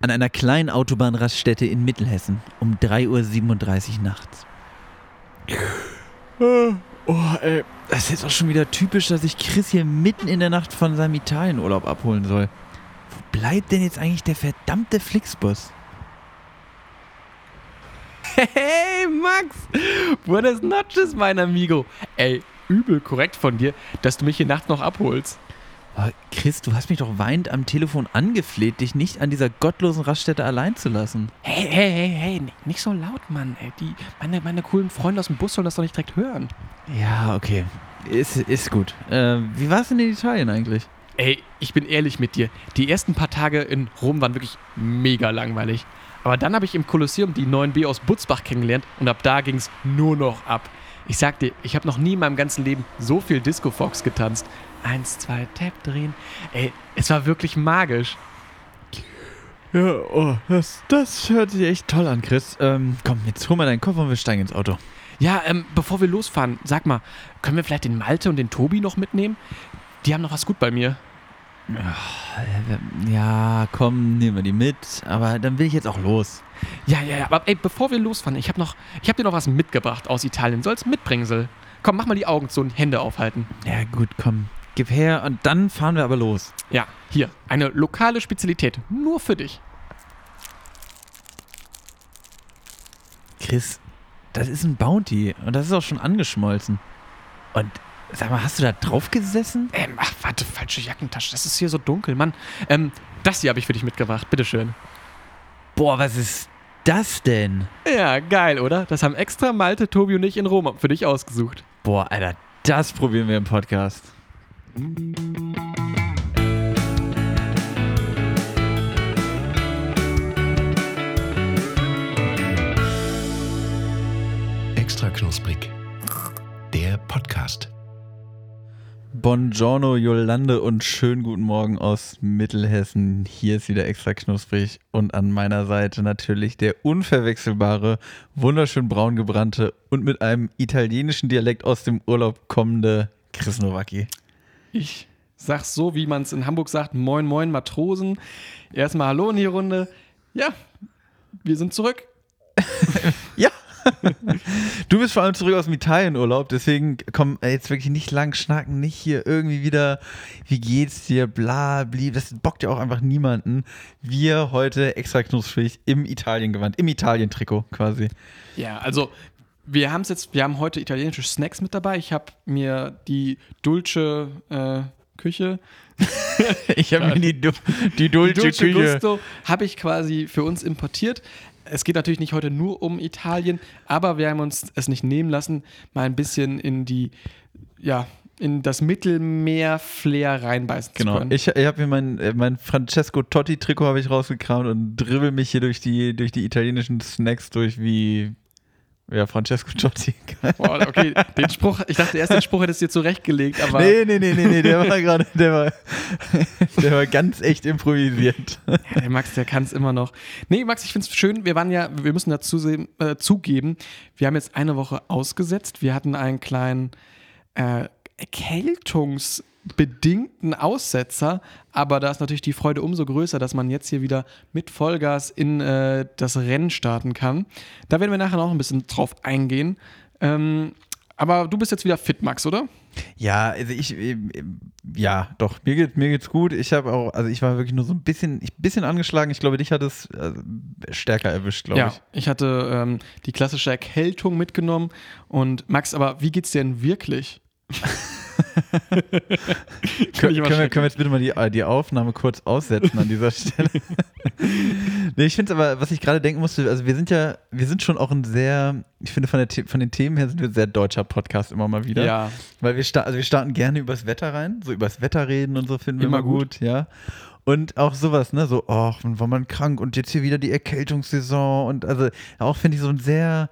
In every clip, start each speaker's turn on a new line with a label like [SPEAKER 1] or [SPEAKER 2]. [SPEAKER 1] an einer kleinen Autobahnraststätte in Mittelhessen um 3.37 Uhr nachts. Oh, ey. Das ist jetzt auch schon wieder typisch, dass ich Chris hier mitten in der Nacht von seinem Italienurlaub abholen soll. Wo bleibt denn jetzt eigentlich der verdammte Flixbus?
[SPEAKER 2] Hey Max, buenas noches, mein Amigo. Ey, übel korrekt von dir, dass du mich hier nachts noch abholst.
[SPEAKER 1] Oh, Chris, du hast mich doch weinend am Telefon angefleht, dich nicht an dieser gottlosen Raststätte allein zu lassen.
[SPEAKER 2] Hey, hey, hey, hey, n- nicht so laut, Mann. Ey, die, meine, meine coolen Freunde aus dem Bus sollen das doch nicht direkt hören.
[SPEAKER 1] Ja, okay. Ist, ist gut. Äh, wie war es denn in Italien eigentlich?
[SPEAKER 2] Ey, ich bin ehrlich mit dir. Die ersten paar Tage in Rom waren wirklich mega langweilig. Aber dann habe ich im Kolosseum die 9B aus Butzbach kennengelernt und ab da ging es nur noch ab. Ich sag dir, ich habe noch nie in meinem ganzen Leben so viel Disco Fox getanzt. Eins, zwei, Tap drehen. Ey, es war wirklich magisch.
[SPEAKER 1] Ja, oh, das, das hört sich echt toll an, Chris. Ähm, komm, jetzt hol mal deinen Koffer und wir steigen ins Auto.
[SPEAKER 2] Ja, ähm, bevor wir losfahren, sag mal, können wir vielleicht den Malte und den Tobi noch mitnehmen? Die haben noch was gut bei mir.
[SPEAKER 1] Äh, Ja, komm, nehmen wir die mit, aber dann will ich jetzt auch los.
[SPEAKER 2] Ja, ja, ja, aber ey, bevor wir losfahren, ich hab noch, ich hab dir noch was mitgebracht aus Italien, so als Mitbringsel. Komm, mach mal die Augen zu und Hände aufhalten.
[SPEAKER 1] Ja, gut, komm, gib her und dann fahren wir aber los.
[SPEAKER 2] Ja, hier, eine lokale Spezialität, nur für dich.
[SPEAKER 1] Chris, das ist ein Bounty und das ist auch schon angeschmolzen. Und sag mal, hast du da drauf gesessen?
[SPEAKER 2] Ähm, ach, warte, falsche Jackentasche, das ist hier so dunkel, Mann. Ähm, das hier habe ich für dich mitgebracht, bitteschön.
[SPEAKER 1] Boah, was ist das denn?
[SPEAKER 2] Ja, geil, oder? Das haben extra Malte, Tobi und ich in Rom für dich ausgesucht.
[SPEAKER 1] Boah, Alter, das probieren wir im Podcast.
[SPEAKER 3] Extra knusprig. Der Podcast.
[SPEAKER 1] Buongiorno, Jolande und schönen guten Morgen aus Mittelhessen. Hier ist wieder extra knusprig und an meiner Seite natürlich der unverwechselbare, wunderschön braun gebrannte und mit einem italienischen Dialekt aus dem Urlaub kommende Chris Nowacki.
[SPEAKER 2] Ich sag's so, wie man es in Hamburg sagt: Moin, moin, Matrosen. Erstmal Hallo in die Runde. Ja, wir sind zurück.
[SPEAKER 1] Ja! Du bist vor allem zurück aus dem Italienurlaub, deswegen komm ey, jetzt wirklich nicht lang schnacken, nicht hier irgendwie wieder, wie geht's dir, bla, bli, das bockt ja auch einfach niemanden. Wir heute extra knusprig im Italien-Gewand, im Italien-Trikot quasi.
[SPEAKER 2] Ja, also wir haben jetzt, wir haben heute italienische Snacks mit dabei. Ich habe mir die Dulce äh, Küche,
[SPEAKER 1] Ich habe mir die, Du- die Dulce,
[SPEAKER 2] die Dulce
[SPEAKER 1] Küche.
[SPEAKER 2] Gusto, habe ich quasi für uns importiert. Es geht natürlich nicht heute nur um Italien, aber wir haben uns es nicht nehmen lassen, mal ein bisschen in die, ja, in das Mittelmeer-Flair reinbeißen zu
[SPEAKER 1] Genau.
[SPEAKER 2] können.
[SPEAKER 1] Ich, ich habe mir mein, äh, mein Francesco Totti-Trikot habe ich rausgekramt und dribbel mich hier durch die, durch die italienischen Snacks durch wie ja, Francesco Totti.
[SPEAKER 2] Boah, okay, den Spruch, ich dachte erst, den Spruch hättest du dir zurechtgelegt, aber
[SPEAKER 1] Nee, nee, nee, nee, nee, der war gerade, der war, der war ganz echt improvisiert.
[SPEAKER 2] Ja, der Max, der kann es immer noch. Nee, Max, ich find's schön. Wir waren ja, wir müssen dazu sehen, äh, zugeben, wir haben jetzt eine Woche ausgesetzt. Wir hatten einen kleinen äh, erkältungsbedingten Aussetzer, aber da ist natürlich die Freude umso größer, dass man jetzt hier wieder mit Vollgas in äh, das Rennen starten kann. Da werden wir nachher noch ein bisschen drauf eingehen. Ähm, aber du bist jetzt wieder fit, Max, oder?
[SPEAKER 1] Ja, also ich, äh, ja, doch, mir, geht, mir geht's gut. Ich habe auch, also ich war wirklich nur so ein bisschen, ich, bisschen angeschlagen. Ich glaube, dich hat es äh, stärker erwischt, glaube
[SPEAKER 2] Ja,
[SPEAKER 1] ich.
[SPEAKER 2] ich hatte ähm, die klassische Erkältung mitgenommen. Und Max, aber wie geht's dir denn wirklich?
[SPEAKER 1] Können,
[SPEAKER 2] ich
[SPEAKER 1] können, wir,
[SPEAKER 2] immer schrecklich.
[SPEAKER 1] können wir jetzt bitte mal die, äh, die Aufnahme kurz aussetzen an dieser Stelle? nee, ich finde aber, was ich gerade denken musste, also wir sind ja, wir sind schon auch ein sehr, ich finde von, der, The- von den Themen her sind wir ein sehr deutscher Podcast immer mal wieder.
[SPEAKER 2] Ja.
[SPEAKER 1] Weil wir, sta also wir starten gerne übers Wetter rein, so übers Wetter reden und so finden wir
[SPEAKER 2] Immer
[SPEAKER 1] immer gut, ja. Und auch sowas, ne, so, ach, wann war man krank und jetzt hier wieder die Erkältungssaison und also auch finde ich so ein sehr,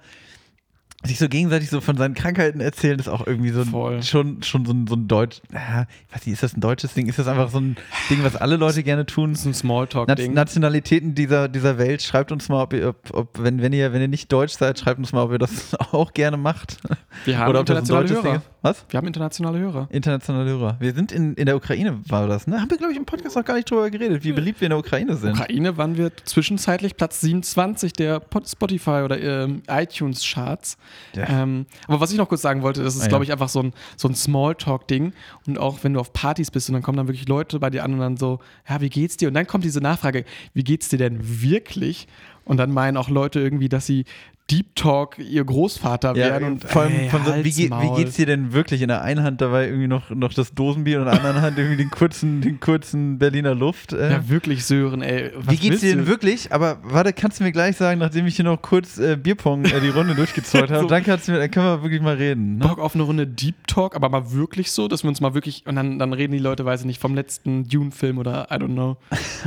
[SPEAKER 1] sich so gegenseitig so von seinen Krankheiten erzählen, ist auch irgendwie so
[SPEAKER 2] Voll.
[SPEAKER 1] ein, schon, schon so ein, so ein deutsch, ah, ich weiß nicht, ist das ein deutsches Ding? Ist das einfach so ein Ding, was alle Leute gerne tun?
[SPEAKER 2] Das ist ein
[SPEAKER 1] Nat-
[SPEAKER 2] Smalltalk-Ding.
[SPEAKER 1] Nationalitäten dieser, dieser Welt, schreibt uns mal, ob ihr, ob, ob, wenn, wenn, ihr, wenn ihr nicht deutsch seid, schreibt uns mal, ob ihr das auch gerne macht.
[SPEAKER 2] Wir haben
[SPEAKER 1] Oder ob das ein
[SPEAKER 2] internationale
[SPEAKER 1] deutsches Ding
[SPEAKER 2] Hörer.
[SPEAKER 1] ist. Was?
[SPEAKER 2] Wir haben internationale Hörer.
[SPEAKER 1] Internationale Hörer. Wir sind in, in der Ukraine, war das, ne? Haben wir, glaube ich, im Podcast noch gar nicht drüber geredet, wie beliebt wir in der Ukraine sind.
[SPEAKER 2] Ukraine waren wir zwischenzeitlich Platz 27 der Pod- Spotify oder ähm, iTunes-Charts.
[SPEAKER 1] Ja.
[SPEAKER 2] Ähm, aber was ich noch kurz sagen wollte, das ist,
[SPEAKER 1] Ah, ja.
[SPEAKER 2] glaube ich, einfach so ein, so ein Smalltalk-Ding. Und auch wenn du auf Partys bist und dann kommen dann wirklich Leute bei dir an und dann so, ja, wie geht's dir? Und dann kommt diese Nachfrage, wie geht's dir denn wirklich? Und dann meinen auch Leute irgendwie, dass sie Deep Talk ihr Großvater
[SPEAKER 1] Ja,
[SPEAKER 2] werden.
[SPEAKER 1] und
[SPEAKER 2] Und
[SPEAKER 1] vor allem,
[SPEAKER 2] ey,
[SPEAKER 1] von so, wie,
[SPEAKER 2] halt's
[SPEAKER 1] geht, wie
[SPEAKER 2] Maul.
[SPEAKER 1] geht's dir denn wirklich? In der einen Hand dabei irgendwie noch, noch das Dosenbier und in der anderen Hand irgendwie den kurzen, den kurzen Berliner Luft. Äh.
[SPEAKER 2] Ja, wirklich, Sören, ey. was
[SPEAKER 1] wie geht's
[SPEAKER 2] willst
[SPEAKER 1] dir
[SPEAKER 2] du?
[SPEAKER 1] denn wirklich? Aber warte, kannst du mir gleich sagen, nachdem ich hier noch kurz äh, Bierpong äh, die Runde durchgezollt habe,
[SPEAKER 2] So.
[SPEAKER 1] dann, kannst du mir, dann können wir wirklich mal reden. Ne?
[SPEAKER 2] Bock auf eine Runde Deep Talk, aber mal wirklich so, dass wir uns mal wirklich. Und dann, dann reden die Leute, weiß ich nicht, vom letzten Dune-Film oder I don't know.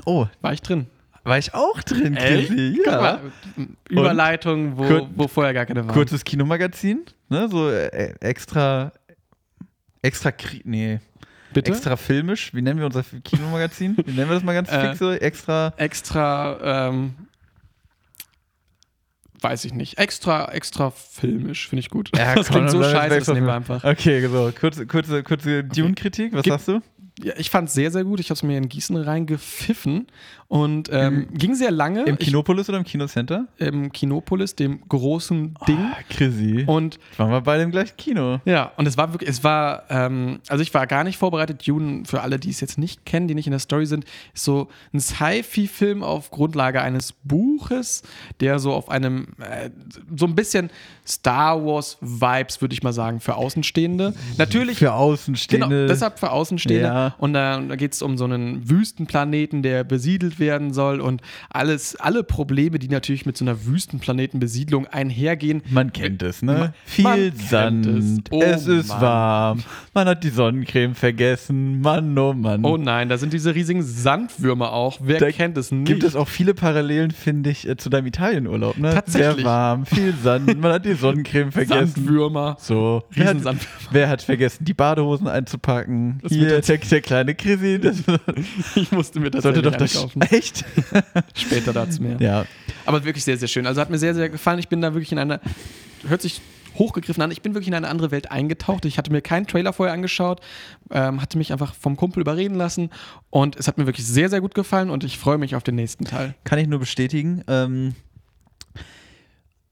[SPEAKER 1] Oh,
[SPEAKER 2] War ich drin.
[SPEAKER 1] war ich auch drin, Kirsi?
[SPEAKER 2] Guck
[SPEAKER 1] Ja.
[SPEAKER 2] mal, Überleitung, wo,
[SPEAKER 1] Kur-
[SPEAKER 2] wo vorher gar keine war.
[SPEAKER 1] Kurzes Kinomagazin, ne? So äh, extra. Extra Kri nee,
[SPEAKER 2] Bitte?
[SPEAKER 1] extra filmisch. Wie nennen wir unser Kinomagazin? Wie nennen wir das mal ganz
[SPEAKER 2] Äh.
[SPEAKER 1] fix so? Extra.
[SPEAKER 2] Extra, ähm, weiß ich nicht. Extra, extra filmisch, finde ich gut.
[SPEAKER 1] Ja,
[SPEAKER 2] das
[SPEAKER 1] komm,
[SPEAKER 2] klingt so
[SPEAKER 1] dann
[SPEAKER 2] scheiße, das
[SPEAKER 1] bleib
[SPEAKER 2] nehmen wir
[SPEAKER 1] weg
[SPEAKER 2] einfach.
[SPEAKER 1] Okay, so, kurze, kurze, kurze Dune-Kritik, was
[SPEAKER 2] Gib-
[SPEAKER 1] sagst du?
[SPEAKER 2] Ja, ich fand es sehr, sehr gut. Ich habe es mir in Gießen reingepfiffen und ähm, ging sehr lange.
[SPEAKER 1] Hm. Im Kinopolis oder im Kinocenter?
[SPEAKER 2] Ich, Im Kinopolis, dem großen
[SPEAKER 1] Ah.
[SPEAKER 2] Ding.
[SPEAKER 1] Chrissy.
[SPEAKER 2] Und
[SPEAKER 1] Waren wir beide im gleichen Kino?
[SPEAKER 2] Ja, und es war wirklich, es war, ähm, also ich war gar nicht vorbereitet. Dune, für alle, die es jetzt nicht kennen, die nicht in der Story sind, ist so ein Sci-Fi-Film auf Grundlage eines Buches, der so auf einem, äh, so ein bisschen Star Wars-Vibes, würde ich mal sagen, für Außenstehende. Natürlich
[SPEAKER 1] Für Außenstehende.
[SPEAKER 2] Genau, deshalb für Außenstehende.
[SPEAKER 1] Ja.
[SPEAKER 2] Und da, da geht es um so einen Wüstenplaneten, der besiedelt werden soll und alles, alle Probleme, die natürlich mit so einer Wüstenplanetenbesiedlung einhergehen.
[SPEAKER 1] Man kennt es, ne?
[SPEAKER 2] Man-
[SPEAKER 1] Viel
[SPEAKER 2] man kennt
[SPEAKER 1] Sand,
[SPEAKER 2] es. Oh
[SPEAKER 1] es ist
[SPEAKER 2] Mann.
[SPEAKER 1] warm, man hat die Sonnencreme vergessen, Mann, oh Mann.
[SPEAKER 2] Oh nein, da sind diese riesigen Sandwürmer auch. Wer
[SPEAKER 1] Da
[SPEAKER 2] kennt es nicht?
[SPEAKER 1] Gibt es auch viele Parallelen, finde ich, äh, zu deinem Italienurlaub, ne?
[SPEAKER 2] Tatsächlich.
[SPEAKER 1] Sehr warm, viel Sand, man hat die Sonnencreme vergessen.
[SPEAKER 2] Sandwürmer.
[SPEAKER 1] So, wer hat,
[SPEAKER 2] Riesensandwürmer.
[SPEAKER 1] wer hat vergessen, die Badehosen einzupacken?
[SPEAKER 2] Das wird
[SPEAKER 1] Hier,
[SPEAKER 2] jetzt-
[SPEAKER 1] der, der kleine Chrissy, das
[SPEAKER 2] Ich musste mir das
[SPEAKER 1] sollte doch das.
[SPEAKER 2] einkaufen.
[SPEAKER 1] Echt?
[SPEAKER 2] Später dazu mehr.
[SPEAKER 1] Ja.
[SPEAKER 2] Aber wirklich sehr, sehr schön. Also hat mir sehr, sehr gefallen. Ich bin da wirklich in einer, hört sich hochgegriffen an, ich bin wirklich in eine andere Welt eingetaucht. Ich hatte mir keinen Trailer vorher angeschaut, ähm, hatte mich einfach vom Kumpel überreden lassen und es hat mir wirklich sehr, sehr gut gefallen und ich freue mich auf den nächsten Teil.
[SPEAKER 1] Kann ich nur bestätigen. Ähm,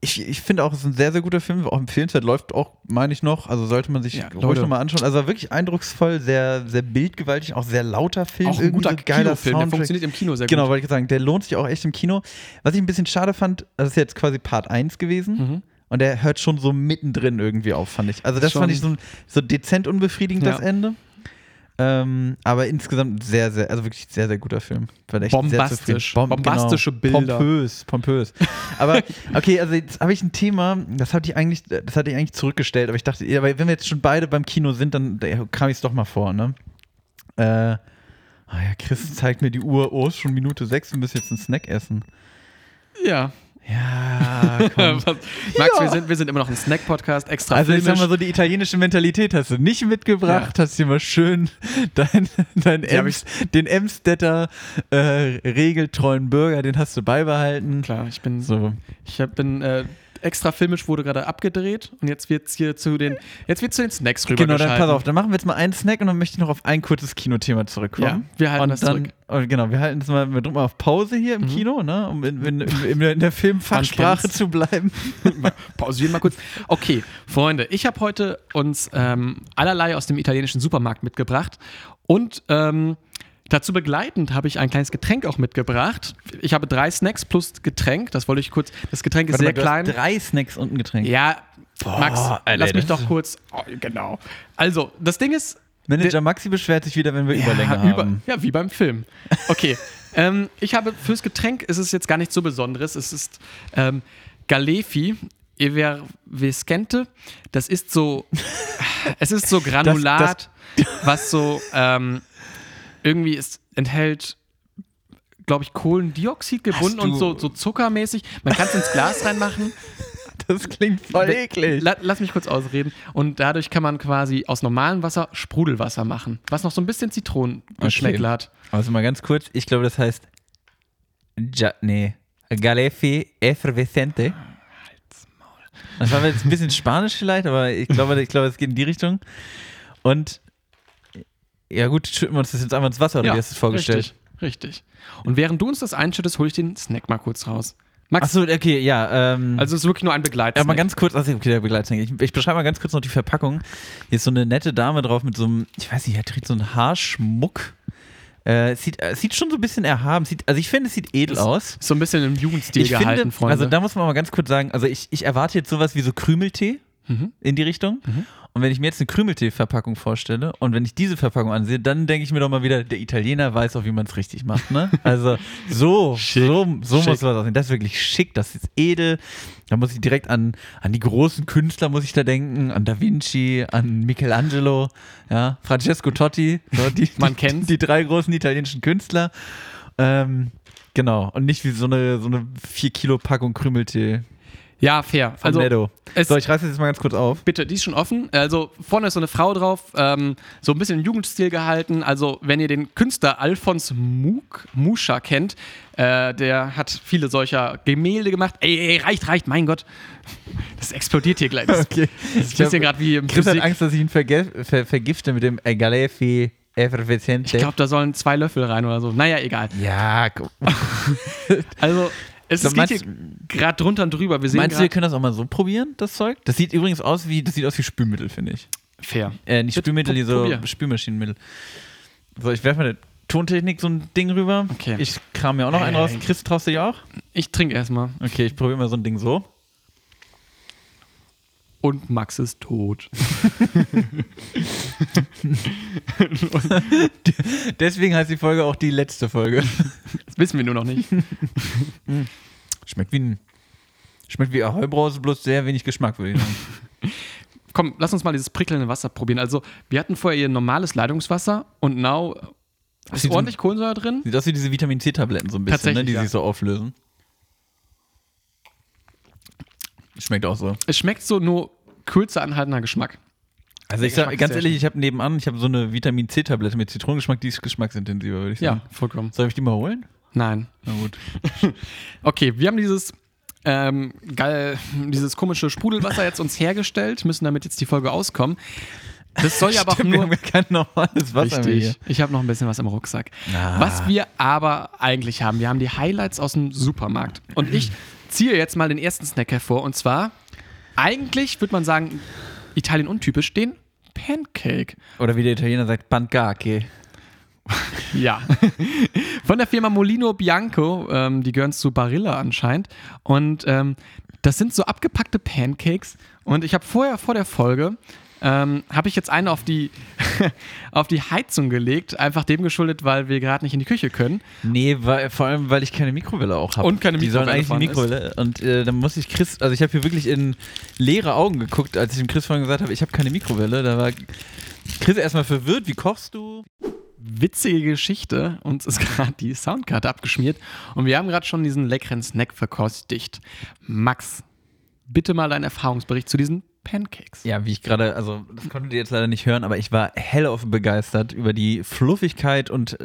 [SPEAKER 1] ich ich finde auch, es ist ein sehr, sehr guter Film, auch empfehlenswert, läuft auch, meine ich noch. Also sollte man sich
[SPEAKER 2] Ja,
[SPEAKER 1] ruhig
[SPEAKER 2] Leute.
[SPEAKER 1] nochmal anschauen. Also wirklich eindrucksvoll, sehr, sehr bildgewaltig, auch sehr lauter Film.
[SPEAKER 2] Auch ein
[SPEAKER 1] irgendwie
[SPEAKER 2] guter
[SPEAKER 1] so geiler
[SPEAKER 2] Kinofilm, der
[SPEAKER 1] Soundtrack.
[SPEAKER 2] funktioniert im Kino sehr gut.
[SPEAKER 1] Genau, wollte ich sagen, der lohnt sich auch echt im Kino. Was ich ein bisschen schade fand, das ist jetzt quasi Part 1 gewesen.
[SPEAKER 2] Mhm.
[SPEAKER 1] Und der hört schon so mittendrin irgendwie auf, fand ich. Also das
[SPEAKER 2] Schon.
[SPEAKER 1] fand ich so, so dezent unbefriedigend,
[SPEAKER 2] Ja.
[SPEAKER 1] das Ende. Ähm, aber insgesamt sehr, sehr, also wirklich sehr, sehr guter Film. War echt
[SPEAKER 2] Bombastisch.
[SPEAKER 1] sehr zufrieden. genau.
[SPEAKER 2] Bombastische Bilder.
[SPEAKER 1] Pompös, pompös. Aber okay, also jetzt habe ich ein Thema, das hatte ich eigentlich, das hatte ich eigentlich zurückgestellt, aber ich dachte, ja, aber wenn wir jetzt schon beide beim Kino sind, dann da kam ich es doch mal vor, ne? Äh, ah ja, Chris zeigt mir die Uhr, oh, ist schon Minute sechs, wir müssen jetzt einen Snack essen.
[SPEAKER 2] Ja.
[SPEAKER 1] Ja, komm.
[SPEAKER 2] Was? Max, wir, sind, wir sind immer noch ein Snack-Podcast, extra
[SPEAKER 1] Also ich
[SPEAKER 2] filmisch.
[SPEAKER 1] sag mal so, die italienische Mentalität hast du nicht mitgebracht, hast dir mal schön dein, dein
[SPEAKER 2] Die hab
[SPEAKER 1] Ems, den Emstetter äh, regeltreuen Bürger, den hast du beibehalten.
[SPEAKER 2] Klar, ich bin
[SPEAKER 1] So.
[SPEAKER 2] Ich hab, bin äh, extra filmisch wurde gerade abgedreht und jetzt wird's hier zu den jetzt wird's zu den Snacks rüber
[SPEAKER 1] Genau, dann pass auf, dann machen wir jetzt mal einen Snack und dann möchte ich noch auf ein kurzes Kinothema zurückkommen.
[SPEAKER 2] Ja, wir halten
[SPEAKER 1] und
[SPEAKER 2] das
[SPEAKER 1] dann,
[SPEAKER 2] zurück.
[SPEAKER 1] Und genau, wir halten das mal, wir drücken mal auf Pause hier im Kino, ne, um in, in, in, in der Filmfachsprache
[SPEAKER 2] kennt's.
[SPEAKER 1] zu bleiben.
[SPEAKER 2] Mal Pausieren mal kurz. Okay, Freunde, ich habe heute uns ähm, allerlei aus dem italienischen Supermarkt mitgebracht und ähm, dazu begleitend habe ich ein kleines Getränk auch mitgebracht. Ich habe drei Snacks plus Getränk. Das wollte ich kurz. Das Getränk ist
[SPEAKER 1] Warte
[SPEAKER 2] sehr
[SPEAKER 1] mal, du
[SPEAKER 2] klein.
[SPEAKER 1] Hast drei Snacks und ein Getränk.
[SPEAKER 2] Ja, Max,
[SPEAKER 1] Alter,
[SPEAKER 2] lass mich
[SPEAKER 1] das-
[SPEAKER 2] doch kurz. Oh, genau. Also, das Ding ist,
[SPEAKER 1] Manager Maxi beschwert sich wieder, wenn wir Überlänge
[SPEAKER 2] ja, über-
[SPEAKER 1] haben.
[SPEAKER 2] ja, wie beim Film. Okay. ähm, ich habe fürs Getränk ist es jetzt gar nichts so Besonderes. Es ist ähm, Galefi Evervescente. Das ist so. es ist so Granulat, was so ähm, irgendwie ist, enthält. Glaube ich, Kohlendioxid gebunden und
[SPEAKER 1] du-
[SPEAKER 2] so, so zuckermäßig. Man kann es ins Glas reinmachen.
[SPEAKER 1] Das klingt voll
[SPEAKER 2] Be-
[SPEAKER 1] eklig.
[SPEAKER 2] La lass mich kurz ausreden. Und dadurch kann man quasi aus normalem Wasser Sprudelwasser machen, was noch so ein bisschen Zitronengeschmäckle hat.
[SPEAKER 1] Also mal ganz kurz, ich glaube, das heißt
[SPEAKER 2] Ah,
[SPEAKER 1] ja, nee. Galefi effervescente. Das war jetzt ein bisschen Spanisch vielleicht, aber ich glaube, ich glaube, es geht in die Richtung. Und ja gut, schütten wir uns das jetzt einfach ins Wasser, oder wie hast du es vorgestellt?
[SPEAKER 2] Richtig, richtig. Und während du uns das einschüttest, hole ich den Snack mal kurz raus. Max,
[SPEAKER 1] Achso, okay, ja. Ähm,
[SPEAKER 2] also es ist wirklich nur ein Begleiter.
[SPEAKER 1] ja, mal ganz kurz, also okay, der Begleitung. Ich, ich beschreibe mal ganz kurz noch die Verpackung. Hier ist so eine nette Dame drauf mit so einem, ich weiß nicht, er trägt so einen Haarschmuck. Äh, es sieht, äh, es sieht schon so ein bisschen erhaben. Sieht, also ich finde, es sieht edel aus.
[SPEAKER 2] so ein bisschen im Jugendstil
[SPEAKER 1] ich
[SPEAKER 2] gehalten,
[SPEAKER 1] finde,
[SPEAKER 2] Freunde.
[SPEAKER 1] Also da muss man mal ganz kurz sagen, also ich, ich erwarte jetzt sowas wie so Krümeltee
[SPEAKER 2] Mhm.
[SPEAKER 1] in die Richtung. Und wenn ich mir jetzt eine Krümeltee-Verpackung vorstelle und wenn ich diese Verpackung ansehe, dann denke ich mir doch mal wieder, der Italiener weiß auch, wie man es richtig macht. Ne? Also so, so, so
[SPEAKER 2] Schick.
[SPEAKER 1] muss was aussehen. Das ist wirklich schick, das ist edel. Da muss ich direkt an, an die großen Künstler muss ich da denken, an Da Vinci, an Michelangelo, ja, Francesco Totti, so die,
[SPEAKER 2] Man
[SPEAKER 1] die,
[SPEAKER 2] kennt's.
[SPEAKER 1] die drei großen italienischen Künstler. Ähm, genau, und nicht wie so eine, so eine 4-Kilo-Packung Krümeltee
[SPEAKER 2] ja, fair.
[SPEAKER 1] von
[SPEAKER 2] Also,
[SPEAKER 1] Netto.
[SPEAKER 2] es-
[SPEAKER 1] So, ich reiße das jetzt mal ganz kurz auf.
[SPEAKER 2] Bitte, die ist schon offen. Also vorne ist so eine Frau drauf, ähm, so ein bisschen im Jugendstil gehalten. Also wenn ihr den Künstler Alfons Muk, Muscha kennt, äh, der hat viele solcher Gemälde gemacht. Ey, ey, reicht, reicht, mein Gott. Das explodiert hier gleich. Das ist
[SPEAKER 1] Okay.
[SPEAKER 2] ein bisschen gerade wie im
[SPEAKER 1] Chris hat
[SPEAKER 2] Physik.
[SPEAKER 1] Angst, dass ich ihn verge ver vergifte mit dem Galefi Effervescente.
[SPEAKER 2] Ich glaube, da sollen zwei Löffel rein oder so. Naja, egal.
[SPEAKER 1] ja, guck.
[SPEAKER 2] Also es
[SPEAKER 1] So,
[SPEAKER 2] geht
[SPEAKER 1] meinst-
[SPEAKER 2] hier gerade drunter und drüber. Wir sehen
[SPEAKER 1] Meinst du, wir
[SPEAKER 2] gerade
[SPEAKER 1] können das auch mal so probieren, das Zeug? Das sieht übrigens aus wie, das sieht aus wie Spülmittel, finde ich.
[SPEAKER 2] fair.
[SPEAKER 1] Äh, nicht
[SPEAKER 2] Bitte,
[SPEAKER 1] Spülmittel,
[SPEAKER 2] pro-
[SPEAKER 1] die so
[SPEAKER 2] probier.
[SPEAKER 1] Spülmaschinenmittel. So, ich werfe mal der Tontechnik so ein Ding rüber.
[SPEAKER 2] Okay.
[SPEAKER 1] Ich kram mir auch noch einen raus.
[SPEAKER 2] Hey.
[SPEAKER 1] Chris, traust du dich auch?
[SPEAKER 2] Ich trinke erstmal.
[SPEAKER 1] Okay, ich probiere mal so ein Ding so.
[SPEAKER 2] Und Max ist tot.
[SPEAKER 1] Deswegen heißt die Folge auch die letzte Folge.
[SPEAKER 2] Das wissen wir nur noch nicht.
[SPEAKER 1] Schmeckt wie ein. Schmeckt wie Ahoi-Brause, bloß sehr wenig Geschmack, würde ich sagen.
[SPEAKER 2] Komm, lass uns mal dieses prickelnde Wasser probieren. Also, wir hatten vorher hier normales Leitungswasser und now ist
[SPEAKER 1] sieht
[SPEAKER 2] ordentlich Kohlensäure drin.
[SPEAKER 1] Sieht aus wie diese Vitamin C-Tabletten so ein bisschen, ne,
[SPEAKER 2] Tatsächlich,
[SPEAKER 1] die
[SPEAKER 2] ja.
[SPEAKER 1] sich so auflösen. Schmeckt auch so.
[SPEAKER 2] Es schmeckt so nur kürzer anhaltender Geschmack.
[SPEAKER 1] Also ich sag,
[SPEAKER 2] Der Geschmack
[SPEAKER 1] ganz
[SPEAKER 2] ist sehr
[SPEAKER 1] ehrlich, ich habe nebenan, ich habe so eine Vitamin C-Tablette mit Zitronengeschmack, die ist geschmacksintensiver, würde ich
[SPEAKER 2] Ja,
[SPEAKER 1] sagen.
[SPEAKER 2] vollkommen.
[SPEAKER 1] Soll ich die mal holen?
[SPEAKER 2] Nein.
[SPEAKER 1] Na gut.
[SPEAKER 2] Okay, wir haben dieses ähm, geil, dieses komische Sprudelwasser jetzt uns hergestellt, müssen damit jetzt die Folge auskommen. Das soll ja aber auch
[SPEAKER 1] Stimmt, wir haben
[SPEAKER 2] nur
[SPEAKER 1] ja kein normales Wasser mehr hier.
[SPEAKER 2] Richtig. Ich habe noch ein bisschen was im Rucksack. Was wir aber eigentlich haben, wir haben die Highlights aus dem Supermarkt. Und ich ziehe jetzt mal den ersten Snack hervor. Und zwar, eigentlich würde man sagen, Italien untypisch, den Pancake.
[SPEAKER 1] Oder wie der Italiener sagt, Pancake.
[SPEAKER 2] Ja. Von der Firma Molino Bianco, ähm, die gehören zu Barilla anscheinend. Und ähm, das sind so abgepackte Pancakes. Und ich habe vorher, vor der Folge, ähm, habe ich jetzt einen auf die, auf die Heizung gelegt, einfach dem geschuldet, weil wir gerade nicht in die Küche können.
[SPEAKER 1] Nee, weil, vor allem, weil ich keine Mikrowelle auch habe.
[SPEAKER 2] Und keine
[SPEAKER 1] Die sollen
[SPEAKER 2] Mikrowelle
[SPEAKER 1] eigentlich eine
[SPEAKER 2] vorhanden
[SPEAKER 1] Mikrowelle. Und äh, dann muss ich Chris, also ich habe hier wirklich in leere Augen geguckt, als ich dem Chris vorhin gesagt habe, ich habe keine Mikrowelle. Da war Chris erstmal verwirrt, wie kochst du?
[SPEAKER 2] Witzige Geschichte, uns ist gerade die Soundkarte abgeschmiert und wir haben gerade schon diesen leckeren Snack verkostigt. Max, bitte mal deinen Erfahrungsbericht zu diesen Pancakes.
[SPEAKER 1] Ja, wie ich gerade, also das konntet ihr jetzt leider nicht hören, aber ich war hellauf begeistert über die Fluffigkeit und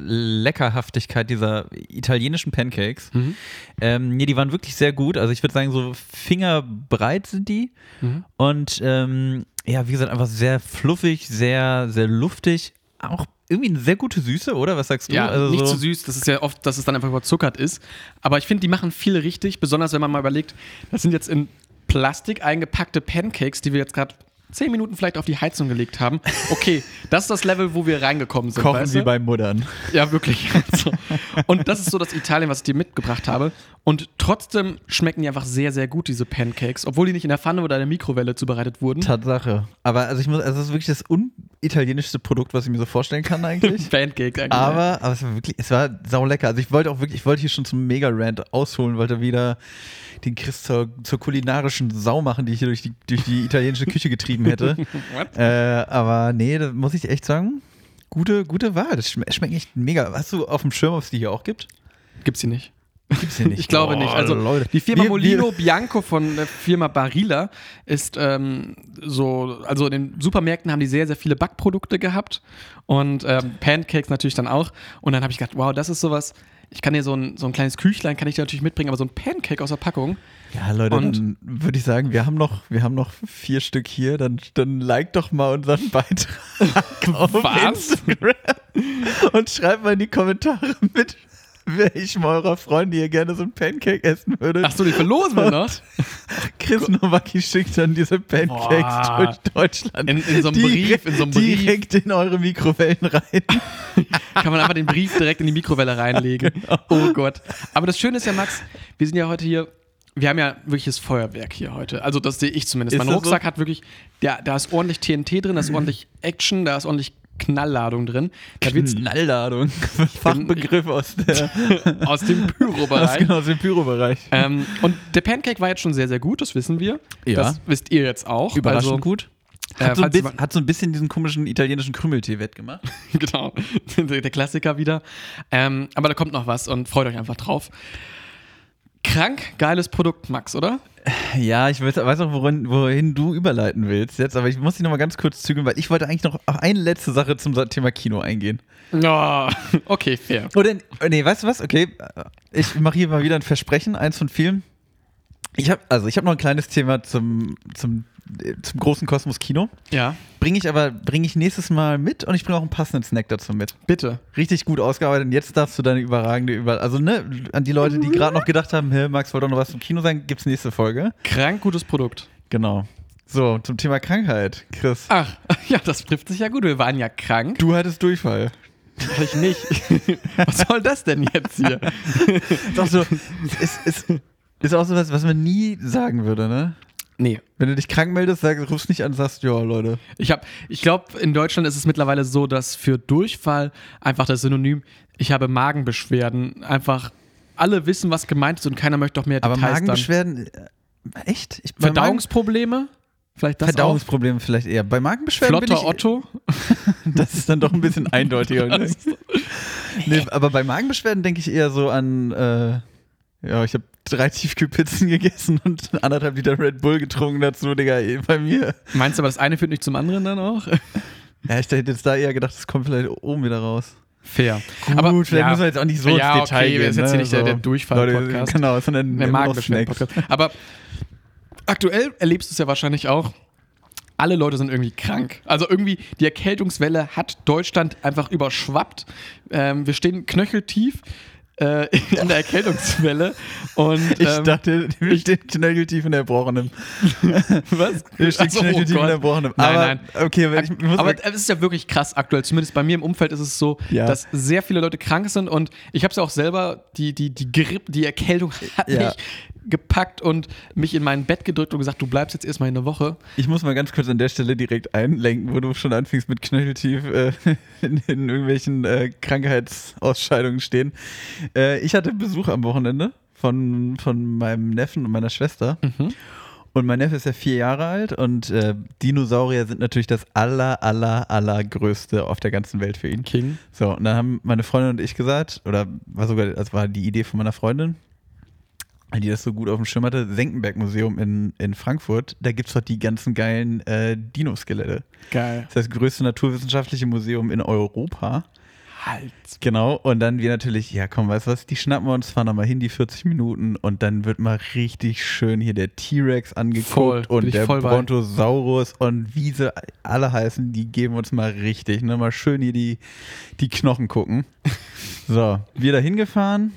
[SPEAKER 1] Leckerhaftigkeit dieser italienischen Pancakes.
[SPEAKER 2] Mhm.
[SPEAKER 1] Ähm, nee, die waren wirklich sehr gut. Also ich würde sagen, so fingerbreit sind die.
[SPEAKER 2] Mhm.
[SPEAKER 1] Und ähm, ja, wie gesagt, einfach sehr fluffig, sehr, sehr luftig. Auch irgendwie eine sehr gute Süße, oder? Was sagst du?
[SPEAKER 2] Ja,
[SPEAKER 1] also
[SPEAKER 2] nicht
[SPEAKER 1] so,
[SPEAKER 2] zu süß, das ist ja oft, dass es dann einfach überzuckert ist. Aber ich finde, die machen viele richtig, besonders wenn man mal überlegt, das sind jetzt in Plastik eingepackte Pancakes, die wir jetzt gerade zehn Minuten vielleicht auf die Heizung gelegt haben. Okay, das ist das Level, wo wir reingekommen sind.
[SPEAKER 1] Kochen
[SPEAKER 2] weißt
[SPEAKER 1] sie
[SPEAKER 2] du?
[SPEAKER 1] beim Muddern.
[SPEAKER 2] Ja, wirklich. Also, und das ist so das Italien, was ich dir mitgebracht habe. Und trotzdem schmecken die einfach sehr, sehr gut, diese Pancakes, obwohl die nicht in der Pfanne oder in der Mikrowelle zubereitet wurden.
[SPEAKER 1] Tatsache. Aber also ich muss, also das ist wirklich das unitalienischste Produkt, was ich mir so vorstellen kann eigentlich.
[SPEAKER 2] Pancakes eigentlich.
[SPEAKER 1] Aber, aber es war wirklich, es war saulecker. Also ich wollte auch wirklich, ich wollte hier schon zum Mega-Rant ausholen, wollte wieder den Chris zur, zur kulinarischen Sau machen, die ich hier durch die, durch die italienische Küche getrieben hätte.
[SPEAKER 2] What?
[SPEAKER 1] äh, aber nee, da muss ich echt sagen, gute, gute Wahl. Das schme schmeckt echt mega. Hast du auf dem Schirm, ob es die hier auch gibt?
[SPEAKER 2] gibt's die nicht.
[SPEAKER 1] Gibt's hier nicht.
[SPEAKER 2] Ich glaube
[SPEAKER 1] Oh,
[SPEAKER 2] nicht. Also die
[SPEAKER 1] Wir-
[SPEAKER 2] Firma
[SPEAKER 1] wir-
[SPEAKER 2] Molino Bianco von der Firma Barilla ist ähm, so, also in den Supermärkten haben die sehr, sehr viele Backprodukte gehabt und ähm, Pancakes natürlich dann auch. Und dann habe ich gedacht, wow, das ist sowas. Ich kann dir so ein, so ein kleines Küchlein, kann ich dir natürlich mitbringen, aber so ein Pancake aus der Packung.
[SPEAKER 1] Ja, Leute,
[SPEAKER 2] Und-
[SPEAKER 1] dann würde ich sagen, wir haben noch, wir haben noch vier Stück hier. Dann, dann like doch mal unseren Beitrag auf
[SPEAKER 2] Was?
[SPEAKER 1] Instagram und schreibt mal in die Kommentare mit, welchem eurer Freunde ihr gerne so ein Pancake essen würdet.
[SPEAKER 2] Achso, die verlosen wir noch?
[SPEAKER 1] Chris Nowacki schickt dann diese Pancakes
[SPEAKER 2] Boah.
[SPEAKER 1] durch Deutschland.
[SPEAKER 2] In, in so einem
[SPEAKER 1] Direkt-
[SPEAKER 2] Brief, in so einem Brief
[SPEAKER 1] Direkt in eure Mikrowellen rein.
[SPEAKER 2] kann man einfach den Brief direkt in die Mikrowelle reinlegen.
[SPEAKER 1] Genau.
[SPEAKER 2] Oh Gott. Aber das Schöne ist ja, Max, wir sind ja heute hier, wir haben ja wirkliches Feuerwerk hier heute. Also das sehe ich zumindest.
[SPEAKER 1] Ist
[SPEAKER 2] mein
[SPEAKER 1] das Mhm.
[SPEAKER 2] Rucksack hat wirklich, ja, da ist ordentlich TNT drin, da ist ordentlich Action, da ist ordentlich Knallladung drin. Da wird's
[SPEAKER 1] Knallladung. Fachbegriff aus, der,
[SPEAKER 2] aus dem
[SPEAKER 1] aus,
[SPEAKER 2] Pyrobereich.
[SPEAKER 1] genau, aus dem Pyrobereich.
[SPEAKER 2] Ähm, und der Pancake war jetzt schon sehr, sehr gut, das wissen wir.
[SPEAKER 1] Ja.
[SPEAKER 2] Das wisst ihr jetzt auch.
[SPEAKER 1] Überraschend
[SPEAKER 2] gut. Äh,
[SPEAKER 1] Also, Hat, so ein
[SPEAKER 2] falls ihr
[SPEAKER 1] bisschen, hat so ein bisschen diesen komischen italienischen Krümeltee wettgemacht.
[SPEAKER 2] genau, der der Klassiker wieder. Ähm, aber da kommt noch was und freut euch einfach drauf. Krank geiles Produkt, Max, oder?
[SPEAKER 1] Ja, ich weiß, weiß auch, worin, wohin du überleiten willst jetzt, aber ich muss dich nochmal ganz kurz zügeln, weil ich wollte eigentlich noch auf eine letzte Sache zum Thema Kino eingehen.
[SPEAKER 2] Ja. Oh. Okay, fair.
[SPEAKER 1] Oder, nee, weißt du was? Okay, äh, ich mache hier mal wieder ein Versprechen, eins von vielen. Ich habe also ich habe noch ein kleines Thema zum, zum, äh, zum großen Kosmos Kino.
[SPEAKER 2] Ja,
[SPEAKER 1] Bringe ich aber, bringe ich nächstes Mal mit und ich bringe auch einen passenden Snack dazu mit.
[SPEAKER 2] bitte.
[SPEAKER 1] Richtig gut ausgearbeitet und jetzt darfst du deine überragende Über... Also, ne, an die Leute, die gerade noch gedacht haben, hey, Max wollte doch noch was zum Kino sein, gibt's nächste Folge.
[SPEAKER 2] Krank gutes Produkt.
[SPEAKER 1] Genau. So, zum Thema Krankheit, Chris.
[SPEAKER 2] Ach, ja, das trifft sich ja gut. Wir waren ja krank.
[SPEAKER 1] Du hattest Durchfall.
[SPEAKER 2] War ich nicht. Was soll das denn jetzt hier?
[SPEAKER 1] Ist auch so, ist, ist, ist auch so was, was man nie sagen würde, ne?
[SPEAKER 2] Nee.
[SPEAKER 1] Wenn du dich krank meldest, sag, rufst nicht an und sagst, ja, Leute.
[SPEAKER 2] Ich, hab- ich glaube, in Deutschland ist es mittlerweile so, dass für Durchfall einfach das Synonym, ich habe Magenbeschwerden, einfach alle wissen, was gemeint ist und keiner möchte doch mehr
[SPEAKER 1] Aber
[SPEAKER 2] Details dann.
[SPEAKER 1] Magenbeschwerden, äh, echt? Ich, bei
[SPEAKER 2] Verdauungsprobleme? Vielleicht
[SPEAKER 1] Magen
[SPEAKER 2] das auch?
[SPEAKER 1] Verdauungsprobleme vielleicht eher. Bei Magenbeschwerden bin
[SPEAKER 2] Flotter
[SPEAKER 1] ich,
[SPEAKER 2] Otto?
[SPEAKER 1] das ist dann doch ein bisschen eindeutiger. ne? nee, aber bei Magenbeschwerden denke ich eher so an, äh, ja, ich habe drei Tiefkühlpizzen gegessen und anderthalb Liter Red Bull getrunken dazu, Digga, eh, bei mir.
[SPEAKER 2] Meinst du aber, das eine führt nicht zum anderen dann auch?
[SPEAKER 1] Ja, ich hätte jetzt da eher gedacht, es kommt vielleicht oben wieder raus.
[SPEAKER 2] Fair.
[SPEAKER 1] Gut,
[SPEAKER 2] aber
[SPEAKER 1] vielleicht müssen wir jetzt auch nicht so
[SPEAKER 2] Ja,
[SPEAKER 1] ins Detail
[SPEAKER 2] okay,
[SPEAKER 1] gehen.
[SPEAKER 2] ist jetzt
[SPEAKER 1] ne?
[SPEAKER 2] hier nicht der-
[SPEAKER 1] so.
[SPEAKER 2] der Durchfall-Podcast.
[SPEAKER 1] Leute, Genau, sondern
[SPEAKER 2] der
[SPEAKER 1] immer noch
[SPEAKER 2] Magenbeschwerden-Podcast. Aber aktuell erlebst du es ja wahrscheinlich auch. Alle Leute sind irgendwie krank. Also irgendwie die Erkältungswelle hat Deutschland einfach überschwappt. Ähm, wir stehen knöcheltief äh, in der Erkältungswelle. Und,
[SPEAKER 1] Ich
[SPEAKER 2] ähm,
[SPEAKER 1] dachte, wir stehen knöcheltief in Erbrochenem.
[SPEAKER 2] was?
[SPEAKER 1] Wir stehen
[SPEAKER 2] Ach so,
[SPEAKER 1] knöcheltief in
[SPEAKER 2] Also, oh Gott.
[SPEAKER 1] Erbrochenem.
[SPEAKER 2] Nein,
[SPEAKER 1] aber,
[SPEAKER 2] nein.
[SPEAKER 1] Okay, wenn ich muss
[SPEAKER 2] aber es ist ja wirklich krass aktuell. Zumindest bei mir im Umfeld ist es so,
[SPEAKER 1] Ja.
[SPEAKER 2] dass sehr viele Leute krank sind und ich habe es ja auch selber, die, die, die Grippe, die Erkältung hat
[SPEAKER 1] Ja.
[SPEAKER 2] mich gepackt und mich in mein Bett gedrückt und gesagt, du bleibst jetzt erstmal in der Woche.
[SPEAKER 1] Ich muss mal ganz kurz an der Stelle direkt einlenken, wo du schon anfingst mit knöcheltief äh, in, in irgendwelchen äh, Krankheitsausscheidungen stehen. Äh, ich hatte Besuch am Wochenende von, von meinem Neffen und meiner Schwester. Und mein Neffe ist ja vier Jahre alt und äh, Dinosaurier sind natürlich das aller, aller, allergrößte auf der ganzen Welt für ihn.
[SPEAKER 2] King.
[SPEAKER 1] So, und dann haben meine Freundin und ich gesagt, oder war sogar, das war die Idee von meiner Freundin, die das so gut auf dem Schirm hatte, Senckenberg-Museum in, in Frankfurt, da gibt es doch die ganzen geilen äh, Dinoskelette.
[SPEAKER 2] Geil.
[SPEAKER 1] Das ist das größte naturwissenschaftliche Museum in Europa.
[SPEAKER 2] Halt.
[SPEAKER 1] Genau, und dann wir natürlich, ja komm, weißt du was, die schnappen wir uns, fahren da mal hin, die 40 Minuten und dann wird mal richtig schön hier der T-Rex angeguckt
[SPEAKER 2] Voll, bin ich
[SPEAKER 1] und der
[SPEAKER 2] voll bei.
[SPEAKER 1] Brontosaurus und wie sie alle heißen, die geben uns mal richtig, ne, mal schön hier die, die Knochen gucken. So, wir da hingefahren.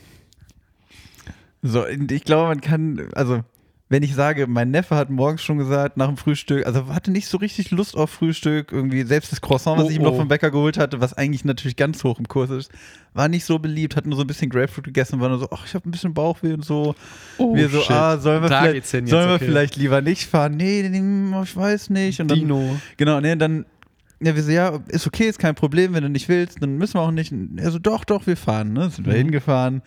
[SPEAKER 1] So, und ich glaube, man kann, also, wenn ich sage, mein Neffe hat morgens schon gesagt, nach dem Frühstück, also hatte nicht so richtig Lust auf Frühstück, irgendwie selbst das Croissant, was
[SPEAKER 2] Oh,
[SPEAKER 1] ich ihm noch
[SPEAKER 2] oh.
[SPEAKER 1] vom Bäcker geholt hatte, was eigentlich natürlich ganz hoch im Kurs ist, war nicht so beliebt, hat nur so ein bisschen Grapefruit gegessen, war nur so, ach, ich habe ein bisschen Bauchweh und so.
[SPEAKER 2] Oh,
[SPEAKER 1] wir so,
[SPEAKER 2] shit.
[SPEAKER 1] ah, sollen wir,
[SPEAKER 2] Da
[SPEAKER 1] vielleicht,
[SPEAKER 2] geht's hin jetzt,
[SPEAKER 1] sollen wir
[SPEAKER 2] okay.
[SPEAKER 1] vielleicht lieber nicht fahren? Nee, nee, nee, ich weiß nicht. Und dann,
[SPEAKER 2] Dino.
[SPEAKER 1] Genau, nee, dann, ja, wir so, ja, ist okay, ist kein Problem, wenn du nicht willst, dann müssen wir auch nicht. Und Er so, doch, doch, wir fahren, ne? Sind wir hingefahren,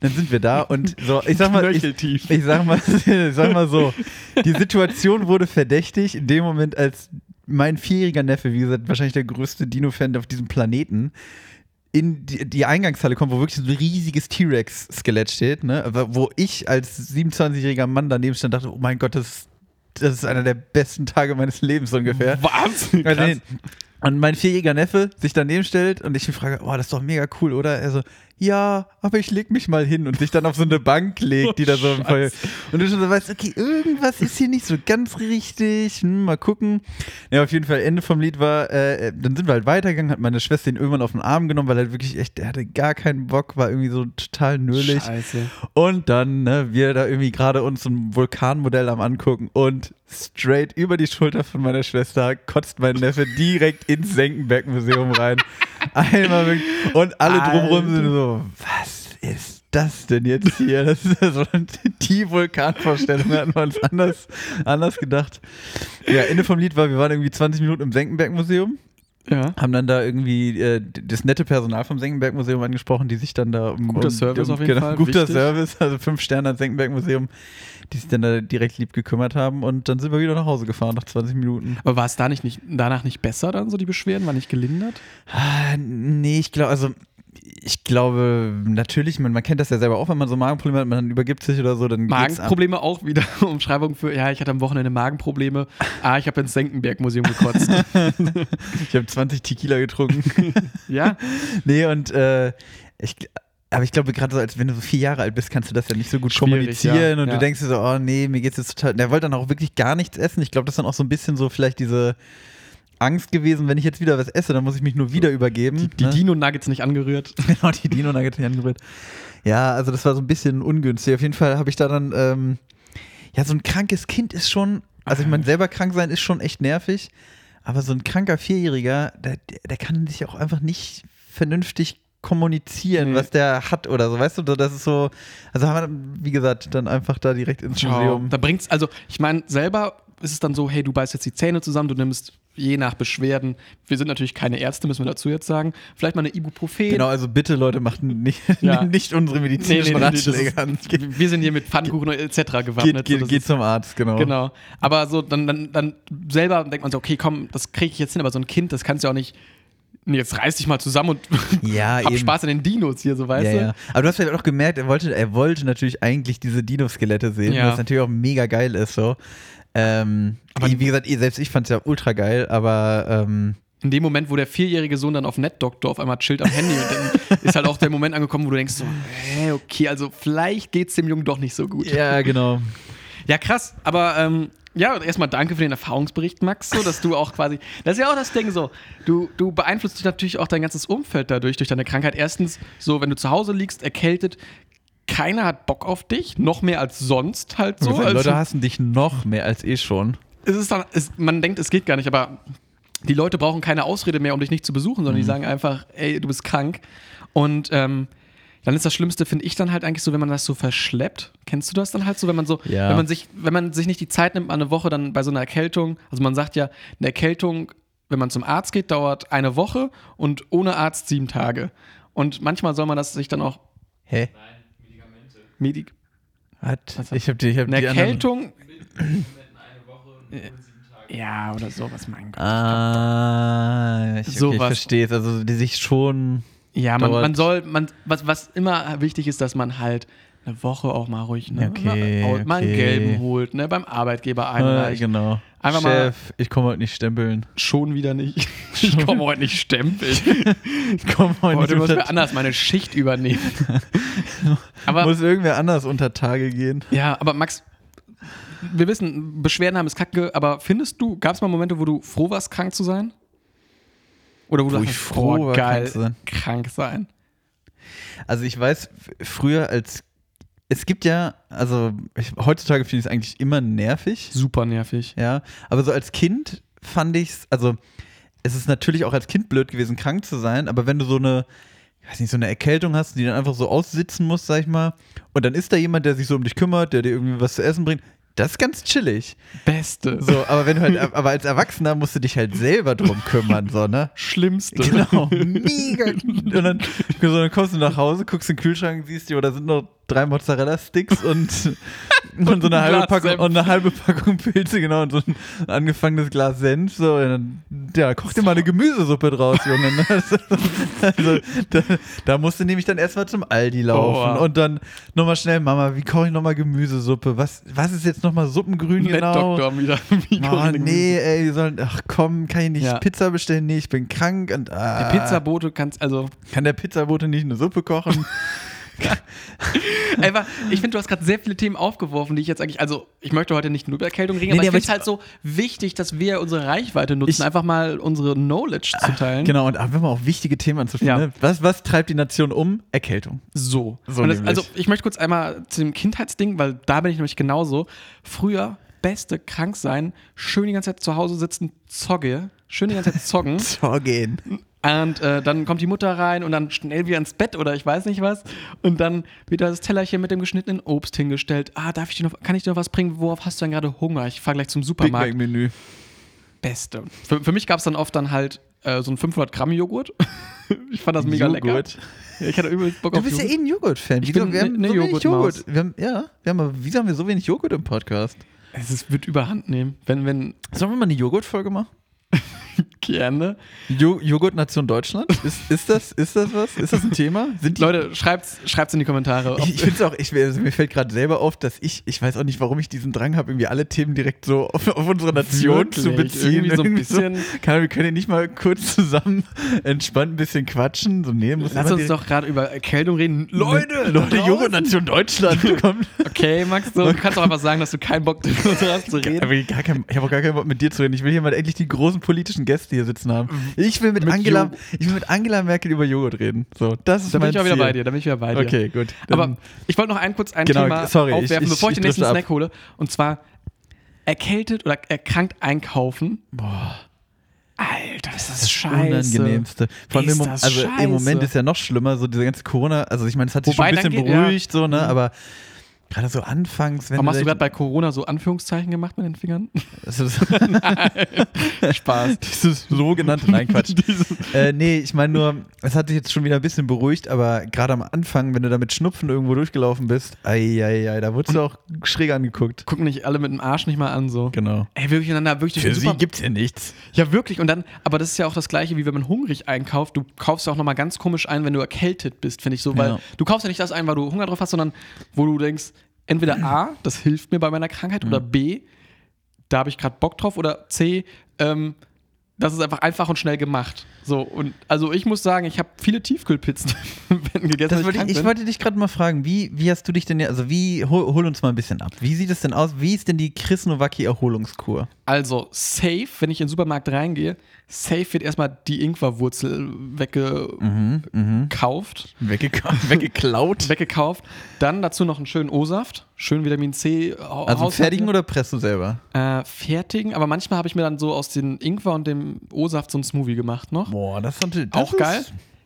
[SPEAKER 1] dann sind wir da und so, ich sag mal, ich,
[SPEAKER 2] Knöcheltief.
[SPEAKER 1] ich sag mal, ich sag mal so, die Situation wurde verdächtig in dem Moment, als mein vierjähriger Neffe, wie gesagt, wahrscheinlich der größte Dino-Fan auf diesem Planeten, in die, die Eingangshalle kommt, wo wirklich so ein riesiges T-Rex-Skelett steht, ne? Aber wo ich als 27-jähriger Mann daneben stand, dachte, oh mein Gott, das ist, das ist einer der besten Tage meines Lebens ungefähr.
[SPEAKER 2] Was?
[SPEAKER 1] Also, nee, Und mein vierjähriger Neffe sich daneben stellt und ich ihn frage, oh, das ist doch mega cool, oder? Er so, ja, aber ich leg mich mal hin und sich dann auf so eine Bank legt, die da so im Fall. Und du schon so weißt, okay, irgendwas ist hier nicht so ganz richtig, hm, mal gucken. Ja, auf jeden Fall, Ende vom Lied war, äh, dann sind wir halt weitergegangen, hat meine Schwester ihn irgendwann auf den Arm genommen, weil er wirklich echt, er hatte gar keinen Bock, war irgendwie so total nölig.
[SPEAKER 2] Scheiße.
[SPEAKER 1] Und dann, ne, wir da irgendwie gerade uns ein Vulkanmodell am angucken und straight über die Schulter von meiner Schwester kotzt mein Neffe direkt ins Senckenberg-Museum rein. Einmal wirklich. Und alle drumrum sind so, was ist das denn jetzt hier? Das ist ja so die Vulkanvorstellung, hatten wir uns anders, anders gedacht. Ja, Ende vom Lied war, wir waren irgendwie 20 Minuten im Senckenberg-Museum
[SPEAKER 2] Ja.
[SPEAKER 1] haben dann da irgendwie äh, d- das nette Personal vom Senckenberg Museum angesprochen, die sich dann da um
[SPEAKER 2] Guter
[SPEAKER 1] um,
[SPEAKER 2] Service
[SPEAKER 1] um,
[SPEAKER 2] auf jeden
[SPEAKER 1] genau,
[SPEAKER 2] Fall,
[SPEAKER 1] guter
[SPEAKER 2] wichtig.
[SPEAKER 1] Service, also fünf Sterne ans Senckenberg Museum, die sich dann da direkt lieb gekümmert haben und dann sind wir wieder nach Hause gefahren nach 20 Minuten.
[SPEAKER 2] Aber war es da nicht, nicht, danach nicht besser dann so, die Beschwerden? War nicht gelindert?
[SPEAKER 1] Ah, nee, ich glaube, also ich glaube natürlich, man, man kennt das ja selber auch, wenn man so Magenprobleme hat, man übergibt sich oder so, dann geht's ab.
[SPEAKER 2] Magenprobleme auch wieder. Umschreibung für, ja, ich hatte am Wochenende Magenprobleme. Ah, ich habe ins Senckenberg-Museum gekotzt.
[SPEAKER 1] Ich habe 20 Tequila getrunken.
[SPEAKER 2] ja,
[SPEAKER 1] nee, und äh, ich gl- aber ich glaube, gerade so, als wenn du so vier Jahre alt bist, kannst du das ja nicht so gut
[SPEAKER 2] Schwierig,
[SPEAKER 1] kommunizieren
[SPEAKER 2] ja,
[SPEAKER 1] und
[SPEAKER 2] ja.
[SPEAKER 1] du denkst dir so, oh nee, mir geht's jetzt total. Der wollte dann auch wirklich gar nichts essen. Ich glaube, das ist dann auch so ein bisschen so vielleicht diese Angst gewesen, wenn ich jetzt wieder was esse, dann muss ich mich nur wieder übergeben.
[SPEAKER 2] die
[SPEAKER 1] ne?
[SPEAKER 2] Dino-Nuggets nicht angerührt.
[SPEAKER 1] Genau, die Dino Nugget angerührt. Ja, also das war so ein bisschen ungünstig. Auf jeden Fall habe ich da dann, ähm, ja, so ein krankes Kind ist schon, also
[SPEAKER 2] Ah.
[SPEAKER 1] ich meine, selber krank sein ist schon echt nervig, aber so ein kranker Vierjähriger, der, der- der kann sich auch einfach nicht vernünftig kommunizieren,
[SPEAKER 2] Nee.
[SPEAKER 1] was der hat oder so, weißt du, das ist so, also haben wir, wie gesagt, dann einfach da direkt ins Museum.
[SPEAKER 2] Da bringt's, also ich meine, selber ist es dann so, hey, du beißt jetzt die Zähne zusammen, du nimmst je nach Beschwerden. Wir sind natürlich keine Ärzte, müssen wir dazu jetzt sagen. Vielleicht mal eine Ibuprofen.
[SPEAKER 1] Genau, also bitte Leute, macht nicht,
[SPEAKER 2] Ja.
[SPEAKER 1] nicht unsere
[SPEAKER 2] Nee, nee,
[SPEAKER 1] medizinischen
[SPEAKER 2] nee, nee, das
[SPEAKER 1] Ratschläge
[SPEAKER 2] ist,
[SPEAKER 1] an.
[SPEAKER 2] wir sind hier mit Pfannkuchen etc.
[SPEAKER 1] Geht,
[SPEAKER 2] gewappnet. so,
[SPEAKER 1] geht,
[SPEAKER 2] das
[SPEAKER 1] geht
[SPEAKER 2] ist-
[SPEAKER 1] zum Arzt, genau.
[SPEAKER 2] Genau. Aber so, dann, dann, dann selber denkt man so, okay, komm, das kriege ich jetzt hin, aber so ein Kind, das kannst du ja auch nicht. Nee, jetzt reiß dich mal zusammen und
[SPEAKER 1] Ja,
[SPEAKER 2] hab
[SPEAKER 1] eben.
[SPEAKER 2] Spaß an den Dinos hier, so weißt
[SPEAKER 1] ja,
[SPEAKER 2] du?
[SPEAKER 1] ja. Aber du hast vielleicht auch gemerkt, er wollte, er wollte natürlich eigentlich diese Dino-Skelette sehen,
[SPEAKER 2] Ja.
[SPEAKER 1] was natürlich auch mega geil ist, so. Ähm, aber wie gesagt, ihr- selbst ich fand es ja ultra geil, aber ähm,
[SPEAKER 2] In dem Moment, wo der vierjährige Sohn dann auf NetDoctor auf einmal chillt am Handy und dann ist halt auch der Moment angekommen, wo du denkst so, hä, okay, also vielleicht geht's dem Jungen doch nicht so gut.
[SPEAKER 1] ja, genau.
[SPEAKER 2] Ja, krass. Aber ähm, ja, erstmal danke für den Erfahrungsbericht, Max, so, dass du auch quasi. Das ist ja auch das Ding so. Du, du beeinflusst dich natürlich auch dein ganzes Umfeld dadurch, durch deine Krankheit. Erstens, so, wenn du zu Hause liegst, erkältet, keiner hat Bock auf dich, noch mehr als sonst halt so.
[SPEAKER 1] Die
[SPEAKER 2] Also,
[SPEAKER 1] Leute hassen dich noch mehr als eh schon.
[SPEAKER 2] es ist dann, es, man denkt, es geht gar nicht, aber die Leute brauchen keine Ausrede mehr, um dich nicht zu besuchen, sondern die
[SPEAKER 1] Mhm.
[SPEAKER 2] sagen einfach, ey, du bist krank. Und ähm, dann ist das Schlimmste, finde ich, dann halt eigentlich so, wenn man das so verschleppt. Kennst du das dann halt so, wenn man so,
[SPEAKER 1] Ja.
[SPEAKER 2] wenn man sich, wenn man sich nicht die Zeit nimmt, mal eine Woche dann bei so einer Erkältung, also man sagt ja, eine Erkältung, wenn man zum Arzt geht, dauert eine Woche und ohne Arzt sieben Tage. Und manchmal soll man das sich dann auch
[SPEAKER 1] Hä?
[SPEAKER 2] medik
[SPEAKER 1] Was? Ich hab die, ich hab
[SPEAKER 2] eine
[SPEAKER 1] die anderen.
[SPEAKER 2] Erkältung. Äh, Ja, oder sowas, mein Gott.
[SPEAKER 1] Ah, ich, okay,
[SPEAKER 2] Sowas.
[SPEAKER 1] ich verstehe Also die sich schon.
[SPEAKER 2] Ja, man,
[SPEAKER 1] Dauert-
[SPEAKER 2] man soll, man, was, was immer wichtig ist, dass man halt eine Woche auch mal ruhig ne,
[SPEAKER 1] Okay,
[SPEAKER 2] mal, mal einen
[SPEAKER 1] okay.
[SPEAKER 2] gelben holt, ne, beim Arbeitgeber
[SPEAKER 1] Ah,
[SPEAKER 2] einreicht.
[SPEAKER 1] genau.
[SPEAKER 2] Einfach mal-
[SPEAKER 1] Chef, ich komme heute nicht stempeln.
[SPEAKER 2] Schon wieder nicht. Ich komme heute nicht stempeln.
[SPEAKER 1] Ich komme heute,
[SPEAKER 2] heute
[SPEAKER 1] nicht
[SPEAKER 2] muss
[SPEAKER 1] unter,
[SPEAKER 2] mir anders meine Schicht übernehmen. Aber
[SPEAKER 1] muss irgendwer anders unter Tage gehen.
[SPEAKER 2] ja, aber Max, wir wissen, Beschwerden haben ist kacke, aber findest du, gab es mal Momente, wo du froh warst, krank zu sein? Oder wo, du
[SPEAKER 1] Wo
[SPEAKER 2] dachtest,
[SPEAKER 1] ich froh
[SPEAKER 2] boah,
[SPEAKER 1] war,
[SPEAKER 2] geil,
[SPEAKER 1] krank zu sein?
[SPEAKER 2] Krank sein.
[SPEAKER 1] Also ich weiß, f- früher als es gibt ja, also ich, heutzutage finde ich es eigentlich immer nervig,
[SPEAKER 2] Super nervig.
[SPEAKER 1] ja. Aber so als Kind fand ich es, also es ist natürlich auch als Kind blöd gewesen, krank zu sein, aber wenn du so eine, ich weiß nicht, so eine Erkältung hast, die dann einfach so aussitzen musst, sag ich mal, und dann ist da jemand, der sich so um dich kümmert, der dir irgendwie was zu essen bringt, das ist ganz chillig.
[SPEAKER 2] Beste.
[SPEAKER 1] So, aber wenn du halt, aber als Erwachsener musst du dich halt selber drum kümmern, so, ne?
[SPEAKER 2] Schlimmste.
[SPEAKER 1] Genau, mega. Und dann, so, dann kommst du nach Hause, guckst in den Kühlschrank, siehst dir, oh, da sind noch drei Mozzarella-Sticks und Und, so eine
[SPEAKER 2] ein
[SPEAKER 1] halbe,
[SPEAKER 2] Glas
[SPEAKER 1] Packung,
[SPEAKER 2] Senf.
[SPEAKER 1] und eine halbe Packung Pilze, genau, und so ein angefangenes Glas Senf. So, und dann, ja, koch dir mal eine Gemüsesuppe draus, Junge. ne? also, da, da musst du nämlich dann erstmal zum Aldi laufen
[SPEAKER 2] Aua.
[SPEAKER 1] und dann nochmal schnell, Mama, wie koche ich nochmal Gemüsesuppe? Was, was ist jetzt nochmal Suppengrün genau?
[SPEAKER 2] Doktor wieder. Wie
[SPEAKER 1] Oh,
[SPEAKER 2] Corinne
[SPEAKER 1] nee, ey, die sollen, ach komm, kann ich nicht
[SPEAKER 2] Ja.
[SPEAKER 1] Pizza bestellen? Nee, ich bin krank und ah,
[SPEAKER 2] Die Pizzabote kannst also
[SPEAKER 1] kann der Pizzabote nicht eine Suppe kochen?
[SPEAKER 2] einfach. Ich finde, du hast gerade sehr viele Themen aufgeworfen, die ich jetzt eigentlich. Also ich möchte heute nicht nur über Erkältung reden,
[SPEAKER 1] Nee,
[SPEAKER 2] aber
[SPEAKER 1] nee,
[SPEAKER 2] ich
[SPEAKER 1] aber
[SPEAKER 2] finde es
[SPEAKER 1] ich-
[SPEAKER 2] halt so wichtig, dass wir unsere Reichweite nutzen,
[SPEAKER 1] Ich-
[SPEAKER 2] einfach mal unsere Knowledge zu teilen.
[SPEAKER 1] genau, und einfach mal auf wichtige Themen anzufangen.
[SPEAKER 2] Ja.
[SPEAKER 1] Ne? Was, was treibt die Nation um? Erkältung.
[SPEAKER 2] So.
[SPEAKER 1] So
[SPEAKER 2] und das,
[SPEAKER 1] nämlich.
[SPEAKER 2] also ich möchte kurz einmal zu dem Kindheitsding, weil da bin ich nämlich genauso. Früher beste krank sein, schön die ganze Zeit zu Hause sitzen, zocke, schön die ganze Zeit zocken.
[SPEAKER 1] Zorgen.
[SPEAKER 2] Und äh, dann kommt die Mutter rein und dann schnell wieder ins Bett oder ich weiß nicht was. Und dann wieder das Tellerchen mit dem geschnittenen Obst hingestellt. Ah, darf ich dir noch, kann ich dir noch was bringen? Worauf hast du denn gerade Hunger? Ich fahr gleich zum
[SPEAKER 1] Big
[SPEAKER 2] Supermarkt.
[SPEAKER 1] Mac-Menü.
[SPEAKER 2] Beste. Für, für mich gab es dann oft dann halt äh, so einen 500 Gramm Joghurt. ich fand das mega
[SPEAKER 1] Joghurt.
[SPEAKER 2] lecker. Ich hatte übelst Bock
[SPEAKER 1] Du
[SPEAKER 2] auf
[SPEAKER 1] bist ja
[SPEAKER 2] Joghurt.
[SPEAKER 1] eh ein Joghurt-Fan.
[SPEAKER 2] Ich
[SPEAKER 1] Wieso-
[SPEAKER 2] bin
[SPEAKER 1] wir haben
[SPEAKER 2] ne- ne
[SPEAKER 1] so wenig
[SPEAKER 2] Joghurt-Maus.
[SPEAKER 1] Joghurt. Wir haben, ja, wir haben, mal- wieso haben wir so wenig Joghurt im Podcast?
[SPEAKER 2] Es ist, wird überhand nehmen. Wenn, wenn,
[SPEAKER 1] Sollen wir mal eine Joghurt-Folge machen?
[SPEAKER 2] gerne.
[SPEAKER 1] Jo Joghurt-Nation Deutschland? Ist, ist, das, ist das was? Ist das ein Thema? Sind die
[SPEAKER 2] Leute, schreibt's, schreibt's in die Kommentare. Ob,
[SPEAKER 1] Ich, ich find's auch, ich, also mir fällt gerade selber auf, dass ich, ich weiß auch nicht, warum ich diesen Drang habe, irgendwie alle Themen direkt so auf, auf unsere Nation zu
[SPEAKER 2] Wirklich,
[SPEAKER 1] beziehen.
[SPEAKER 2] irgendwie so ein bisschen-
[SPEAKER 1] keine Ahnung, wir können ja nicht mal kurz zusammen entspannt ein bisschen quatschen. So, nee, muss
[SPEAKER 2] lass
[SPEAKER 1] immer
[SPEAKER 2] uns
[SPEAKER 1] direkt-
[SPEAKER 2] doch gerade über Erkältung reden. Leute!
[SPEAKER 1] Leute,
[SPEAKER 2] da draußen.
[SPEAKER 1] Joghurt-Nation Deutschland. Komm.
[SPEAKER 2] Okay, Max, so, du kannst doch einfach sagen, dass du keinen Bock hast zu
[SPEAKER 1] Ich
[SPEAKER 2] reden.
[SPEAKER 1] habe gar keinen- ich hab auch gar keinen Bock mit dir zu reden. Ich will hier mal endlich die großen politischen Gäste hier sitzen haben. Ich will mit,
[SPEAKER 2] Mit
[SPEAKER 1] Angela,
[SPEAKER 2] Joghurt.
[SPEAKER 1] ich will mit Angela Merkel über Joghurt reden. So, das ist
[SPEAKER 2] Da bin
[SPEAKER 1] mein
[SPEAKER 2] ich auch wieder
[SPEAKER 1] Ziel.
[SPEAKER 2] bei dir, da bin ich wieder bei dir.
[SPEAKER 1] Okay, gut.
[SPEAKER 2] Aber ich wollte noch ein kurz ein
[SPEAKER 1] Genau,
[SPEAKER 2] Thema
[SPEAKER 1] sorry, ich-
[SPEAKER 2] aufwerfen,
[SPEAKER 1] ich-
[SPEAKER 2] bevor ich,
[SPEAKER 1] ich
[SPEAKER 2] den nächsten
[SPEAKER 1] drifte ab.
[SPEAKER 2] Snack hole. Und zwar erkältet oder erkrankt einkaufen.
[SPEAKER 1] Boah.
[SPEAKER 2] Alter, ist das,
[SPEAKER 1] Unangenehmste. Vor allem
[SPEAKER 2] Ist
[SPEAKER 1] im, Mom-
[SPEAKER 2] das
[SPEAKER 1] also
[SPEAKER 2] scheiße.
[SPEAKER 1] im Moment ist ja noch schlimmer, so diese ganze Corona, also ich meine, es hat sich
[SPEAKER 2] Wobei,
[SPEAKER 1] schon ein
[SPEAKER 2] dann
[SPEAKER 1] bisschen
[SPEAKER 2] geht- ja. Mhm.
[SPEAKER 1] beruhigt, so, ne? Aber gerade so anfangs, wenn
[SPEAKER 2] Warum hast du
[SPEAKER 1] da-
[SPEAKER 2] gerade bei Corona so Anführungszeichen gemacht mit den Fingern?
[SPEAKER 1] Das ist-
[SPEAKER 2] Spaß.
[SPEAKER 1] Also dieses sogenannte, nein, Quatsch. äh, nee, ich meine nur, es hat sich jetzt schon wieder ein bisschen beruhigt, aber gerade am Anfang, wenn du da mit Schnupfen irgendwo durchgelaufen bist, ei, ei, ei, da wurdest du auch schräg angeguckt.
[SPEAKER 2] Gucken nicht alle mit dem Arsch nicht mal an so.
[SPEAKER 1] Genau.
[SPEAKER 2] Ey, wirklich, und dann da wirklich durch den Supermarkt-
[SPEAKER 1] gibt's ja nichts.
[SPEAKER 2] Ja, wirklich. Und dann, aber das ist ja auch das Gleiche, wie wenn man hungrig einkauft. Du kaufst ja auch nochmal ganz komisch ein, wenn du erkältet bist, finde ich so. Weil
[SPEAKER 1] Ja.
[SPEAKER 2] du kaufst ja nicht das ein, weil du Hunger drauf hast, sondern wo du denkst, entweder A, das hilft mir bei meiner Krankheit, oder
[SPEAKER 1] Mhm.
[SPEAKER 2] B, da habe ich gerade Bock drauf, oder C, ähm, das ist einfach einfach und schnell gemacht. So, und also ich muss sagen, ich habe viele Tiefkühlpizzen gegessen.
[SPEAKER 1] Das
[SPEAKER 2] weil
[SPEAKER 1] wollte
[SPEAKER 2] krank
[SPEAKER 1] ich, ich
[SPEAKER 2] bin.
[SPEAKER 1] wollte dich gerade mal fragen, wie, wie hast du dich denn, ja- also wie, hol, hol uns mal ein bisschen ab. Wie sieht es denn aus? Wie ist denn die Chris Nowacki Erholungskur?
[SPEAKER 2] Also, safe, wenn ich in den Supermarkt reingehe, safe wird erstmal die Ingwerwurzel weggekauft.
[SPEAKER 1] Mhm, Weggeklaut. Weggeklaut.
[SPEAKER 2] weggekauft. Dann dazu noch einen schönen O-Saft, schön Vitamin C. hau-
[SPEAKER 1] Also
[SPEAKER 2] Haushalte.
[SPEAKER 1] fertigen oder presst du selber?
[SPEAKER 2] Äh, fertigen, aber manchmal habe ich mir dann so aus dem Ingwer und dem O-Saft so einen Smoothie gemacht noch.
[SPEAKER 1] Boah, das ist natürlich.
[SPEAKER 2] Auch geil.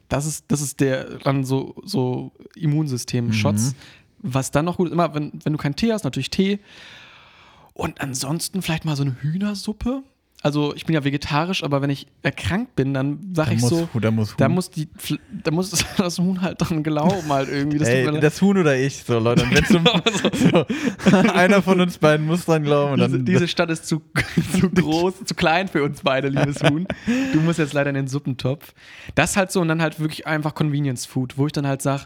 [SPEAKER 2] Das ist, das ist der dann so, so
[SPEAKER 1] Mhm.
[SPEAKER 2] Immunsystem-Shots. Was dann noch gut ist, immer, wenn, wenn du keinen Tee hast, natürlich Tee. Und ansonsten vielleicht mal so eine Hühnersuppe. Also ich bin ja vegetarisch, aber wenn ich erkrankt bin, dann sage
[SPEAKER 1] Da
[SPEAKER 2] ich
[SPEAKER 1] muss,
[SPEAKER 2] so,
[SPEAKER 1] Huhn- da muss
[SPEAKER 2] da
[SPEAKER 1] Huhn.
[SPEAKER 2] muss, die, Pfl- da muss das Huhn halt dran glauben halt irgendwie. Das tut mir
[SPEAKER 1] Ey,
[SPEAKER 2] leid.
[SPEAKER 1] das Huhn oder ich, so Leute. Und wenn's um, so, einer von uns beiden muss dran glauben. Und
[SPEAKER 2] Diese,
[SPEAKER 1] dann,
[SPEAKER 2] diese Stadt ist zu, zu groß, zu klein für uns beide, liebes Huhn. Du musst jetzt leider in den Suppentopf. Das halt so und dann halt wirklich einfach Convenience Food, wo ich dann halt sage,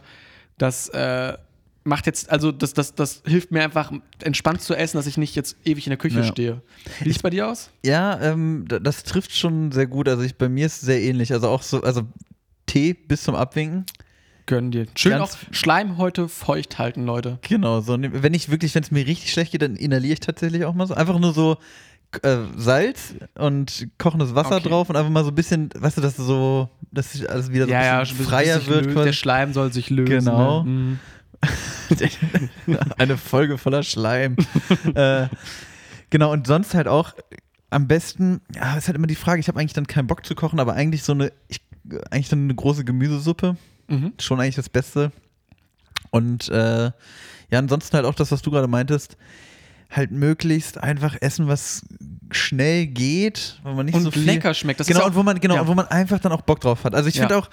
[SPEAKER 2] das äh, macht jetzt, also das, das, das hilft mir einfach entspannt zu essen, dass ich nicht jetzt ewig in der Küche
[SPEAKER 1] Ja.
[SPEAKER 2] stehe. Wie sieht's bei dir aus?
[SPEAKER 1] ja, ähm, da- das trifft schon sehr gut. Also ich, bei mir ist es sehr ähnlich. Also auch so, also Tee bis zum Abwinken.
[SPEAKER 2] Gönn dir. Schön
[SPEAKER 1] Ganz-
[SPEAKER 2] auch Schleim heute feucht halten, Leute.
[SPEAKER 1] Genau, so, ne- wenn ich wirklich, wenn es mir richtig schlecht geht, dann inhaliere ich tatsächlich auch mal so. Einfach nur so äh, Salz und kochendes Wasser
[SPEAKER 2] Okay.
[SPEAKER 1] drauf und einfach mal so ein bisschen, weißt du, dass du so, dass sich alles wieder so ein bisschen freier
[SPEAKER 2] sich
[SPEAKER 1] wird.
[SPEAKER 2] lö-
[SPEAKER 1] quasi.
[SPEAKER 2] Der Schleim soll sich lösen.
[SPEAKER 1] Genau.
[SPEAKER 2] ne? Mhm.
[SPEAKER 1] Eine Folge voller Schleim. äh, genau, und sonst halt auch am besten, ja, ist halt immer die Frage, ich habe eigentlich dann keinen Bock zu kochen, aber eigentlich so eine, ich, eigentlich dann eine große Gemüsesuppe,
[SPEAKER 2] Mhm.
[SPEAKER 1] schon eigentlich das Beste. Und äh, ja, ansonsten halt auch das, was du gerade meintest, halt möglichst einfach essen, was schnell geht, wo man nicht
[SPEAKER 2] Und
[SPEAKER 1] so viel
[SPEAKER 2] lecker schmeckt. Das
[SPEAKER 1] genau,
[SPEAKER 2] ist auch,
[SPEAKER 1] und wo man, genau,
[SPEAKER 2] ja.
[SPEAKER 1] und wo man einfach dann auch Bock drauf hat. Also ich
[SPEAKER 2] Ja.
[SPEAKER 1] finde auch,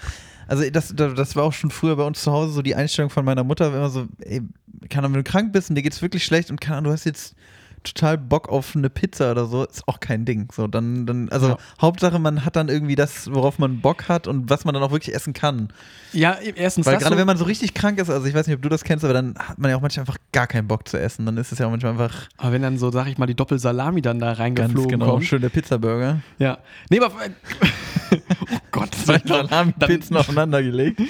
[SPEAKER 1] also das, das das war auch schon früher bei uns zu Hause so die Einstellung von meiner Mutter, wenn man so, ey, keine Ahnung, wenn du krank bist und dir geht's wirklich schlecht und keine Ahnung, du hast jetzt total Bock auf eine Pizza oder so, ist auch kein Ding. So, dann, dann, also
[SPEAKER 2] Ja.
[SPEAKER 1] Hauptsache, man hat dann irgendwie das, worauf man Bock hat und was man dann auch wirklich essen kann.
[SPEAKER 2] Ja, erstens
[SPEAKER 1] Weil
[SPEAKER 2] das
[SPEAKER 1] gerade
[SPEAKER 2] so-
[SPEAKER 1] wenn man so richtig krank ist, also ich weiß nicht, ob du das kennst, aber dann hat man ja auch manchmal einfach gar keinen Bock zu essen. Dann ist es ja auch manchmal einfach
[SPEAKER 2] aber wenn dann so, sag ich mal, die Doppelsalami dann da
[SPEAKER 1] ganz
[SPEAKER 2] reingeflogen
[SPEAKER 1] genau
[SPEAKER 2] kommt.
[SPEAKER 1] schöne Pizzaburger.
[SPEAKER 2] Ja. Nee, aber. oh Gott,
[SPEAKER 1] Zwei
[SPEAKER 2] dann,
[SPEAKER 1] Salami-Pizzen aufeinander gelegt.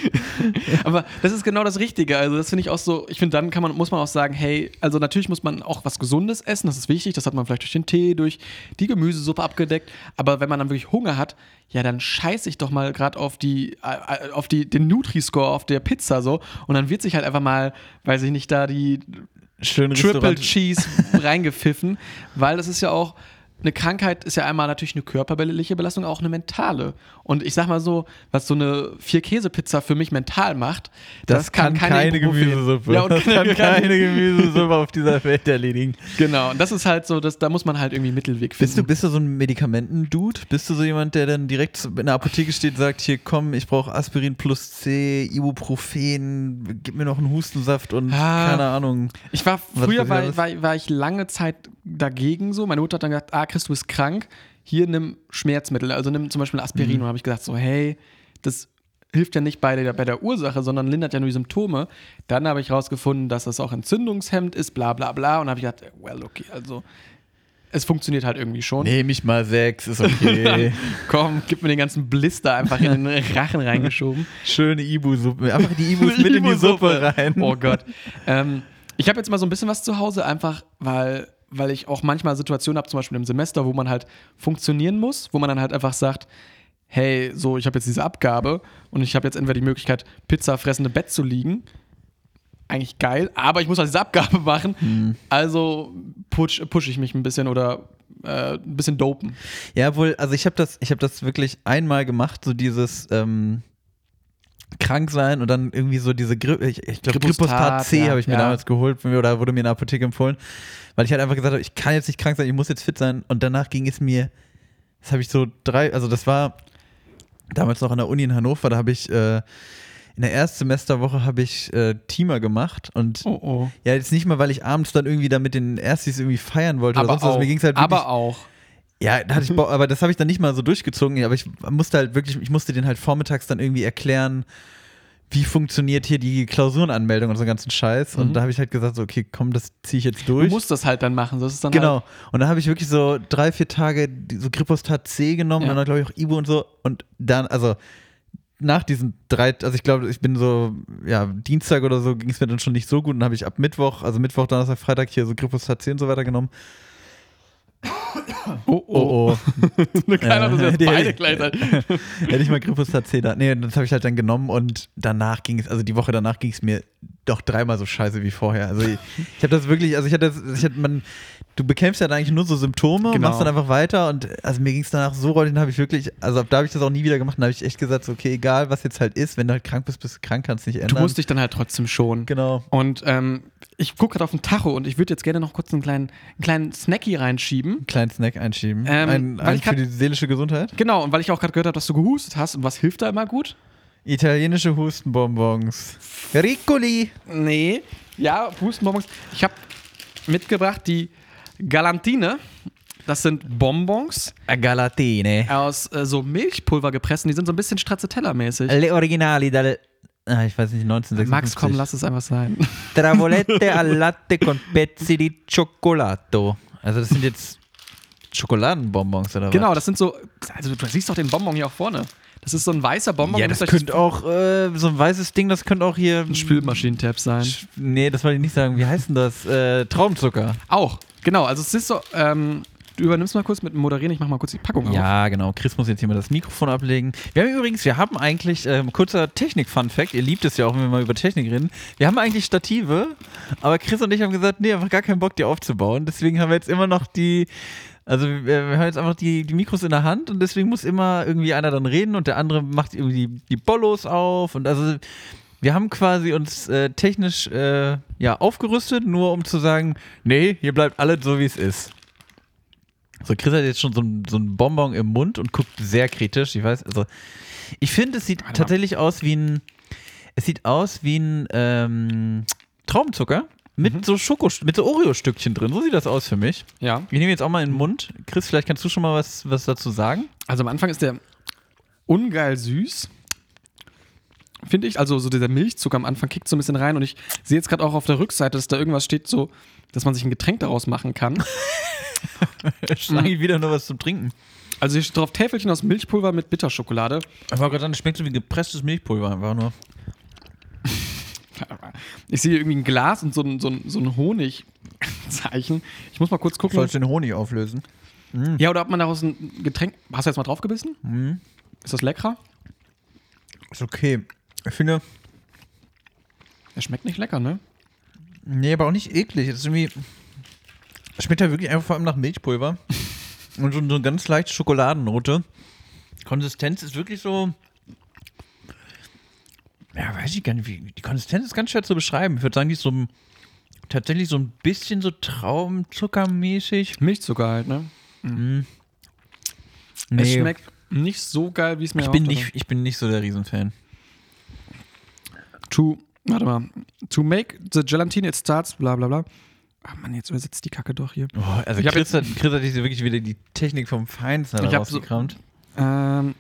[SPEAKER 2] Aber das ist genau das Richtige. Also, das finde ich auch so. Ich finde, dann kann man, muss man auch sagen, hey, also natürlich muss man auch was Gesundes essen, das ist wichtig. Das hat man vielleicht durch den Tee, durch die Gemüsesuppe abgedeckt. Aber wenn man dann wirklich Hunger hat, ja, dann scheiße ich doch mal gerade auf die, äh, äh, auf die, den Nutri-Score auf der Pizza so. Und dann wird sich halt einfach mal, weiß ich nicht, da die
[SPEAKER 1] Schön
[SPEAKER 2] Triple
[SPEAKER 1] Restaurant.
[SPEAKER 2] Cheese reingepfiffen, weil das ist ja auch eine Krankheit ist ja einmal natürlich eine körperliche Belastung, auch eine mentale. Und ich sag mal so, was so eine Vier-Käse-Pizza für mich mental macht, das, kann, keine, Ibuprofen.
[SPEAKER 1] Gemüsesuppe.
[SPEAKER 2] Ja, und
[SPEAKER 1] das kann
[SPEAKER 2] keine,
[SPEAKER 1] keine Gemüsesuppe auf dieser Welt erledigen.
[SPEAKER 2] Genau, und das ist halt so, das, da muss man halt irgendwie einen Mittelweg
[SPEAKER 1] Bist du,
[SPEAKER 2] finden.
[SPEAKER 1] bist du so ein Medikamenten-Dude? Bist du so jemand, der dann direkt zu- in der Apotheke steht und sagt, hier komm, ich brauche Aspirin plus C, Ibuprofen, gib mir noch einen Hustensaft und
[SPEAKER 2] Ah.
[SPEAKER 1] keine Ahnung.
[SPEAKER 2] ich war
[SPEAKER 1] was
[SPEAKER 2] früher
[SPEAKER 1] passiert
[SPEAKER 2] war,
[SPEAKER 1] alles?
[SPEAKER 2] war, war ich lange Zeit dagegen so. Meine Mutter hat dann gesagt, ah, Chris, du bist krank, hier nimm Schmerzmittel, also nimm zum Beispiel Aspirin.
[SPEAKER 1] Mhm.
[SPEAKER 2] Und habe ich gesagt so, hey, das hilft ja nicht bei der, bei der Ursache, sondern lindert ja nur die Symptome. Dann habe ich rausgefunden, dass das auch entzündungshemmend ist, bla bla bla. Und habe ich gedacht, well, okay, also es funktioniert halt irgendwie schon.
[SPEAKER 1] Nehme ich mal sechs, ist okay.
[SPEAKER 2] Komm, gib mir den ganzen Blister einfach in den Rachen reingeschoben.
[SPEAKER 1] Schöne Ibu-Suppe. Einfach die Ibus mit in die
[SPEAKER 2] Ibu-Suppe.
[SPEAKER 1] Suppe rein.
[SPEAKER 2] Oh Gott. ähm, ich habe jetzt mal so ein bisschen was zu Hause, einfach weil, weil ich auch manchmal Situationen habe, zum Beispiel im Semester, wo man halt funktionieren muss, wo man dann halt einfach sagt, hey, so, ich habe jetzt diese Abgabe und ich habe jetzt entweder die Möglichkeit, Pizza fressende Bett zu liegen. Eigentlich geil, aber ich muss halt diese Abgabe machen.
[SPEAKER 1] Mhm.
[SPEAKER 2] Also push, push ich mich ein bisschen oder äh, ein bisschen dopen.
[SPEAKER 1] Ja, wohl, also ich habe das, ich habe das wirklich einmal gemacht, so dieses ähm, krank sein und dann irgendwie so diese Grippe, ich, ich glaube
[SPEAKER 2] Gripostat,
[SPEAKER 1] Gripostat C
[SPEAKER 2] ja,
[SPEAKER 1] habe ich mir
[SPEAKER 2] ja.
[SPEAKER 1] damals geholt von mir oder wurde mir in der Apotheke empfohlen, weil ich halt einfach gesagt habe, ich kann jetzt nicht krank sein, ich muss jetzt fit sein und danach ging es mir, das habe ich so drei, also das war damals noch an der Uni in Hannover, da habe ich äh, in der Erstsemesterwoche habe ich äh, Teamer gemacht und
[SPEAKER 2] Oh oh.
[SPEAKER 1] ja, jetzt nicht mal, weil ich abends dann irgendwie da mit den Erstis irgendwie feiern wollte
[SPEAKER 2] Aber
[SPEAKER 1] oder sonst was.
[SPEAKER 2] auch.
[SPEAKER 1] Mir ging's halt wirklich
[SPEAKER 2] aber auch.
[SPEAKER 1] ja, da hatte ich Bock, aber das habe ich dann nicht mal so durchgezogen, aber ich musste halt wirklich, ich musste den halt vormittags dann irgendwie erklären, wie funktioniert hier die Klausurenanmeldung und so einen ganzen Scheiß. Und da habe ich halt gesagt, so, okay, komm, das ziehe ich jetzt
[SPEAKER 2] Mhm. Du
[SPEAKER 1] durch.
[SPEAKER 2] musst das halt dann machen. Das ist dann halt,
[SPEAKER 1] genau. Und dann habe ich wirklich so drei, vier Tage die- so Gripostat C genommen
[SPEAKER 2] Ja.
[SPEAKER 1] und dann glaube ich auch Ibu und so. Und dann, also nach diesen drei, also ich glaube, ich bin so, ja, Dienstag oder so ging es mir dann schon nicht so gut. Und dann habe ich ab Mittwoch, also Mittwoch, Donnerstag, Freitag hier so Gripostat C und so weiter genommen.
[SPEAKER 2] oh. oh.
[SPEAKER 1] oh.
[SPEAKER 2] Nur keiner, dass wir jetzt
[SPEAKER 1] die-
[SPEAKER 2] beide gleich sein.
[SPEAKER 1] Hätte ich mal Grippus HC da. Nee, das habe ich halt dann genommen und danach ging es, also die Woche danach ging es mir doch dreimal so scheiße wie vorher. Also ich, ich habe das wirklich, also ich hatte, das- ich hatte man, du bekämpfst ja dann eigentlich nur so Symptome,
[SPEAKER 2] Genau.
[SPEAKER 1] machst dann einfach weiter und also mir ging es danach so rollig, dann habe ich wirklich, also ab da habe ich das auch nie wieder gemacht, dann habe ich echt gesagt, so, okay, egal was jetzt halt ist, wenn du halt krank bist, bist du krank, kannst nicht
[SPEAKER 2] Du
[SPEAKER 1] ändern.
[SPEAKER 2] musst dich dann halt trotzdem schonen.
[SPEAKER 1] genau.
[SPEAKER 2] Und ähm, ich gucke gerade auf den Tacho und ich würde jetzt gerne noch kurz einen kleinen, einen kleinen Snacky reinschieben.
[SPEAKER 1] Einen kleinen Snack einschieben.
[SPEAKER 2] Ähm,
[SPEAKER 1] ein
[SPEAKER 2] weil
[SPEAKER 1] ein
[SPEAKER 2] ich
[SPEAKER 1] für
[SPEAKER 2] grad-
[SPEAKER 1] die seelische Gesundheit.
[SPEAKER 2] Genau, und weil ich auch gerade gehört habe, dass du gehustet hast und was hilft da immer gut?
[SPEAKER 1] Italienische Hustenbonbons. Riccoli.
[SPEAKER 2] Nee. Ja, Hustenbonbons. Ich habe mitgebracht die Galantine. Das sind Bonbons
[SPEAKER 1] Galatine.
[SPEAKER 2] aus äh, so Milchpulver gepresst und die sind so ein bisschen Stracciatella-mäßig.
[SPEAKER 1] Le originali dal. Ah, ich weiß nicht, 1956.
[SPEAKER 2] Max, komm, lass es einfach sein.
[SPEAKER 1] Travolette al latte con pezzi di cioccolato. Also, das sind jetzt Schokoladenbonbons oder
[SPEAKER 2] genau, das sind so. Also, du siehst doch den Bonbon hier auch vorne. Das ist so ein weißer Bonbon.
[SPEAKER 1] was? Ja,
[SPEAKER 2] Ihr
[SPEAKER 1] das
[SPEAKER 2] müsst euch
[SPEAKER 1] könnte auch äh, so ein weißes Ding, das könnte auch hier.
[SPEAKER 2] ein Spülmaschinentab sein.
[SPEAKER 1] Sch- Nee, das wollte ich nicht sagen. Wie heißt denn das? Äh, Traumzucker.
[SPEAKER 2] Auch, genau. Also es ist so, ähm, du übernimmst mal kurz mit dem Moderieren, ich mach mal kurz die Packung auf.
[SPEAKER 1] Ja, genau. Chris muss jetzt hier mal das Mikrofon ablegen. Wir haben übrigens, wir haben eigentlich, ähm, kurzer Technik-Fun-Fact, ihr liebt es ja auch, wenn wir mal über Technik reden. Wir haben eigentlich Stative, aber Chris und ich haben gesagt, nee, einfach gar keinen Bock, die aufzubauen. Deswegen haben wir jetzt immer noch die, also wir, wir haben jetzt einfach die, die Mikros in der Hand und deswegen muss immer irgendwie einer dann reden und der andere macht irgendwie die, die Bollos auf und also. Wir haben quasi uns äh, technisch äh, ja, aufgerüstet, nur um zu sagen, nee, hier bleibt alles so, wie es ist. So, Chris hat jetzt schon so ein, so ein Bonbon im Mund und guckt sehr kritisch. Ich weiß, also. Ich finde, es sieht
[SPEAKER 2] Warte mal.
[SPEAKER 1] tatsächlich aus wie ein. Es sieht aus wie ein ähm, Traubenzucker mit so Schoko, mit so Oreo-Stückchen drin. So sieht das aus für mich.
[SPEAKER 2] Ja.
[SPEAKER 1] Ich nehme jetzt auch mal in den Mund. Chris, vielleicht kannst du schon mal was, was dazu sagen.
[SPEAKER 2] Also am Anfang ist der ungeil süß. Finde ich, also so dieser Milchzucker am Anfang kickt so ein bisschen rein und ich sehe jetzt gerade auch auf der Rückseite, dass da irgendwas steht, so, dass man sich ein Getränk daraus machen kann.
[SPEAKER 1] Schlage ich wieder nur was zum Trinken.
[SPEAKER 2] Also hier steht drauf Täfelchen aus Milchpulver mit Bitterschokolade.
[SPEAKER 1] Aber Gott, dann schmeckt so wie gepresstes Milchpulver einfach nur.
[SPEAKER 2] Ich sehe irgendwie ein Glas und so ein, so ein, so ein Honigzeichen. Ich muss mal kurz
[SPEAKER 1] Du
[SPEAKER 2] gucken.
[SPEAKER 1] sollst den Honig auflösen.
[SPEAKER 2] Ja, oder ob man daraus ein Getränk. Hast du jetzt mal drauf gebissen? Ist das lecker?
[SPEAKER 1] Ist okay. Ich finde,
[SPEAKER 2] Er schmeckt nicht lecker, ne?
[SPEAKER 1] nee, aber auch nicht eklig. Es ist irgendwie. Es schmeckt ja wirklich einfach vor allem nach Milchpulver. Und so, so eine ganz leichte Schokoladennote. Konsistenz ist wirklich so. Ja, weiß ich gar nicht, wie. Die Konsistenz ist ganz schwer zu beschreiben. Ich würde sagen, die ist so ein, tatsächlich so ein bisschen so traubenzuckermäßig.
[SPEAKER 2] Milchzucker halt, ne? Es schmeckt nicht so geil, wie es mir
[SPEAKER 1] ich bin,
[SPEAKER 2] erhofft
[SPEAKER 1] nicht, ich bin nicht so der Riesenfan.
[SPEAKER 2] hatte. To, warte mal. To make the gelatine, it starts, bla bla bla. Ah Mann, jetzt übersetzt die Kacke doch hier.
[SPEAKER 1] Oh, also
[SPEAKER 2] Ich hab
[SPEAKER 1] Chris, hat, Chris hat sich wirklich wieder die Technik vom Feinsten
[SPEAKER 2] Ich hab so-
[SPEAKER 1] rausgekramt.
[SPEAKER 2] Ähm,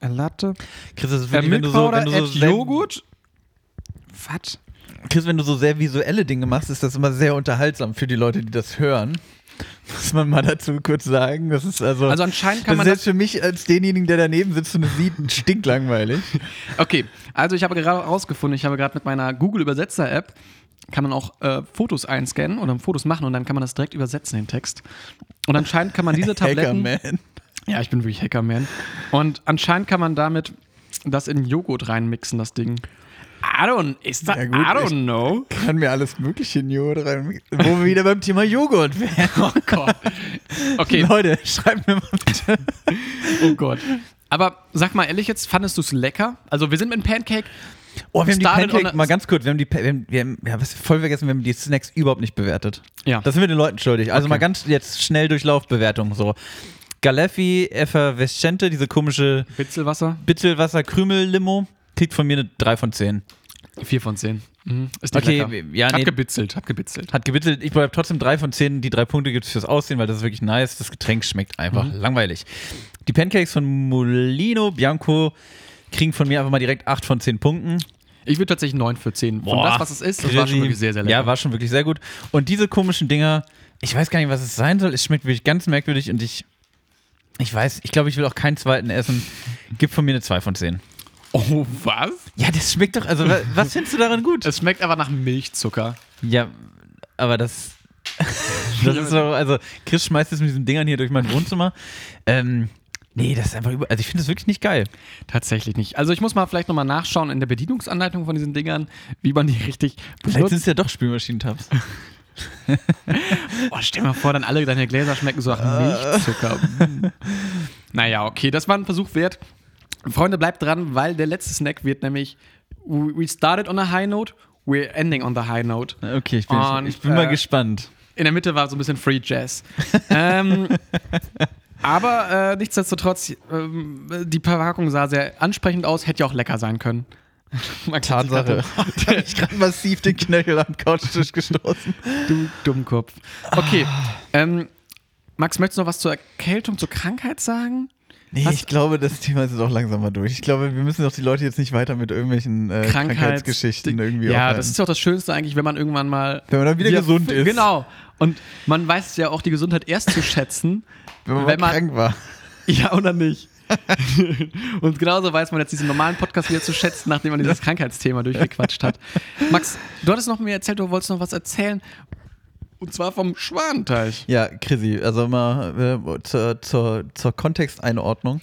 [SPEAKER 2] a Latte.
[SPEAKER 1] Chris, das ist
[SPEAKER 2] Äh,
[SPEAKER 1] wirklich, wenn
[SPEAKER 2] Milk
[SPEAKER 1] du so, wenn
[SPEAKER 2] Powder,
[SPEAKER 1] du so
[SPEAKER 2] add
[SPEAKER 1] sehr,
[SPEAKER 2] Joghurt. Was?
[SPEAKER 1] Chris, wenn du so sehr visuelle Dinge machst, ist das immer sehr unterhaltsam für die Leute, die das hören. Muss man mal dazu kurz sagen. Das ist also,
[SPEAKER 2] Also anscheinend kann
[SPEAKER 1] das
[SPEAKER 2] man
[SPEAKER 1] ist
[SPEAKER 2] das
[SPEAKER 1] jetzt für mich als denjenigen, der daneben sitzt und es sieht, stinklangweilig.
[SPEAKER 2] Okay, also ich habe gerade herausgefunden, ich habe gerade mit meiner Google Übersetzer App kann man auch äh, Fotos einscannen oder Fotos machen und dann kann man das direkt übersetzen den Text. Und anscheinend kann man diese Tabletten,
[SPEAKER 1] Hackerman.
[SPEAKER 2] ja, ich bin wirklich Hackerman. Und anscheinend kann man damit das in Joghurt reinmixen, das Ding. I don't, ist da,
[SPEAKER 1] Ja,
[SPEAKER 2] I
[SPEAKER 1] gut, ich-
[SPEAKER 2] don't know.
[SPEAKER 1] Kann mir alles mögliche in Joghurt rein. Wo wir wieder beim Thema Joghurt wären.
[SPEAKER 2] Oh Gott. Okay,
[SPEAKER 1] Leute, schreibt mir mal bitte.
[SPEAKER 2] oh Gott. Aber sag mal ehrlich jetzt, fandest du es lecker? Also wir sind mit dem Pancake.
[SPEAKER 1] Oh, wir haben die
[SPEAKER 2] Started on
[SPEAKER 1] Pancake,
[SPEAKER 2] a-
[SPEAKER 1] mal ganz kurz, wir haben die, Pa- wir haben, wir haben ja, was, voll vergessen, wir haben die Snacks überhaupt nicht bewertet.
[SPEAKER 2] Ja.
[SPEAKER 1] Das sind wir den Leuten schuldig. Also
[SPEAKER 2] Ah. Okay.
[SPEAKER 1] mal ganz jetzt schnell Durchlaufbewertung so. Galeffi, Effervescente, diese komische
[SPEAKER 2] Witzelwasser?
[SPEAKER 1] Bitzelwasser-Krümel-Limo, kriegt von mir eine 3 von 10.
[SPEAKER 2] 4 von 10. Mhm. Ist nicht
[SPEAKER 1] Okay,
[SPEAKER 2] lecker.
[SPEAKER 1] ja,
[SPEAKER 2] Hab
[SPEAKER 1] nee.
[SPEAKER 2] gebitzelt, hab gebitzelt.
[SPEAKER 1] Hat gebittelt, ich bleib trotzdem 3 von 10. Die drei Punkte gibt es fürs Aussehen, weil das ist wirklich nice. Das Getränk schmeckt einfach langweilig. Die Pancakes von Molino Bianco kriegen von mir einfach mal direkt 8 von 10 Punkten.
[SPEAKER 2] Ich würde tatsächlich 9 für 10. Von
[SPEAKER 1] Boah,
[SPEAKER 2] das, was es ist, das war schon
[SPEAKER 1] Grilli.
[SPEAKER 2] wirklich sehr, sehr lecker.
[SPEAKER 1] Ja, war schon wirklich sehr gut. Und diese komischen Dinger, ich weiß gar nicht, was es sein soll. Es schmeckt wirklich ganz merkwürdig und ich, ich weiß, ich glaube, ich will auch keinen zweiten essen. Gib von mir eine 2 von 10.
[SPEAKER 2] oh, was?
[SPEAKER 1] Ja, das schmeckt doch, also wa- was findest du daran gut?
[SPEAKER 2] Es schmeckt aber nach Milchzucker.
[SPEAKER 1] Ja, aber das, das ist so, also Chris schmeißt jetzt mit diesen Dingern hier durch mein Wohnzimmer. Ähm, nee, das ist einfach über, also ich finde das wirklich nicht geil.
[SPEAKER 2] Tatsächlich nicht. Also ich muss mal vielleicht nochmal nachschauen in der Bedienungsanleitung von diesen Dingern, wie man die richtig
[SPEAKER 1] Vielleicht sind
[SPEAKER 2] benutzt.
[SPEAKER 1] es ja doch Spülmaschinentabs.
[SPEAKER 2] Boah, Oh, stell dir mal vor, dann alle deine Gläser schmecken so nach Milchzucker. Mm. naja, okay, das war ein Versuch wert. Freunde, bleibt dran, weil der letzte Snack wird nämlich We we started on a high note, we're ending on the high note.
[SPEAKER 1] Okay, ich bin,
[SPEAKER 2] Und,
[SPEAKER 1] ich bin mal
[SPEAKER 2] äh,
[SPEAKER 1] gespannt.
[SPEAKER 2] In der Mitte war so ein bisschen Free Jazz. ähm, aber äh, nichtsdestotrotz, ähm, die Verpackung sah sehr ansprechend aus, hätte ja auch lecker sein können. Man kann sich gerade-
[SPEAKER 1] ich gerade massiv den Knöchel am Couchtisch gestoßen.
[SPEAKER 2] Du Dummkopf. Okay. ähm, Max, möchtest du noch was zur Erkältung, zur Krankheit sagen?
[SPEAKER 1] Nee,
[SPEAKER 2] Was-
[SPEAKER 1] ich glaube, das Thema ist jetzt auch langsam mal durch. Ich glaube, wir müssen doch die Leute jetzt nicht weiter mit irgendwelchen äh,
[SPEAKER 2] Krankheits-
[SPEAKER 1] Krankheitsgeschichten irgendwie
[SPEAKER 2] Ja,
[SPEAKER 1] aufhalten.
[SPEAKER 2] das ist ja auch das Schönste eigentlich, wenn man irgendwann mal.
[SPEAKER 1] Wenn man dann wieder gesund ist.
[SPEAKER 2] Genau. Und man weiß ja auch die Gesundheit erst zu schätzen,
[SPEAKER 1] wenn man, mal krank war.
[SPEAKER 2] Ja oder nicht? und genauso weiß man jetzt diesen normalen Podcast wieder zu schätzen, nachdem man dieses Krankheitsthema durchgequatscht hat. Max, du hattest noch mir erzählt, du wolltest noch was erzählen. Und zwar vom Schwanenteich.
[SPEAKER 1] Ja, Chrissy, also mal äh, zur, zur, zur Kontexteinordnung.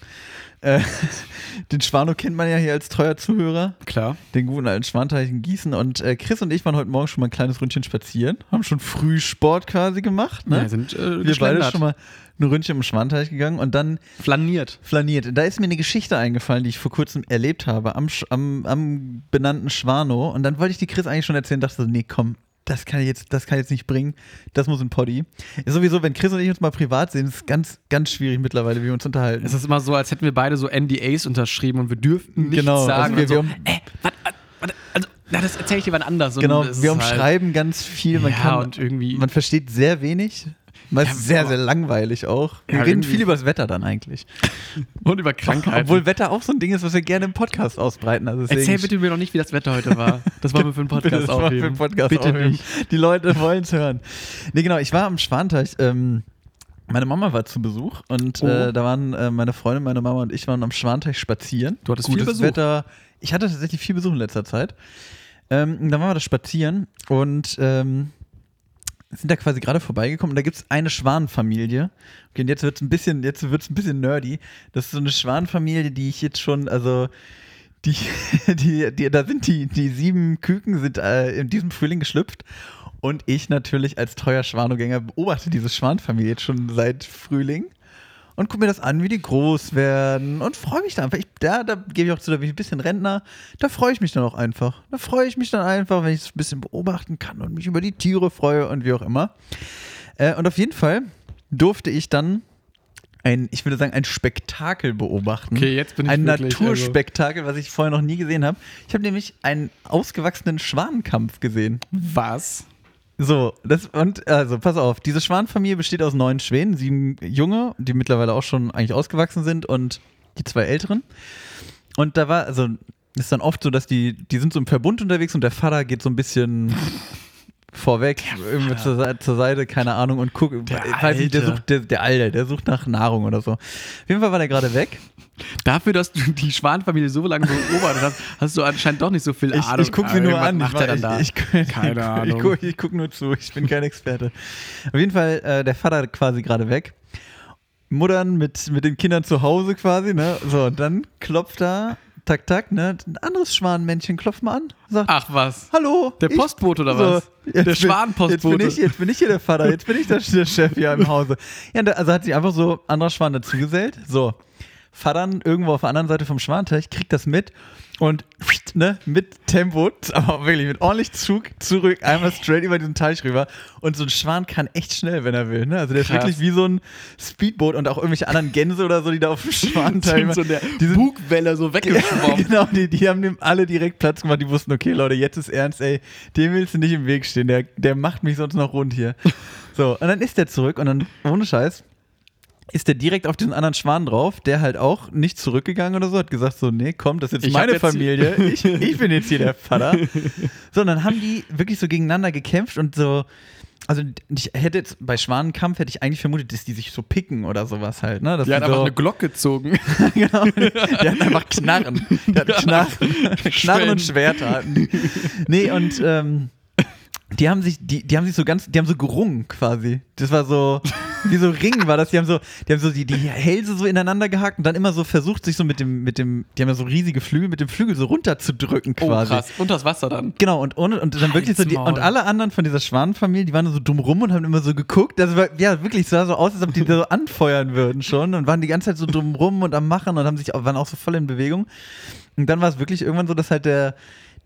[SPEAKER 1] Äh, den Schwano kennt man ja hier als treuer Zuhörer.
[SPEAKER 2] Klar.
[SPEAKER 1] den guten alten Schwanteich in Gießen. Und äh, Chris und ich waren heute Morgen schon mal ein kleines Ründchen spazieren, haben schon früh Sport quasi gemacht. Ne?
[SPEAKER 2] Ja, sind, äh,
[SPEAKER 1] Wir beide
[SPEAKER 2] geschlendert.
[SPEAKER 1] schon mal ein Ründchen im Schwanteich gegangen und dann
[SPEAKER 2] Flaniert.
[SPEAKER 1] flaniert. Da ist mir eine Geschichte eingefallen, die ich vor kurzem erlebt habe am, Sch- am, am benannten Schwano. Und dann wollte ich die Chris eigentlich schon erzählen, dachte so, nee, komm, das kann ich jetzt, das kann ich jetzt nicht bringen. Das muss ein Poddy. Ist sowieso, wenn Chris und ich uns mal privat sehen, ist ganz, ganz schwierig mittlerweile, wie wir uns unterhalten.
[SPEAKER 2] Es ist immer so, als hätten wir beide so NDAs unterschrieben und wir dürften nichts
[SPEAKER 1] Genau, also
[SPEAKER 2] sagen.
[SPEAKER 1] wir-
[SPEAKER 2] und so,
[SPEAKER 1] wir-
[SPEAKER 2] äh, wat, wat, wat, also, na, das erzähle ich dir wann anders. Und
[SPEAKER 1] genau,
[SPEAKER 2] es
[SPEAKER 1] wir
[SPEAKER 2] ist halt-
[SPEAKER 1] umschreiben ganz viel. Man
[SPEAKER 2] Ja,
[SPEAKER 1] kann
[SPEAKER 2] und irgendwie-
[SPEAKER 1] Man versteht sehr wenig. Man
[SPEAKER 2] Ja,
[SPEAKER 1] ist sehr,
[SPEAKER 2] aber-
[SPEAKER 1] sehr langweilig auch. Wir
[SPEAKER 2] Ja,
[SPEAKER 1] reden
[SPEAKER 2] irgendwie-
[SPEAKER 1] viel über das Wetter dann eigentlich.
[SPEAKER 2] Und über Krankheiten.
[SPEAKER 1] Obwohl Wetter auch so ein Ding ist, was wir gerne im Podcast ausbreiten. Also deswegen-
[SPEAKER 2] Erzähl bitte mir noch nicht, wie das Wetter heute war. Das wollen wir für den
[SPEAKER 1] Bitte,
[SPEAKER 2] Podcast
[SPEAKER 1] das war
[SPEAKER 2] aufheben.
[SPEAKER 1] für den Podcast
[SPEAKER 2] bitte
[SPEAKER 1] aufheben.
[SPEAKER 2] nicht.
[SPEAKER 1] Die Leute wollen es hören. Nee, genau, ich war am Schwanteich. Ähm, meine Mama war zu Besuch und
[SPEAKER 2] Oh.
[SPEAKER 1] äh, da waren äh, meine Freundin, meine Mama und ich waren am Schwanteich spazieren.
[SPEAKER 2] Du hattest viel
[SPEAKER 1] Gutes
[SPEAKER 2] Besuch.
[SPEAKER 1] Wetter. Ich hatte tatsächlich viel Besuch in letzter Zeit. Ähm, und dann waren wir da spazieren und ähm, sind da quasi gerade vorbeigekommen und da gibt es eine Schwanenfamilie. Okay, und jetzt wird es ein bisschen, jetzt wird's ein bisschen nerdy. Das ist so eine Schwanenfamilie, die ich jetzt schon, also die, die, die, da sind die, die sieben Küken sind äh, in diesem Frühling geschlüpft. Und ich natürlich als treuer Schwanogänger beobachte diese Schwanfamilie jetzt schon seit Frühling und gucke mir das an, wie die groß werden und freue mich da einfach. Ich, da da gebe ich auch zu, da bin ich ein bisschen Rentner. Da freue ich mich dann auch einfach. Da freue ich mich dann einfach, wenn ich es ein bisschen beobachten kann und mich über die Tiere freue und wie auch immer. Äh, und auf jeden Fall durfte ich dann ein, ich würde sagen, ein Spektakel beobachten.
[SPEAKER 2] Okay, jetzt bin ich
[SPEAKER 1] Ein
[SPEAKER 2] wirklich, also-
[SPEAKER 1] Naturspektakel, was ich vorher noch nie gesehen habe. Ich habe nämlich einen ausgewachsenen Schwanenkampf gesehen.
[SPEAKER 2] Was?
[SPEAKER 1] So, das und also pass auf, diese Schwanenfamilie besteht aus neun Schwänen, sieben Junge, die mittlerweile auch schon eigentlich ausgewachsen sind und die zwei älteren. Und da war also ist dann oft so, dass die die sind so im Verbund unterwegs und der Vater geht so ein bisschen vorweg irgendwie zur, Seite- zur Seite, keine Ahnung und guckt,
[SPEAKER 2] Der
[SPEAKER 1] ich weiß nicht, der
[SPEAKER 2] Alte.
[SPEAKER 1] sucht der, der Alte, der sucht nach Nahrung oder so. Auf jeden Fall war der gerade weg.
[SPEAKER 2] Dafür, dass du die Schwanenfamilie so lange beobachtet hast, hast du anscheinend doch nicht so viel
[SPEAKER 1] Ich,
[SPEAKER 2] Ahnung.
[SPEAKER 1] ich gucke sie nur
[SPEAKER 2] Irgendwas
[SPEAKER 1] an.
[SPEAKER 2] Macht
[SPEAKER 1] ich,
[SPEAKER 2] er dann da?
[SPEAKER 1] Ich, ich,
[SPEAKER 2] Keine
[SPEAKER 1] ich,
[SPEAKER 2] Ahnung.
[SPEAKER 1] ich, guck- ich gucke nur zu. Ich bin kein Experte. Auf jeden Fall, äh, der Vater quasi gerade weg. Muttern mit, mit den Kindern zu Hause quasi, ne? So, und dann klopft da, tak, tak, ne? Ein anderes Schwanenmännchen klopft mal an. Sagt,
[SPEAKER 2] Ach was.
[SPEAKER 1] hallo.
[SPEAKER 2] Der
[SPEAKER 1] ich-
[SPEAKER 2] Postbote oder
[SPEAKER 1] so,
[SPEAKER 2] was?
[SPEAKER 1] jetzt
[SPEAKER 2] der
[SPEAKER 1] bin- Jetzt
[SPEAKER 2] Schwanenpostbote.
[SPEAKER 1] bin, ich, jetzt bin ich hier der Vater, jetzt bin ich der, der Chef hier im Hause. Ja, und da, also hat sich einfach so anderer Schwan dazugesellt. So, Vatern irgendwo auf der anderen Seite vom Schwanteich, kriegt das mit und ne, mit Tempo, aber wirklich mit ordentlich Zug zurück, einmal straight über diesen Teich rüber. Und so ein Schwan kann echt schnell, wenn er will. Ne? Also der ist
[SPEAKER 2] Krass.
[SPEAKER 1] wirklich wie so ein Speedboot und auch irgendwelche anderen Gänse oder so, die da auf dem Schwanteich
[SPEAKER 2] Sind so in der
[SPEAKER 1] die sind
[SPEAKER 2] Bugwelle so weggeschwommen.
[SPEAKER 1] genau, die, die haben dem alle direkt Platz gemacht. Die wussten, okay, Leute, jetzt ist ernst, ey, dem willst du nicht im Weg stehen. Der, der macht mich sonst noch rund hier. So, und dann ist der zurück und dann, ohne Scheiß, ist der direkt auf diesen anderen Schwan drauf, der halt auch nicht zurückgegangen oder so, hat gesagt so, nee, komm, das ist jetzt
[SPEAKER 2] Ich hab
[SPEAKER 1] meine
[SPEAKER 2] jetzt-
[SPEAKER 1] Familie, ich, ich bin jetzt hier der Vater. So, und dann haben die wirklich so gegeneinander gekämpft und so, also ich hätte jetzt, bei Schwanenkampf hätte ich eigentlich vermutet, dass die sich so picken oder sowas halt, ne? Dass
[SPEAKER 2] Die hat
[SPEAKER 1] so,
[SPEAKER 2] einfach eine Glocke gezogen.
[SPEAKER 1] genau. Der hat einfach Knarren. Der hat Knarren, Knarren und Schwerter. hatten die. Nee, und ähm, die haben sich, die, die haben sich so ganz, die haben so gerungen quasi. Das war so, wie so Ringen war das. Die haben so, die haben so die, die Hälse so ineinander gehakt und dann immer so versucht, sich so mit dem, mit dem, die haben ja so riesige Flügel, mit dem Flügel so runterzudrücken
[SPEAKER 2] Oh
[SPEAKER 1] quasi.
[SPEAKER 2] krass. Unter das Wasser dann.
[SPEAKER 1] Genau, und, und, und dann wirklich so die,
[SPEAKER 2] Halsmaul.
[SPEAKER 1] und alle anderen von dieser Schwanenfamilie, die waren so dumm rum und haben immer so geguckt. Das war, ja, wirklich, es sah so aus, als ob die da so anfeuern würden schon und waren die ganze Zeit so dumm rum und am Machen und haben sich, auch- waren auch so voll in Bewegung. Und dann war es wirklich irgendwann so, dass halt der,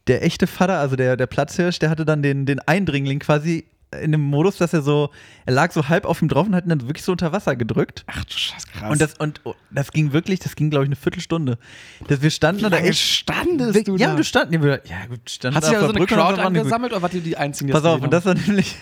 [SPEAKER 1] der echte Vater, also der, der Platzhirsch, der hatte dann den, den Eindringling quasi in dem Modus, dass er so, er lag so halb auf ihm drauf und hat ihn dann wirklich so unter Wasser gedrückt.
[SPEAKER 2] Ach du Scheiß, krass.
[SPEAKER 1] Und das, und oh, das ging wirklich, das ging, glaube ich, eine Viertelstunde. Dass wir standen da echt.
[SPEAKER 2] standest
[SPEAKER 1] Wir, ja, wir standen, ja, wir, ja gut, standen
[SPEAKER 2] Hat
[SPEAKER 1] da
[SPEAKER 2] sich
[SPEAKER 1] auf
[SPEAKER 2] also
[SPEAKER 1] der
[SPEAKER 2] eine
[SPEAKER 1] Brücke und haben
[SPEAKER 2] Crowd
[SPEAKER 1] so angeguckt.
[SPEAKER 2] angesammelt oder wart ihr die Einzigen? die
[SPEAKER 1] Pass auf,
[SPEAKER 2] gesehen
[SPEAKER 1] und das
[SPEAKER 2] haben?
[SPEAKER 1] war nämlich,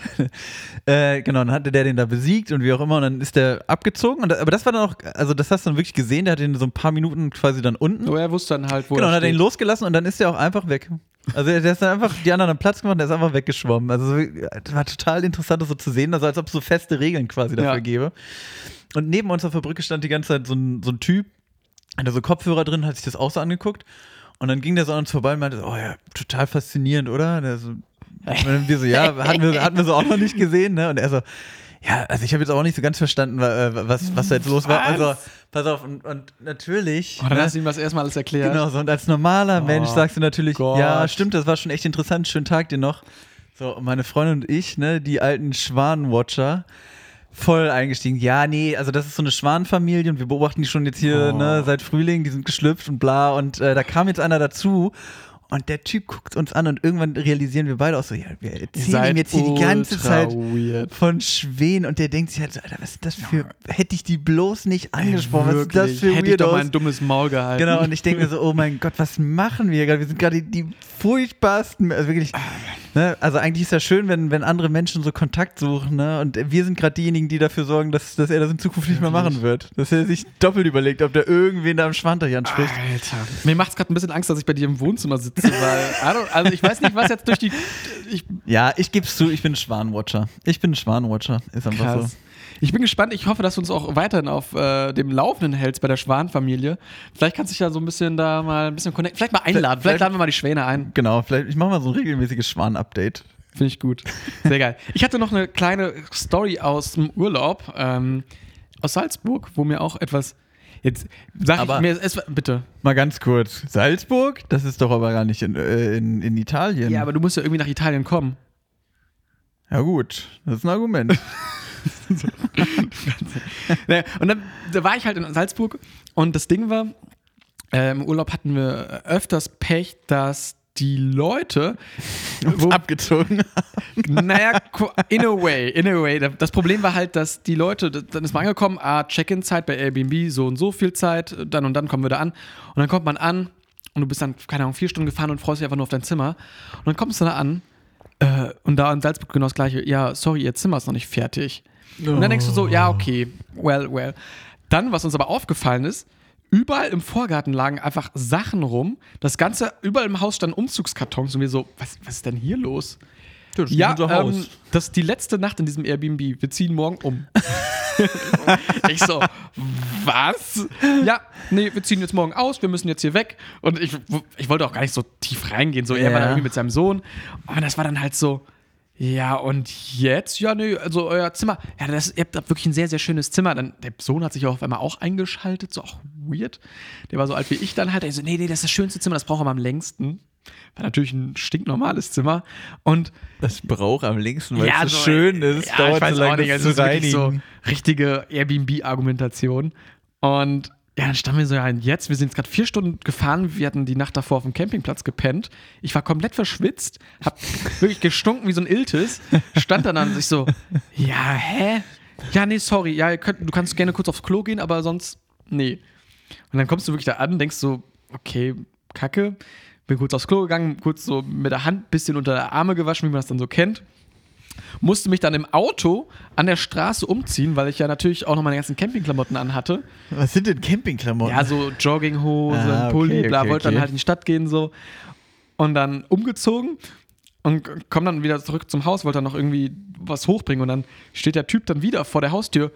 [SPEAKER 1] äh, genau, dann hatte der den da besiegt und wie auch immer, und dann ist der abgezogen. Und, da- aber das war dann auch, also das hast du dann wirklich gesehen, der hat den so ein paar Minuten quasi dann unten.
[SPEAKER 2] So, er wusste dann halt, wo
[SPEAKER 1] genau, und
[SPEAKER 2] er
[SPEAKER 1] hat den
[SPEAKER 2] steht.
[SPEAKER 1] losgelassen und dann ist der auch einfach weg. Also der ist dann einfach, die anderen haben Platz gemacht und der ist einfach weggeschwommen. Also das war total interessant, das so zu sehen, also als ob es so feste Regeln quasi dafür
[SPEAKER 2] Ja.
[SPEAKER 1] gäbe. Und neben uns auf der Brücke stand die ganze Zeit so ein, so ein Typ, hatte so Kopfhörer drin, hat sich das auch so angeguckt. Und dann ging der so an uns vorbei und meinte, so, oh ja, total faszinierend, oder? Und er so, und wir so, ja, hatten wir, hatten wir so auch noch nicht gesehen, ne? Und er so, ja, also ich habe jetzt auch nicht so ganz verstanden, wa- äh, was, was da jetzt los war.
[SPEAKER 2] Was?
[SPEAKER 1] Also, pass auf, und, und natürlich.
[SPEAKER 2] Oh, dann
[SPEAKER 1] ne?
[SPEAKER 2] hast du ihm das erstmal alles erklärt.
[SPEAKER 1] Genau, so, und als normaler Mensch sagst du natürlich,
[SPEAKER 2] Oh Gott.
[SPEAKER 1] ja, stimmt, das war schon echt interessant, schönen Tag dir noch. So, und meine Freundin und ich, ne, die alten Schwanenwatcher, voll eingestiegen. Ja, nee, also das ist so eine Schwanenfamilie und wir
[SPEAKER 2] Oh.
[SPEAKER 1] beobachten die schon jetzt hier, ne, seit Frühling, die sind geschlüpft und bla, und äh, da kam jetzt einer dazu. Und der Typ guckt uns an und irgendwann realisieren wir beide auch so, ja, wir erzählen ihm
[SPEAKER 2] seid
[SPEAKER 1] jetzt hier die ganze
[SPEAKER 2] ultra
[SPEAKER 1] Zeit
[SPEAKER 2] weird.
[SPEAKER 1] von Schweden und der denkt sich halt so, Alter, was ist das für, hätte ich die bloß nicht angesprochen, was ist das
[SPEAKER 2] Wirklich,
[SPEAKER 1] für
[SPEAKER 2] Hätte ich doch mal
[SPEAKER 1] Weirdos?
[SPEAKER 2] ein dummes Maul gehalten.
[SPEAKER 1] Genau, und ich denke mir so, oh mein Gott, was machen wir hier gerade? Wir sind gerade die, die furchtbarsten, also wirklich, ne? also eigentlich ist ja schön, wenn, wenn andere Menschen so Kontakt suchen, ne? und wir sind gerade diejenigen, die dafür sorgen, dass, dass er das in Zukunft nicht mehr machen wird, dass er sich doppelt überlegt, ob der irgendwen da am Schwanteich anspricht.
[SPEAKER 2] Alter. Mir macht es gerade ein bisschen Angst, dass ich bei dir im Wohnzimmer sitze, weil, I don't- also ich weiß nicht, was jetzt durch die. Ich,
[SPEAKER 1] Ja, ich geb's zu, ich bin ein Schwanwatcher. Ich bin ein Schwanwatcher, ist einfach
[SPEAKER 2] krass.
[SPEAKER 1] so.
[SPEAKER 2] Ich bin gespannt, ich hoffe, dass du uns auch weiterhin auf äh, dem Laufenden hältst bei der Schwan-Familie. Vielleicht kannst du dich ja so ein bisschen da mal ein bisschen connecten. Vielleicht mal einladen, vielleicht
[SPEAKER 1] vielleicht-
[SPEAKER 2] laden wir mal die Schwäne ein.
[SPEAKER 1] Genau, vielleicht, ich mache mal so ein regelmäßiges Schwan-Update.
[SPEAKER 2] Finde ich gut. Sehr geil. Ich hatte noch eine kleine Story aus dem Urlaub ähm, aus Salzburg, wo mir auch etwas. Jetzt sag
[SPEAKER 1] Aber-
[SPEAKER 2] ich mir, es war, bitte.
[SPEAKER 1] Mal ganz kurz. Salzburg? Das ist doch aber gar nicht in, äh, in, in Italien.
[SPEAKER 2] Ja, aber du musst ja irgendwie nach Italien kommen.
[SPEAKER 1] ja gut, das ist ein Argument.
[SPEAKER 2] Naja, und dann da war ich halt in Salzburg und das Ding war, äh, im Urlaub hatten wir öfters Pech, dass die Leute, wo,
[SPEAKER 1] Abgezogen.
[SPEAKER 2] naja, qu- in a way, in a way. Das Problem war halt, dass die Leute, das- dann ist man angekommen, ah, Check-in-Zeit bei Airbnb, so und so viel Zeit, dann und dann kommen wir da an. Und dann kommt man an und du bist dann, keine Ahnung, vier Stunden gefahren und freust dich einfach nur auf dein Zimmer. Und dann kommst du da an äh, und da in Salzburg genau das Gleiche, ja, sorry, ihr Zimmer ist noch nicht fertig. Und dann denkst du so, ja, okay, well, well. Dann, was uns aber aufgefallen ist, überall im Vorgarten lagen einfach Sachen rum. Das Ganze, überall im Haus standen Umzugskartons und wir so, was, was ist denn hier los? Ja, ähm, das ist die letzte Nacht in diesem Airbnb. Wir ziehen morgen um. ich so, was? Ja, nee, wir ziehen jetzt morgen aus, wir müssen jetzt hier weg. Und ich, ich wollte auch gar nicht so tief reingehen, so er war
[SPEAKER 1] Ja.
[SPEAKER 2] da irgendwie mit seinem Sohn. Aber das war dann halt so, ja, und jetzt? Ja, nee, also euer Zimmer. Ja, das, ihr habt da wirklich ein sehr, sehr schönes Zimmer. Dann, der Sohn hat sich auch auf einmal auch eingeschaltet, so auch weird. Der war so alt wie ich dann halt. Er so, nee, nee, das ist das schönste Zimmer, das braucht man am längsten. War natürlich ein stinknormales Zimmer. Und
[SPEAKER 1] das Brauch am längsten, weil es so
[SPEAKER 2] so,
[SPEAKER 1] schön ist.
[SPEAKER 2] ja,
[SPEAKER 1] dauert
[SPEAKER 2] ich weiß
[SPEAKER 1] so lange,
[SPEAKER 2] auch nicht, also
[SPEAKER 1] das
[SPEAKER 2] es ist
[SPEAKER 1] zu
[SPEAKER 2] wirklich so
[SPEAKER 1] reinigen.
[SPEAKER 2] richtige Airbnb-Argumentation. Und ja, dann standen wir so, ja, und jetzt, wir sind jetzt gerade vier Stunden gefahren, wir hatten die Nacht davor auf dem Campingplatz gepennt. Ich war komplett verschwitzt, hab wirklich gestunken wie so ein Iltis, stand dann an sich so, ja, hä? Ja, nee, sorry, ja, ihr könnt, du kannst gerne kurz aufs Klo gehen, aber sonst, nee. Und dann kommst du wirklich da an, denkst so, okay, kacke. Bin kurz aufs Klo gegangen, kurz so mit der Hand ein bisschen unter der Arme gewaschen, wie man das dann so kennt. Musste mich dann im Auto an der Straße umziehen, weil ich ja natürlich auch noch meine ganzen Campingklamotten anhatte.
[SPEAKER 1] Was sind denn Campingklamotten?
[SPEAKER 2] Ja, so Jogginghose,
[SPEAKER 1] Ah, okay,
[SPEAKER 2] Pulli, bla,
[SPEAKER 1] okay,
[SPEAKER 2] wollte
[SPEAKER 1] okay.
[SPEAKER 2] dann halt in die Stadt gehen so. Und dann umgezogen und komm dann wieder zurück zum Haus, wollte dann noch irgendwie was hochbringen und dann steht der Typ dann wieder vor der Haustür.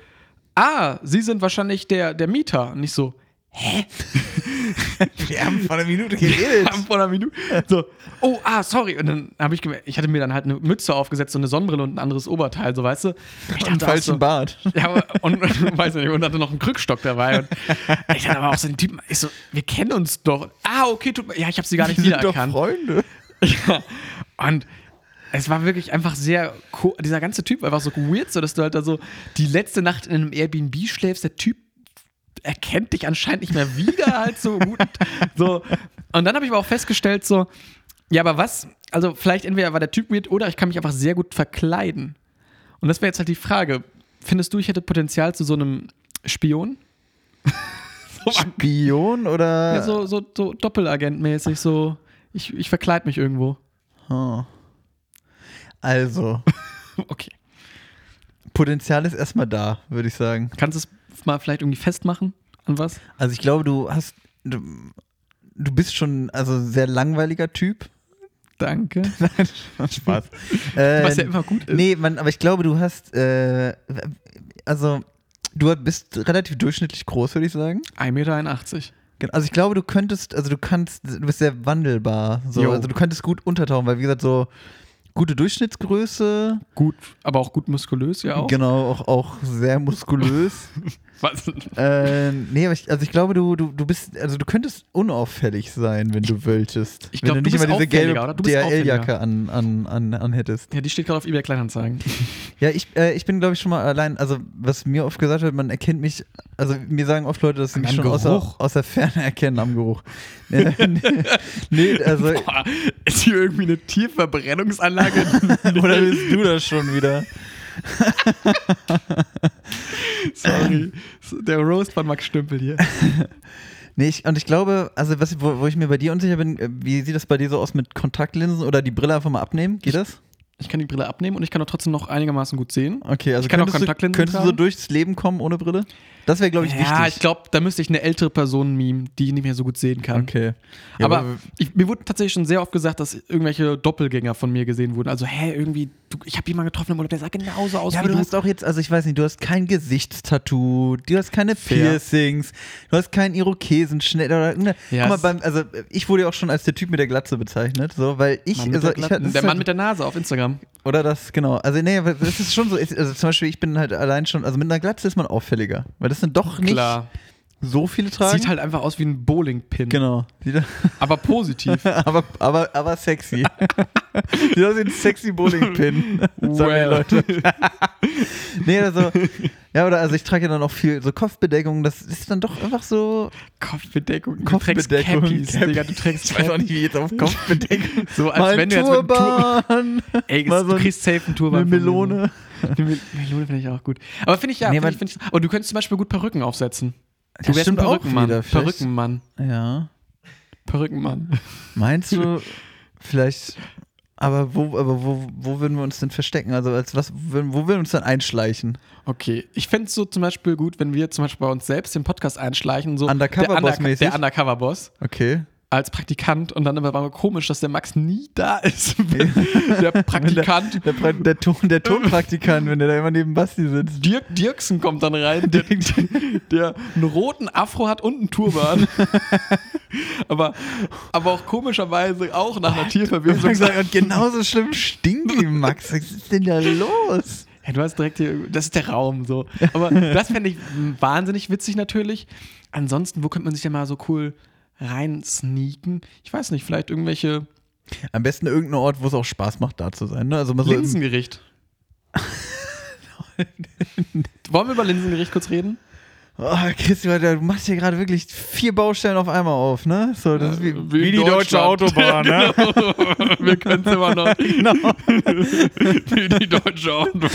[SPEAKER 2] Ah, Sie sind wahrscheinlich der, der Mieter. Und ich so,
[SPEAKER 1] wir haben vor einer Minute geredet.
[SPEAKER 2] Haben vor einer Minute. So, oh, ah, sorry. Und dann habe ich gemerkt, ich hatte mir dann halt eine Mütze aufgesetzt und eine Sonnenbrille und ein anderes Oberteil, so weißt du. Ich
[SPEAKER 1] Im
[SPEAKER 2] dachte auch
[SPEAKER 1] falschen
[SPEAKER 2] so,
[SPEAKER 1] Bart.
[SPEAKER 2] Ja, aber- und weiß nicht, und hatte noch einen Krückstock dabei. Und ich hatte aber auch so einen Typen, ich so, wir kennen uns doch. Ah, okay, tut mir, ja, ich habe sie gar nicht
[SPEAKER 1] Wir sind doch
[SPEAKER 2] wiedererkannt.
[SPEAKER 1] Freunde.
[SPEAKER 2] Ja. Und es war wirklich einfach sehr ko- dieser ganze Typ war einfach so weird, so dass du halt da so die letzte Nacht in einem Airbnb schläfst, der Typ erkennt dich anscheinend nicht mehr wieder halt so gut. So und dann habe ich aber auch festgestellt so ja, aber was? Also vielleicht entweder war der Typ weird oder ich kann mich einfach sehr gut verkleiden. Und das wäre jetzt halt die Frage, findest du, ich hätte Potenzial zu so einem Spion? so,
[SPEAKER 1] Spion oder?
[SPEAKER 2] ja, so, so, so Doppelagentmäßig so ich, ich verkleide mich irgendwo.
[SPEAKER 1] Oh. Also,
[SPEAKER 2] Okay.
[SPEAKER 1] Potenzial ist erstmal da, würde ich sagen.
[SPEAKER 2] Kannst du es mal vielleicht irgendwie festmachen? An was?
[SPEAKER 1] Also ich glaube, du hast, du, du bist schon also ein sehr langweiliger Typ.
[SPEAKER 2] Danke.
[SPEAKER 1] Spaß. Äh,
[SPEAKER 2] Was ja immer gut ist.
[SPEAKER 1] Nee, man, aber ich glaube, du hast, äh, also du bist relativ durchschnittlich groß, würde ich sagen.
[SPEAKER 2] 1,81 Meter.
[SPEAKER 1] Gen- Also ich glaube, du könntest, also du kannst, du bist sehr wandelbar. So.
[SPEAKER 2] Jo.
[SPEAKER 1] Also du könntest gut untertauchen, weil wie gesagt, so gute Durchschnittsgröße,
[SPEAKER 2] Gut, aber auch gut muskulös, ja auch.
[SPEAKER 1] genau, auch, auch sehr muskulös.
[SPEAKER 2] Was?
[SPEAKER 1] Ähm, nee, aber ich, also ich glaube, du, du, du bist, also du könntest unauffällig sein, wenn du wolltest.
[SPEAKER 2] ich glaub,
[SPEAKER 1] wenn
[SPEAKER 2] du
[SPEAKER 1] nicht
[SPEAKER 2] bist
[SPEAKER 1] immer diese
[SPEAKER 2] auffälliger,
[SPEAKER 1] gelbe
[SPEAKER 2] oder? Du bist
[SPEAKER 1] DHL-Jacke an, an, an, an hättest.
[SPEAKER 2] Ja, die steht gerade auf eBay Kleinanzeigen.
[SPEAKER 1] Ja, ich, äh, ich bin, glaube ich, schon mal allein, also was mir oft gesagt wird, man erkennt mich, also mir sagen oft Leute, dass sie mich
[SPEAKER 2] Am
[SPEAKER 1] schon außer,
[SPEAKER 2] Geruch.
[SPEAKER 1] außer Ferne erkennen am Geruch. Äh, nee, also,
[SPEAKER 2] Boah, ist hier irgendwie eine Tierverbrennungsanlage?
[SPEAKER 1] oder bist du das schon wieder?
[SPEAKER 2] Sorry. Der Roast von Max Stümpel hier.
[SPEAKER 1] Nee, ich, und ich glaube, also was, wo, wo ich mir bei dir unsicher bin, äh, wie sieht das bei dir so aus mit Kontaktlinsen oder die Brille einfach mal abnehmen? Geht das?
[SPEAKER 2] Ich kann die Brille abnehmen und ich kann auch trotzdem noch einigermaßen gut sehen.
[SPEAKER 1] Okay, also
[SPEAKER 2] Ich kann auch
[SPEAKER 1] könntest, du,
[SPEAKER 2] Kontaktlinsen
[SPEAKER 1] könntest du so
[SPEAKER 2] tragen.
[SPEAKER 1] durchs Leben kommen ohne Brille? Das wäre, glaube ich, wichtig.
[SPEAKER 2] Ja, ich glaube, da müsste ich eine ältere Person mimen, die nicht mehr so gut sehen kann.
[SPEAKER 1] Okay. Ja,
[SPEAKER 2] aber ich, mir wurde tatsächlich schon sehr oft gesagt, dass irgendwelche Doppelgänger von mir gesehen wurden. Also, hä, irgendwie, du, ich habe jemanden getroffen im Urlaub, der sah genauso aus
[SPEAKER 1] ja,
[SPEAKER 2] wie
[SPEAKER 1] aber du hast auch jetzt, also ich weiß nicht, du hast kein Gesichtstattoo, du hast keine
[SPEAKER 2] Fair.
[SPEAKER 1] Piercings, du hast keinen Irokesenschnitt oder irgendeine.
[SPEAKER 2] Ja,
[SPEAKER 1] Guck
[SPEAKER 2] es-
[SPEAKER 1] mal, beim, also ich wurde ja auch schon als der Typ mit der Glatze bezeichnet, so, weil ich.
[SPEAKER 2] Mann mit
[SPEAKER 1] also,
[SPEAKER 2] der,
[SPEAKER 1] ich
[SPEAKER 2] Glatte-
[SPEAKER 1] das ist
[SPEAKER 2] der Mann
[SPEAKER 1] halt-
[SPEAKER 2] mit der Nase auf Instagram.
[SPEAKER 1] Oder das, genau. Also, nee, aber das ist schon so. ich- Also, zum Beispiel, ich bin halt allein schon. Also, mit einer Glatze ist man auffälliger. Weil das sind doch nicht
[SPEAKER 2] Klar.
[SPEAKER 1] so viele Tragen.
[SPEAKER 2] Sieht halt einfach aus wie ein Bowling-Pin.
[SPEAKER 1] Genau. Sieht,
[SPEAKER 2] Aber positiv.
[SPEAKER 1] aber, aber, aber sexy. Sieht aus wie ein sexy Bowling-Pin. Sorry,
[SPEAKER 2] Well.
[SPEAKER 1] Leute. nee, also. Ja, oder also ich trage ja dann auch viel so Kopfbedeckung. Das ist dann doch einfach so.
[SPEAKER 2] Kopfbedeckung.
[SPEAKER 1] Kopfbedeckung,
[SPEAKER 2] Du trägst Cappies,
[SPEAKER 1] Cappies.
[SPEAKER 2] Digga. Du trägst
[SPEAKER 1] Ich weiß auch nicht, wie ich jetzt auf Kopfbedeckung.
[SPEAKER 2] So, als
[SPEAKER 1] Mal
[SPEAKER 2] wenn
[SPEAKER 1] ein
[SPEAKER 2] du jetzt mit einem Turban-
[SPEAKER 1] Turban.
[SPEAKER 2] Ey,
[SPEAKER 1] Mal so
[SPEAKER 2] du
[SPEAKER 1] ein-
[SPEAKER 2] kriegst safe einen Turban.
[SPEAKER 1] Eine
[SPEAKER 2] von mir.
[SPEAKER 1] Melone.
[SPEAKER 2] Eine Mel- Melone finde ich auch gut. Aber finde ich ja.
[SPEAKER 1] Nee,
[SPEAKER 2] find
[SPEAKER 1] aber-
[SPEAKER 2] ich, find ich, und du könntest zum Beispiel gut Perücken aufsetzen. Du
[SPEAKER 1] Das
[SPEAKER 2] wärst ein
[SPEAKER 1] stimmt auch
[SPEAKER 2] Perückenmann.
[SPEAKER 1] wieder, vielleicht-
[SPEAKER 2] Perückenmann.
[SPEAKER 1] Ja.
[SPEAKER 2] Perückenmann.
[SPEAKER 1] Meinst du, vielleicht, aber wo, aber wo, wo würden wir uns denn verstecken? Also als was, würden- wo würden wir uns dann einschleichen?
[SPEAKER 2] Okay. Ich fände es so zum Beispiel gut, wenn wir zum Beispiel bei uns selbst den Podcast einschleichen. So
[SPEAKER 1] Undercover-Boss-mäßig?
[SPEAKER 2] Der, Under der Undercover-Boss
[SPEAKER 1] Okay.
[SPEAKER 2] als Praktikant. Und dann immer war mir komisch, dass der Max nie da ist. wenn der Praktikant.
[SPEAKER 1] Der, Pra- der, Ton, der Tonpraktikant, wenn der da immer neben Basti sitzt.
[SPEAKER 2] Dirk Dirksen kommt dann rein, der, der einen roten Afro hat und einen Turban. aber, aber auch komischerweise auch nach einer
[SPEAKER 1] Und
[SPEAKER 2] Tierverwesung.
[SPEAKER 1] gesagt, und genauso schlimm stinkt wie Max. Was ist denn da los?
[SPEAKER 2] Ja, du hast direkt hier, das ist der Raum so. Aber das fände ich wahnsinnig witzig natürlich. Ansonsten, wo könnte man sich denn mal so cool rein sneaken? Ich weiß nicht, vielleicht irgendwelche
[SPEAKER 1] Am besten irgendein Ort, wo es auch Spaß macht, da zu sein. Ne? Also mal so im-
[SPEAKER 2] Linsengericht. Wollen wir über Linsengericht kurz reden?
[SPEAKER 1] Oh, Christian, du machst hier gerade wirklich vier Baustellen auf einmal auf, ne? So, das ist wie,
[SPEAKER 2] Äh, Wie in Deutschland. Genau.
[SPEAKER 1] ne?
[SPEAKER 2] Wir können es immer noch.
[SPEAKER 1] genau.
[SPEAKER 2] Wie die deutsche Autobahn.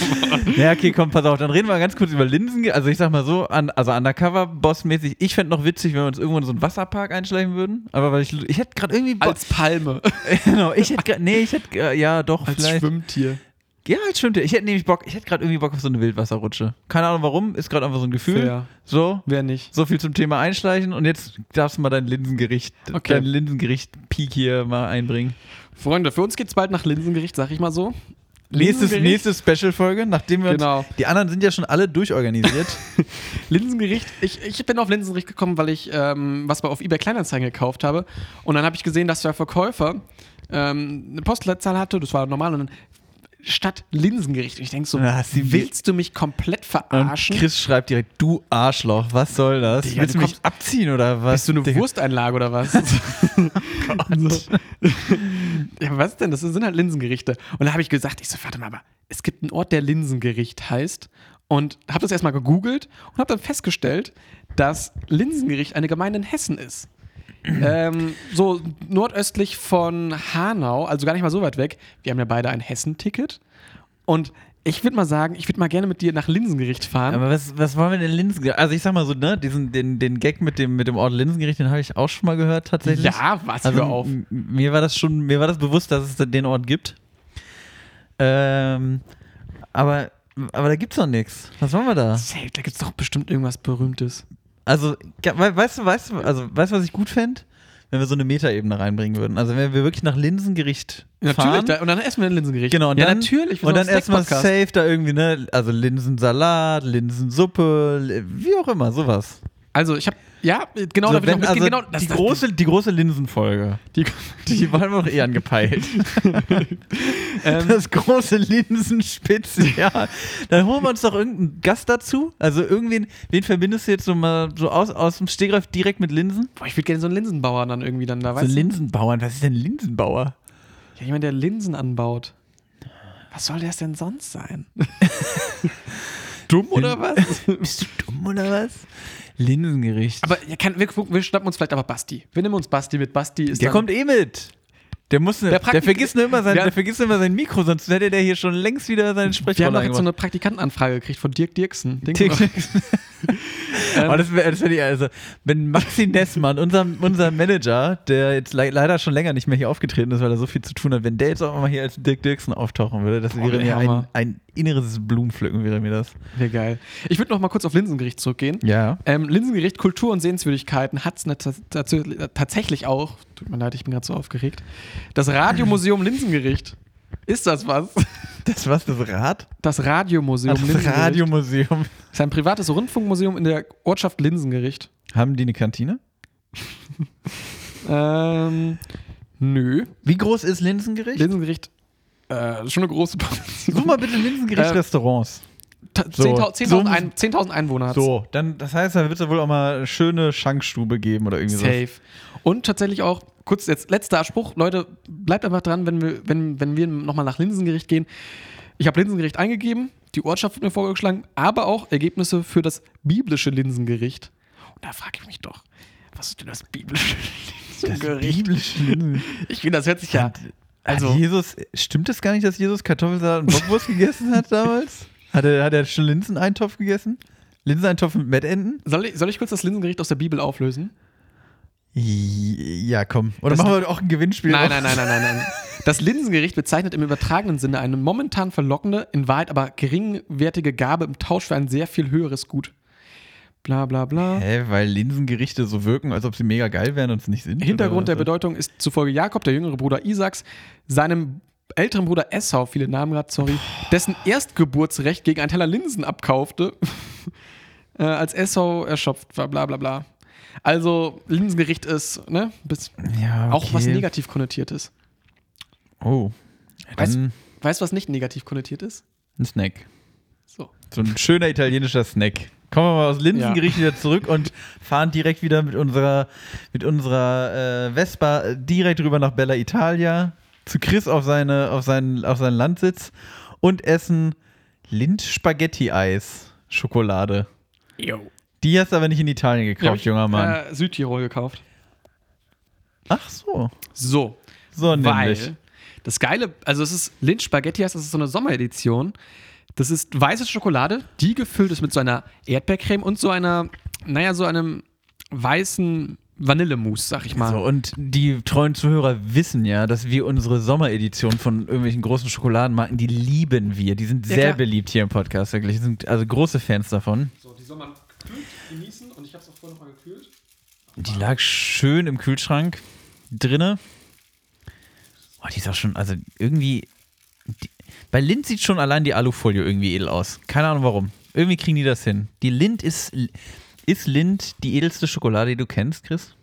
[SPEAKER 1] Ja, okay, komm, pass auf. Dann reden wir ganz kurz über Linsen. Also ich sag mal so, an, also Undercover-Boss-mäßig. Ich fände noch witzig, wenn wir uns irgendwo in so einen Wasserpark einschleichen würden. Aber weil ich, ich hätte gerade irgendwie... Bo-
[SPEAKER 2] Als Palme.
[SPEAKER 1] genau, ich hätte grad- Nee, ich hätte... äh, Ja, doch,
[SPEAKER 2] Als
[SPEAKER 1] vielleicht.
[SPEAKER 2] Schwimmtier.
[SPEAKER 1] ja, als Schwimmtier. Ich hätte nämlich Bock... Ich hätte gerade irgendwie Bock auf so eine Wildwasserrutsche. Keine Ahnung warum. Ist gerade einfach so ein Gefühl.
[SPEAKER 2] Fair.
[SPEAKER 1] So.
[SPEAKER 2] Wer nicht?
[SPEAKER 1] So viel zum Thema Einschleichen. Und jetzt darfst du mal dein Linsengericht...
[SPEAKER 2] Okay.
[SPEAKER 1] Dein Linsengericht-Peak hier mal einbringen.
[SPEAKER 2] Freunde, für uns geht's bald nach Linsengericht, sag ich mal so.
[SPEAKER 1] Nächstes,
[SPEAKER 2] Linsengericht?
[SPEAKER 1] nächste Special-Folge, nachdem wir
[SPEAKER 2] Genau.
[SPEAKER 1] uns... Die anderen sind ja schon alle durchorganisiert.
[SPEAKER 2] Linsengericht. Ich, ich bin auf Linsengericht gekommen, weil ich ähm, was bei auf eBay Kleinanzeigen gekauft habe. Und dann habe ich gesehen, dass der Verkäufer ähm, eine Postleitzahl hatte. Das war normal. Und dann statt Linsengericht. Und ich denke so,
[SPEAKER 1] Na, hast du-
[SPEAKER 2] willst du mich komplett
[SPEAKER 1] Und
[SPEAKER 2] verarschen?
[SPEAKER 1] Chris schreibt direkt, du Arschloch, was soll das?
[SPEAKER 2] Digga,
[SPEAKER 1] Willst du
[SPEAKER 2] du
[SPEAKER 1] mich abziehen oder was?
[SPEAKER 2] Bist du eine Also,
[SPEAKER 1] Digga?
[SPEAKER 2] Wursteinlage oder was? so. ja, was denn? Das sind halt Linsengerichte. Und da habe ich gesagt, ich so, warte mal, aber es gibt einen Ort, der Linsengericht heißt. Und habe das erstmal gegoogelt und habe dann festgestellt, dass Linsengericht eine Gemeinde in Hessen ist. ähm, so nordöstlich von Hanau, also gar nicht mal so weit weg. Wir haben ja beide ein Hessen-Ticket. Und ich würde mal sagen, ich würde mal gerne mit dir nach Linsengericht fahren.
[SPEAKER 1] Aber was, was wollen wir denn Linsengericht? Also ich sag mal so, ne, diesen, den, den Gag mit dem, mit dem Ort Linsengericht, den habe ich auch schon mal gehört tatsächlich.
[SPEAKER 2] ja, was
[SPEAKER 1] also
[SPEAKER 2] hör auf.
[SPEAKER 1] m- mir war das schon, mir war das bewusst, dass es den Ort gibt. Ähm, aber, aber da gibt's doch nichts. Was wollen wir da?
[SPEAKER 2] Safe, da gibt's doch bestimmt irgendwas Berühmtes.
[SPEAKER 1] Also, ge- we- weißt du, weißt du, also weißt du, was ich gut fände? Wenn wir so eine Metaebene reinbringen würden. Also wenn wir wirklich nach Linsengericht fahren.
[SPEAKER 2] Natürlich, da, und dann essen wir ein Linsengericht.
[SPEAKER 1] Genau, und
[SPEAKER 2] ja,
[SPEAKER 1] dann,
[SPEAKER 2] natürlich. wir
[SPEAKER 1] Und dann
[SPEAKER 2] sind ein
[SPEAKER 1] erstmal
[SPEAKER 2] Snack-Podcast.
[SPEAKER 1] safe da irgendwie, ne? Also Linsensalat, Linsensuppe, li- wie auch immer, sowas.
[SPEAKER 2] Also ich habe, ja, genau,
[SPEAKER 1] So,
[SPEAKER 2] da will ich noch
[SPEAKER 1] wenn, also
[SPEAKER 2] mitgehen. Genau,
[SPEAKER 1] die, große, die große Linsenfolge.
[SPEAKER 2] die,
[SPEAKER 1] Die waren wir noch eh angepeilt. das große Linsenspitzen, ja. Dann holen wir uns doch irgendeinen Gast dazu. Also irgendwen, wen verbindest du jetzt so mal so aus, aus dem Stegreif direkt mit Linsen?
[SPEAKER 2] boah, ich würde gerne so einen Linsenbauer dann irgendwie dann da, weißt
[SPEAKER 1] so
[SPEAKER 2] du?
[SPEAKER 1] Linsenbauern. Was ist denn Linsenbauer?
[SPEAKER 2] Ja, jemand, der Linsen anbaut. Was soll das denn sonst sein? Dumm oder was?
[SPEAKER 1] Bist du dumm oder was? Linsengericht.
[SPEAKER 2] Aber ihr kann, wir, wir schnappen uns vielleicht aber Basti. Wir nehmen uns Basti mit. Basti ist
[SPEAKER 1] der
[SPEAKER 2] dann-
[SPEAKER 1] kommt eh mit. Der, muss ne,
[SPEAKER 2] Der
[SPEAKER 1] der,
[SPEAKER 2] Praktik-
[SPEAKER 1] vergisst nur immer sein,
[SPEAKER 2] Ja.
[SPEAKER 1] der vergisst immer sein Mikro, sonst hätte der hier schon längst wieder seinen
[SPEAKER 2] Wir haben
[SPEAKER 1] Sprechrolle
[SPEAKER 2] doch jetzt
[SPEAKER 1] eingemacht.
[SPEAKER 2] so eine Praktikantenanfrage gekriegt von Dirk Dirksen. Den
[SPEAKER 1] Tick, tick. Aber das wäre das wär die- also, wenn Maxi Nessmann, unser, unser Manager, der jetzt le leider schon länger nicht mehr hier aufgetreten ist, weil er so viel zu tun hat, wenn der jetzt auch mal hier als Dirk Dirksen auftauchen würde, das wäre
[SPEAKER 2] Oh, der
[SPEAKER 1] mir ein,
[SPEAKER 2] Hammer.
[SPEAKER 1] ein inneres Blumenpflücken, wäre mir das.
[SPEAKER 2] Wäre geil. Ich würde noch mal kurz auf Linsengericht zurückgehen.
[SPEAKER 1] Ja.
[SPEAKER 2] Ähm, Linsengericht, Kultur und Sehenswürdigkeiten hat es tatsächlich auch, tut mir leid, ich bin gerade so aufgeregt, das Radiomuseum Linsengericht. Ist das was?
[SPEAKER 1] Das was, das Rad?
[SPEAKER 2] Das Radiomuseum
[SPEAKER 1] Das
[SPEAKER 2] Linsengericht.
[SPEAKER 1] Radiomuseum.
[SPEAKER 2] ist ein privates Rundfunkmuseum in der Ortschaft Linsengericht.
[SPEAKER 1] Haben die eine Kantine?
[SPEAKER 2] Ähm, nö.
[SPEAKER 1] Wie groß ist Linsengericht?
[SPEAKER 2] Linsengericht, äh, ist schon eine große
[SPEAKER 1] Such mal bitte Linsengericht-Restaurants.
[SPEAKER 2] Ta-
[SPEAKER 1] So,
[SPEAKER 2] 10.000
[SPEAKER 1] so-
[SPEAKER 2] 10.000 Ein- 10.000 Einwohner hat
[SPEAKER 1] So, dann, das heißt, da wird es wohl auch mal eine schöne Schankstube geben oder irgendwie so.
[SPEAKER 2] Safe. Und tatsächlich auch, kurz jetzt letzter Spruch, Leute, bleibt einfach dran, wenn wir, wenn, wenn wir nochmal nach Linsengericht gehen. Ich habe Linsengericht eingegeben, die Ortschaft wird mir vorgeschlagen, aber auch Ergebnisse für das biblische Linsengericht. Und da frage ich mich doch, was ist denn das biblische Linsengericht?
[SPEAKER 1] biblische Linsengericht.
[SPEAKER 2] ich finde, das hört sich ja.
[SPEAKER 1] Also
[SPEAKER 2] Also,
[SPEAKER 1] hat Jesus, stimmt es gar nicht, dass Jesus Kartoffelsalat und Bockwurst gegessen hat damals? Hat er, hat er schon Linseneintopf gegessen? Linseneintopf mit Mettenden?
[SPEAKER 2] soll ich, soll ich kurz das Linsengericht aus der Bibel auflösen?
[SPEAKER 1] Ja, komm. Oder
[SPEAKER 2] Das-
[SPEAKER 1] machen wir auch ein Gewinnspiel?
[SPEAKER 2] Nein,
[SPEAKER 1] auf?
[SPEAKER 2] nein, nein, nein, nein, nein. Das Linsengericht bezeichnet im übertragenen Sinne eine momentan verlockende, in Wahrheit aber geringwertige Gabe im Tausch für ein sehr viel höheres Gut. Bla bla bla.
[SPEAKER 1] Hä, weil Linsengerichte so wirken, als ob sie mega geil wären und es nicht sind.
[SPEAKER 2] Hintergrund der
[SPEAKER 1] oder was?
[SPEAKER 2] Bedeutung ist zufolge Jakob, der jüngere Bruder Isaaks, seinem älteren Bruder Esau, viele Namen gerade, sorry, dessen Erstgeburtsrecht gegen einen Teller Linsen abkaufte, äh, als Esau erschöpft war, bla bla bla. Also Linsengericht ist, ne, bis,
[SPEAKER 1] Ja, okay.
[SPEAKER 2] auch was negativ konnotiert ist.
[SPEAKER 1] Oh. Ja,
[SPEAKER 2] Weißt-
[SPEAKER 1] Dann
[SPEAKER 2] Weißt du, was nicht negativ konnotiert ist?
[SPEAKER 1] ein Snack.
[SPEAKER 2] So.
[SPEAKER 1] So ein schöner italienischer Snack. Kommen wir mal aus Linsengericht wieder zurück und fahren direkt wieder mit unserer, mit unserer äh, Vespa äh, direkt rüber nach Bella Italia zu Chris auf, seine, auf, seinen, auf seinen Landsitz und essen Lind-Spaghetti-Eis. Schokolade.
[SPEAKER 2] Yo.
[SPEAKER 1] Die hast du aber nicht in Italien
[SPEAKER 2] Ja, hab
[SPEAKER 1] gekauft,
[SPEAKER 2] ich,
[SPEAKER 1] junger Mann.
[SPEAKER 2] Äh, Südtirol gekauft.
[SPEAKER 1] Ach so.
[SPEAKER 2] So,
[SPEAKER 1] So nämlich.
[SPEAKER 2] weil das Geile, also es ist Lind Spaghetti, heißt, das ist so eine Sommeredition. Das ist weiße Schokolade, die gefüllt ist mit so einer Erdbeercreme und so einer, naja, so einem weißen Vanillemousse, sag ich mal.
[SPEAKER 1] So, und die treuen Zuhörer wissen ja, dass wir unsere Sommeredition von irgendwelchen großen Schokoladenmarken, die lieben wir. Die sind
[SPEAKER 2] Ja,
[SPEAKER 1] sehr
[SPEAKER 2] klar.
[SPEAKER 1] beliebt hier im Podcast, wirklich. Wir sind also große Fans davon.
[SPEAKER 2] die soll man gekühlt genießen und ich hab's auch vorhin nochmal gekühlt.
[SPEAKER 1] Die lag schön im Kühlschrank drinne. Oh, die ist auch schon, also irgendwie. Die, bei Lind sieht schon allein die Alufolie irgendwie edel aus. Keine Ahnung warum. Irgendwie kriegen die das hin. Die Lind ist. Ist Lind die edelste Schokolade, die du kennst, Chris?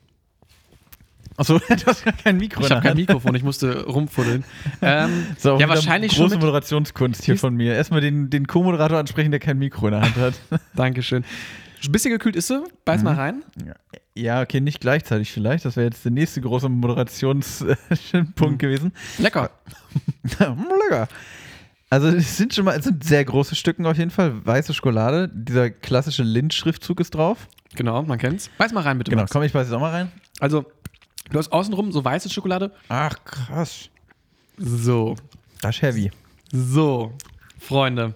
[SPEAKER 1] Achso, du hast gar kein Mikro.
[SPEAKER 2] Ich
[SPEAKER 1] in
[SPEAKER 2] habe
[SPEAKER 1] der
[SPEAKER 2] kein
[SPEAKER 1] Hand.
[SPEAKER 2] Mikrofon, ich musste rumfuddeln. ähm,
[SPEAKER 1] So,
[SPEAKER 2] ja,
[SPEAKER 1] wieder
[SPEAKER 2] wahrscheinlich schon.
[SPEAKER 1] große
[SPEAKER 2] Mit,
[SPEAKER 1] Moderationskunst hier von mir. Erstmal den, den Co-Moderator ansprechen, der kein Mikro in der Hand hat.
[SPEAKER 2] Dankeschön. Mhm. Ein bisschen gekühlt ist sie, beiß mal rein.
[SPEAKER 1] ja, okay, nicht gleichzeitig vielleicht. Das wäre jetzt der nächste große
[SPEAKER 2] Hm.
[SPEAKER 1] Moderationspunkt gewesen.
[SPEAKER 2] Lecker.
[SPEAKER 1] Mm, Lecker. Also es sind schon mal, es sind sehr große Stücken auf jeden Fall. Weiße Schokolade, dieser klassische Lind-Schriftzug ist drauf.
[SPEAKER 2] Genau, man kennt's. Beiß mal rein, bitte.
[SPEAKER 1] Genau,
[SPEAKER 2] Max.
[SPEAKER 1] komm, ich beiß jetzt auch mal rein.
[SPEAKER 2] Also, du hast außenrum so weiße Schokolade.
[SPEAKER 1] Ach, krass.
[SPEAKER 2] So.
[SPEAKER 1] Das ist heavy.
[SPEAKER 2] So. Freunde.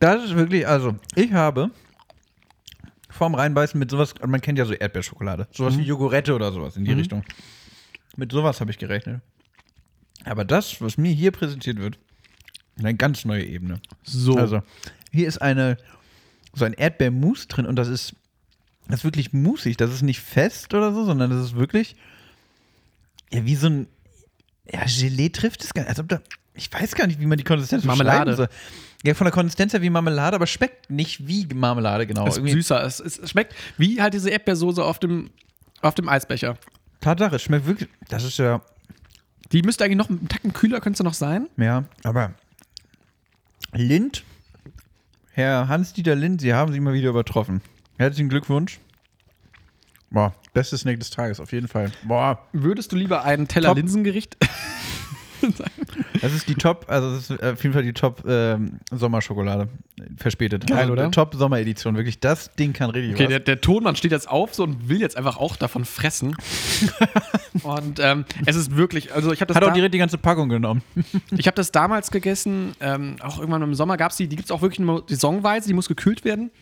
[SPEAKER 1] Das ist wirklich, also ich habe vorm Reinbeißen mit sowas, man kennt ja so Erdbeerschokolade, sowas wie Jogurette oder sowas in die Richtung. Mit sowas habe ich gerechnet. Aber das, was mir hier präsentiert wird, ist eine ganz neue Ebene.
[SPEAKER 2] So.
[SPEAKER 1] Also, hier ist eine, so ein Erdbeermus drin und das ist, das ist wirklich musig. Das ist nicht fest oder so, sondern das ist wirklich, ja, wie so ein, ja, Gelee trifft es gar nicht. Als ob da, ich weiß gar nicht, wie man die Konsistenz
[SPEAKER 2] Marmelade.
[SPEAKER 1] beschreiben soll. Ja, von der Konsistenz her wie Marmelade, aber schmeckt nicht wie Marmelade genau.
[SPEAKER 2] Es ist
[SPEAKER 1] Irgendwie-
[SPEAKER 2] süßer. Es, es schmeckt wie halt diese Erdbeersoße auf dem, auf dem Eisbecher.
[SPEAKER 1] Tatsache, es schmeckt wirklich. Das ist ja.
[SPEAKER 2] Die müsste eigentlich noch einen Tacken kühler, könnte sie noch sein.
[SPEAKER 1] Ja, aber Lind, Herr Hans-Dieter Lind, Sie haben sich mal wieder übertroffen. Herzlichen Glückwunsch. Boah, bestes Snack des Tages, auf jeden Fall. Boah,
[SPEAKER 2] Würdest du lieber einen Teller
[SPEAKER 1] Top.
[SPEAKER 2] Linsengericht?
[SPEAKER 1] das ist die Top, also das ist auf jeden Fall die Top ähm, Sommerschokolade. Verspätet.
[SPEAKER 2] Geil,
[SPEAKER 1] also,
[SPEAKER 2] oder?
[SPEAKER 1] Top Sommeredition, wirklich. Das Ding kann richtig
[SPEAKER 2] Okay,
[SPEAKER 1] was.
[SPEAKER 2] der, der Tonmann steht jetzt auf so und will jetzt einfach auch davon fressen. und ähm, es ist wirklich, also ich habe das,
[SPEAKER 1] Hat auch
[SPEAKER 2] da,
[SPEAKER 1] direkt die ganze Packung genommen.
[SPEAKER 2] ich hab das damals gegessen, ähm, auch irgendwann im Sommer gab es die, die gibt es auch wirklich nur saisonweise, die muss gekühlt werden,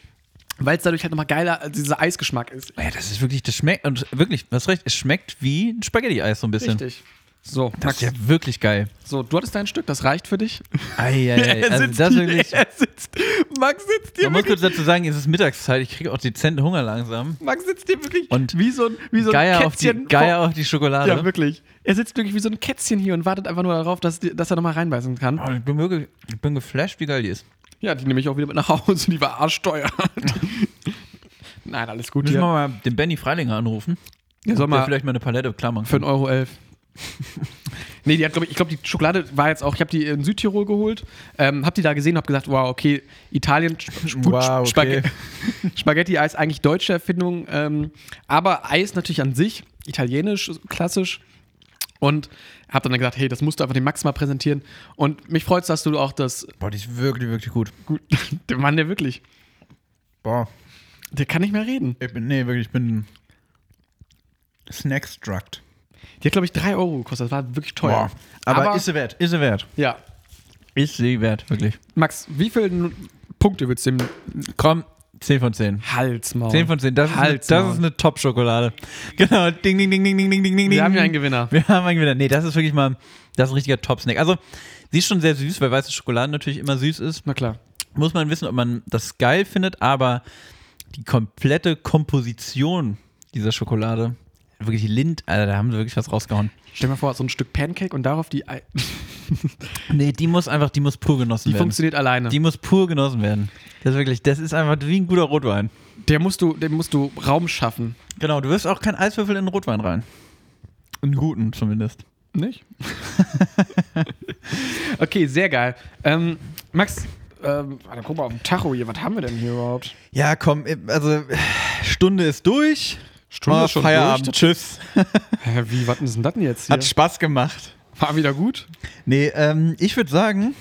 [SPEAKER 2] weil es dadurch halt nochmal geiler, also dieser Eisgeschmack ist.
[SPEAKER 1] Ja, das ist wirklich, das schmeckt, und wirklich, du hast recht, es schmeckt wie ein Spaghetti-Eis so ein bisschen.
[SPEAKER 2] Richtig. So,
[SPEAKER 1] Das ist
[SPEAKER 2] Max,
[SPEAKER 1] ja wirklich geil.
[SPEAKER 2] so, du hattest dein Stück, das reicht für dich.
[SPEAKER 1] Ei, ei, ei. Also das
[SPEAKER 2] hier-
[SPEAKER 1] wirklich,
[SPEAKER 2] er sitzt, Max sitzt hier
[SPEAKER 1] man muss kurz
[SPEAKER 2] wirklich,
[SPEAKER 1] dazu sagen, es ist Mittagszeit, ich kriege auch dezent Hunger langsam.
[SPEAKER 2] Max sitzt hier wirklich
[SPEAKER 1] Und
[SPEAKER 2] wie so ein, wie so ein
[SPEAKER 1] Geier, auf die,
[SPEAKER 2] Kätzchen
[SPEAKER 1] Geier
[SPEAKER 2] vor-
[SPEAKER 1] auf die Schokolade.
[SPEAKER 2] Ja, wirklich. Er sitzt wirklich wie so ein Kätzchen hier und wartet einfach nur darauf, dass, die- dass er nochmal reinbeißen kann.
[SPEAKER 1] Oh, ich, bin wirklich, ich bin geflasht, wie geil die ist.
[SPEAKER 2] Ja, die nehme ich auch wieder mit nach Hause, die war arschteuer. Nein, alles gut
[SPEAKER 1] Müssen
[SPEAKER 2] hier.
[SPEAKER 1] wir mal den Benny Freilinger anrufen?
[SPEAKER 2] Der soll
[SPEAKER 1] Ob der
[SPEAKER 2] mal
[SPEAKER 1] vielleicht mal eine Palette klammern.
[SPEAKER 2] für
[SPEAKER 1] kann.
[SPEAKER 2] 1,11 Euro. Elf. nee, die hat, glaube ich, ich glaube, die Schokolade war jetzt auch, ich habe die in Südtirol geholt, ähm, habe die da gesehen, habe gesagt, wow, okay, Italien, Sp- Sp-
[SPEAKER 1] Wow, okay.
[SPEAKER 2] Spag- Spaghetti-Eis, eigentlich deutsche Erfindung, ähm, aber Eis natürlich an sich, italienisch, klassisch. Und habe dann gesagt, hey, das musst du einfach dem Max mal präsentieren. Und mich freut es, dass du auch das,
[SPEAKER 1] Boah, die ist wirklich, wirklich gut.
[SPEAKER 2] gut, der Mann, der wirklich,
[SPEAKER 1] Boah,
[SPEAKER 2] der kann nicht mehr reden.
[SPEAKER 1] ich bin, nee, wirklich, ich bin snackstruckt.
[SPEAKER 2] Die hat, glaube ich, 3 Euro gekostet. Das war wirklich teuer.
[SPEAKER 1] Boah. Aber, ist sie wert, ist sie wert.
[SPEAKER 2] ja.
[SPEAKER 1] Ist sie wert, wirklich.
[SPEAKER 2] Max, wie viele Punkte würdest du dem
[SPEAKER 1] Komm, 10 von 10.
[SPEAKER 2] Halsmaul?
[SPEAKER 1] 10 von 10, das ist, eine-
[SPEAKER 2] Oh, Halt's
[SPEAKER 1] das
[SPEAKER 2] Maul.
[SPEAKER 1] ist eine Top-Schokolade. Genau, ding, ding, ding, ding, ding, ding, ding, ding.
[SPEAKER 2] Wir haben ja einen Gewinner.
[SPEAKER 1] Wir haben einen Gewinner. Nee, das ist wirklich mal, das ist ein richtiger Top-Snack. Also, sie ist schon sehr süß, weil weiße Schokolade natürlich immer süß ist.
[SPEAKER 2] Na klar.
[SPEAKER 1] muss man wissen, ob man das geil findet, aber die komplette Komposition dieser Schokolade, wirklich Lind, Alter, da haben sie wirklich was rausgehauen.
[SPEAKER 2] Stell dir mal vor, so ein Stück Pancake und darauf die. Ei
[SPEAKER 1] Nee, die muss einfach, die muss pur genossen
[SPEAKER 2] die
[SPEAKER 1] werden.
[SPEAKER 2] funktioniert alleine.
[SPEAKER 1] Die muss pur genossen werden. Das ist wirklich, das ist einfach wie ein guter Rotwein.
[SPEAKER 2] der, musst du, der musst du Raum schaffen.
[SPEAKER 1] Genau, du wirfst auch keinen Eiswürfel in den Rotwein rein. In guten zumindest.
[SPEAKER 2] Nicht? okay, sehr geil. Ähm, Max, ähm, warte, guck mal auf dem Tacho hier. Was haben wir denn hier überhaupt?
[SPEAKER 1] Ja, komm, also Stunde ist durch.
[SPEAKER 2] Stunde
[SPEAKER 1] Mal
[SPEAKER 2] ist schon
[SPEAKER 1] Feierabend.
[SPEAKER 2] durch.
[SPEAKER 1] Tschüss.
[SPEAKER 2] Hä, wie, was ist denn das denn jetzt hier?
[SPEAKER 1] Hat Spaß gemacht.
[SPEAKER 2] War wieder gut?
[SPEAKER 1] Nee, ähm, ich würde sagen,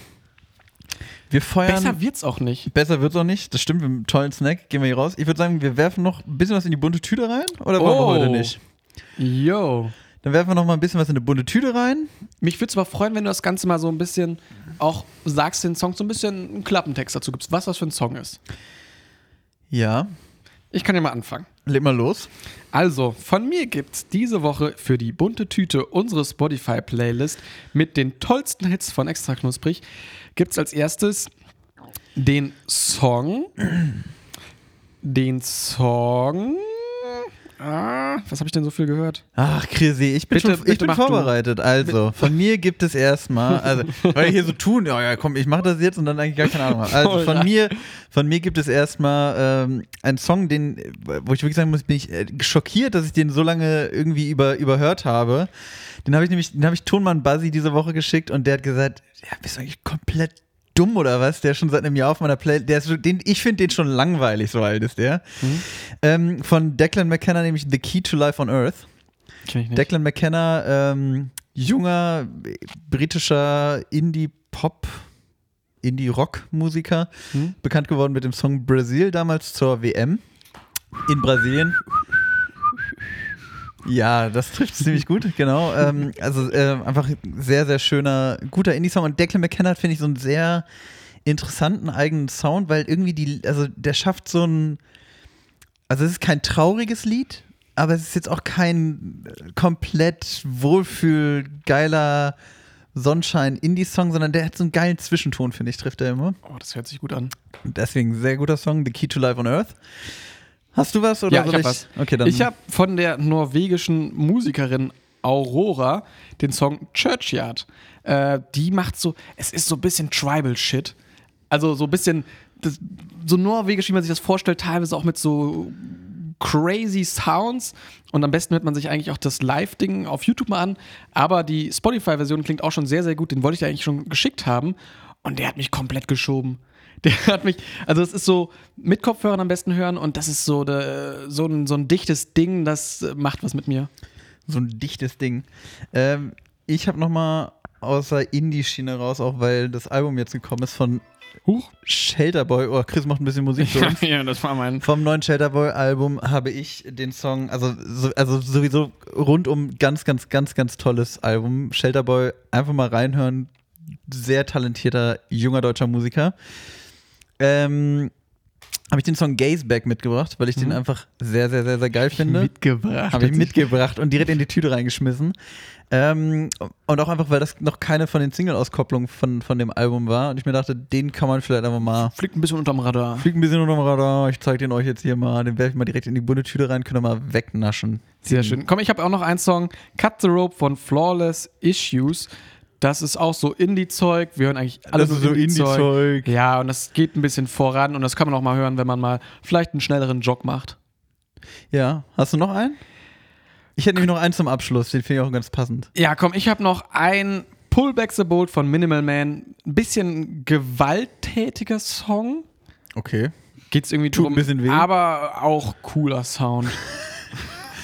[SPEAKER 1] wir feuern.
[SPEAKER 2] Besser wird's auch nicht.
[SPEAKER 1] Besser wird's auch nicht. Das stimmt, mit einem tollen Snack gehen wir hier raus. Ich würde sagen, wir werfen noch ein bisschen was in die bunte Tüte rein. Oder wollen
[SPEAKER 2] Oh.
[SPEAKER 1] wir heute nicht?
[SPEAKER 2] Yo.
[SPEAKER 1] Dann werfen wir noch mal ein bisschen was in eine bunte Tüte rein.
[SPEAKER 2] Mich würde es aber freuen, wenn du das Ganze mal so ein bisschen auch sagst, den Song so ein bisschen einen Klappentext dazu gibst, was das für ein Song ist.
[SPEAKER 1] Ja,
[SPEAKER 2] Ich kann ja mal anfangen.
[SPEAKER 1] leg mal los.
[SPEAKER 2] Also, von mir gibt's diese Woche für die bunte Tüte unsere Spotify-Playlist mit den tollsten Hits von Extra Knusprig. Gibt's als erstes den Song. Den Song. Ah, was habe ich denn so viel gehört?
[SPEAKER 1] Ach, Chrissy, ich bin,
[SPEAKER 2] Bitte-
[SPEAKER 1] schon, ich
[SPEAKER 2] bitte
[SPEAKER 1] bin
[SPEAKER 2] mach du.
[SPEAKER 1] vorbereitet. Also, von mir gibt es erstmal, also, weil ich hier so tun, ja, ja, komm, ich mache das jetzt und dann eigentlich gar keine Ahnung habe. Also,
[SPEAKER 2] Voll
[SPEAKER 1] von
[SPEAKER 2] rein.
[SPEAKER 1] mir, von mir gibt es erstmal ähm, einen Song, den, wo ich wirklich sagen muss, bin ich äh, schockiert, dass ich den so lange irgendwie über, überhört habe. Den habe ich nämlich, den habe ich Tonmann Buzzy diese Woche geschickt und der hat gesagt, ja, bist du eigentlich komplett dumm oder was? Der ist schon seit einem Jahr auf meiner Playlist, der ist so, den, ich finde den schon langweilig, so alt ist der.
[SPEAKER 2] Mhm.
[SPEAKER 1] Ähm, von Declan McKenna, nämlich The Key to Life on Earth.
[SPEAKER 2] Kenn ich
[SPEAKER 1] Declan McKenna, ähm, junger äh, britischer Indie-Pop, Indie-Rock-Musiker,
[SPEAKER 2] Hm.
[SPEAKER 1] bekannt geworden mit dem Song Brasil damals zur WM in Brasilien. Ja, das trifft ziemlich gut, genau. Ähm, also ähm, einfach sehr, sehr schöner, guter Indie-Song. Und Declan McKenna hat, finde ich, so einen sehr interessanten eigenen Sound, weil irgendwie die, also der schafft so ein, also es ist kein trauriges Lied, aber es ist jetzt auch kein äh, komplett wohlfühl geiler Sonnenschein-Indie-Song, sondern der hat so einen geilen Zwischenton, finde ich, trifft er immer.
[SPEAKER 2] Oh, das hört sich gut an.
[SPEAKER 1] Und deswegen sehr guter Song, The Key to Life on Earth. Hast du was? Oder
[SPEAKER 2] Ja, ich
[SPEAKER 1] soll
[SPEAKER 2] hab was.
[SPEAKER 1] Okay, dann.
[SPEAKER 2] ich habe von der norwegischen Musikerin Aurora den Song Churchyard. Äh, die macht so, es ist so ein bisschen Tribal-Shit. Also so ein bisschen, das, so norwegisch, wie man sich das vorstellt, teilweise auch mit so crazy Sounds. Und am besten hört man sich eigentlich auch das Live-Ding auf YouTube mal an. Aber die Spotify-Version klingt auch schon sehr, sehr gut. Den wollte ich dir eigentlich schon geschickt haben. Und der hat mich komplett geschoben. Der hat mich, also es ist so mit Kopfhörern am besten hören und das ist so, de, so, ein, so ein dichtes Ding, das macht was mit mir.
[SPEAKER 1] so ein dichtes Ding. Ähm, ich habe nochmal außer Indie-Schiene raus, auch weil das Album jetzt gekommen ist von
[SPEAKER 2] Huch.
[SPEAKER 1] Shelterboy. Oh, Chris macht ein bisschen Musik für uns.
[SPEAKER 2] ja, das war mein.
[SPEAKER 1] Vom neuen Shelterboy-Album habe ich den Song, also, so, also sowieso rundum ganz, ganz, ganz, ganz tolles Album. Shelterboy, einfach mal reinhören. Sehr talentierter, junger deutscher Musiker. Ähm, habe ich den Song Gaze Back mitgebracht, weil ich den einfach sehr, sehr, sehr, sehr geil
[SPEAKER 2] Ne?
[SPEAKER 1] finde.
[SPEAKER 2] Mitgebracht.
[SPEAKER 1] Habe ich mitgebracht und direkt in die Tüte reingeschmissen. Ähm, und auch einfach, weil das noch keine von den Single-Auskopplungen von, von dem Album war. Und ich mir dachte, den kann man vielleicht einfach mal.
[SPEAKER 2] Fliegt ein bisschen unterm Radar.
[SPEAKER 1] Fliegt ein bisschen unterm Radar. Ich zeige den euch jetzt hier mal. Den werfe ich mal direkt in die bunte Tüte rein. Könnt ihr mal wegnaschen.
[SPEAKER 2] Sehr schön. Komm, ich habe auch noch einen Song, Cut the Rope von Flawless Issues. Das ist auch so Indie-Zeug. Wir hören eigentlich alles
[SPEAKER 1] Das ist so Indie-Zeug.
[SPEAKER 2] Ja, und das geht ein bisschen voran und das kann man auch mal hören, wenn man mal vielleicht einen schnelleren Jog macht.
[SPEAKER 1] Ja. Hast du noch einen? Ich hätte nämlich noch einen zum Abschluss. Den finde ich auch ganz passend.
[SPEAKER 2] Ja, komm, ich habe noch ein Pullback the Bolt von Minimal Man. Ein bisschen gewalttätiger Song.
[SPEAKER 1] Okay.
[SPEAKER 2] Geht's irgendwie
[SPEAKER 1] Tut ein
[SPEAKER 2] drum,
[SPEAKER 1] bisschen weh.
[SPEAKER 2] aber auch cooler Sound.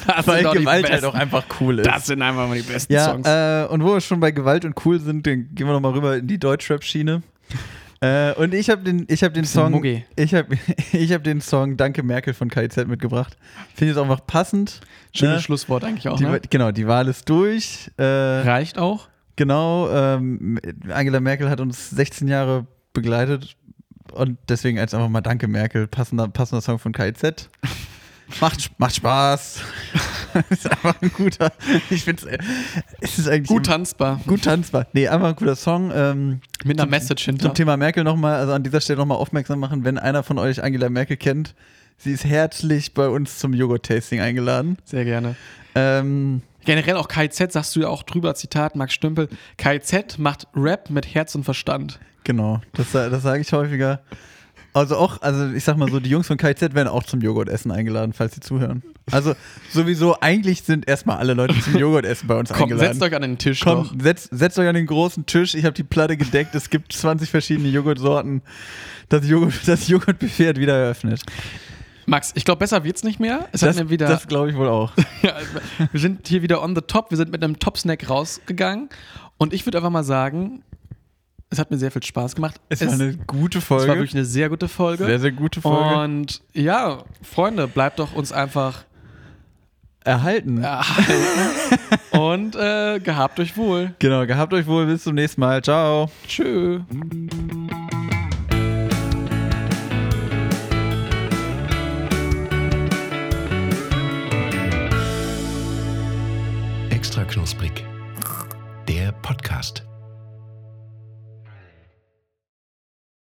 [SPEAKER 2] das
[SPEAKER 1] Weil
[SPEAKER 2] sind doch die
[SPEAKER 1] Gewalt halt
[SPEAKER 2] besten.
[SPEAKER 1] auch einfach cool ist.
[SPEAKER 2] Das sind einfach mal die besten Songs.
[SPEAKER 1] Ja, äh, und wo wir schon bei Gewalt und cool sind, dann gehen wir nochmal rüber in die Deutschrap-Schiene. Äh, und ich habe den, ich hab den Song,
[SPEAKER 2] Muggi.
[SPEAKER 1] ich habe ich hab den Song Danke Merkel von KIZ mitgebracht. Finde ich jetzt auch einfach passend.
[SPEAKER 2] Schönes
[SPEAKER 1] ne?
[SPEAKER 2] Schlusswort eigentlich auch.
[SPEAKER 1] Die,
[SPEAKER 2] Ne?
[SPEAKER 1] Genau, die Wahl ist durch. Äh,
[SPEAKER 2] Reicht auch.
[SPEAKER 1] genau, ähm, Angela Merkel hat uns 16 Jahre begleitet und deswegen jetzt einfach mal Danke Merkel, passender, passender Song von KIZ. Macht, macht Spaß. ist einfach ein guter. Ich finde es ist eigentlich
[SPEAKER 2] Gut tanzbar.
[SPEAKER 1] Gut tanzbar. Nee, einfach ein guter Song. Ähm,
[SPEAKER 2] Mit einer Message hinter.
[SPEAKER 1] zum Thema Merkel nochmal, also an dieser Stelle nochmal aufmerksam machen, wenn einer von euch Angela Merkel kennt, sie ist herzlich bei uns zum Joghurt-Tasting eingeladen.
[SPEAKER 2] Sehr gerne.
[SPEAKER 1] Ähm,
[SPEAKER 2] Generell auch KZ, sagst du ja auch drüber, Zitat Max Stümpel. KZ macht Rap mit Herz und Verstand.
[SPEAKER 1] genau, das, sa- das sage ich häufiger. Also auch, also ich sag mal so, die Jungs von KZ werden auch zum Joghurtessen eingeladen, falls sie zuhören. Also sowieso, eigentlich sind erstmal alle Leute zum Joghurtessen bei uns
[SPEAKER 2] Komm,
[SPEAKER 1] eingeladen.
[SPEAKER 2] setzt euch an den Tisch. doch.
[SPEAKER 1] Kommt, setzt, setzt euch an den großen Tisch. Ich habe die Platte gedeckt. Es gibt 20 verschiedene Joghurtsorten. Das, Joghurt, das Joghurtbuffet hat wieder eröffnet.
[SPEAKER 2] Max, ich glaube, besser wird's nicht mehr. Es
[SPEAKER 1] Das,
[SPEAKER 2] hat mir wieder.
[SPEAKER 1] das glaube ich wohl auch.
[SPEAKER 2] ja, wir sind hier wieder on the top. Wir sind mit einem Top-Snack rausgegangen. Und ich würde einfach mal sagen, es hat mir sehr viel Spaß gemacht.
[SPEAKER 1] Es war eine gute Folge.
[SPEAKER 2] es war wirklich eine sehr gute Folge.
[SPEAKER 1] sehr, sehr gute Folge.
[SPEAKER 2] Und ja, Freunde, bleibt doch uns einfach
[SPEAKER 1] Erhalten.
[SPEAKER 2] erhalten. und äh, gehabt euch wohl.
[SPEAKER 1] Genau, gehabt euch wohl. Bis zum nächsten Mal. Ciao.
[SPEAKER 2] Tschö.
[SPEAKER 3] Extra knusprig. Der Podcast.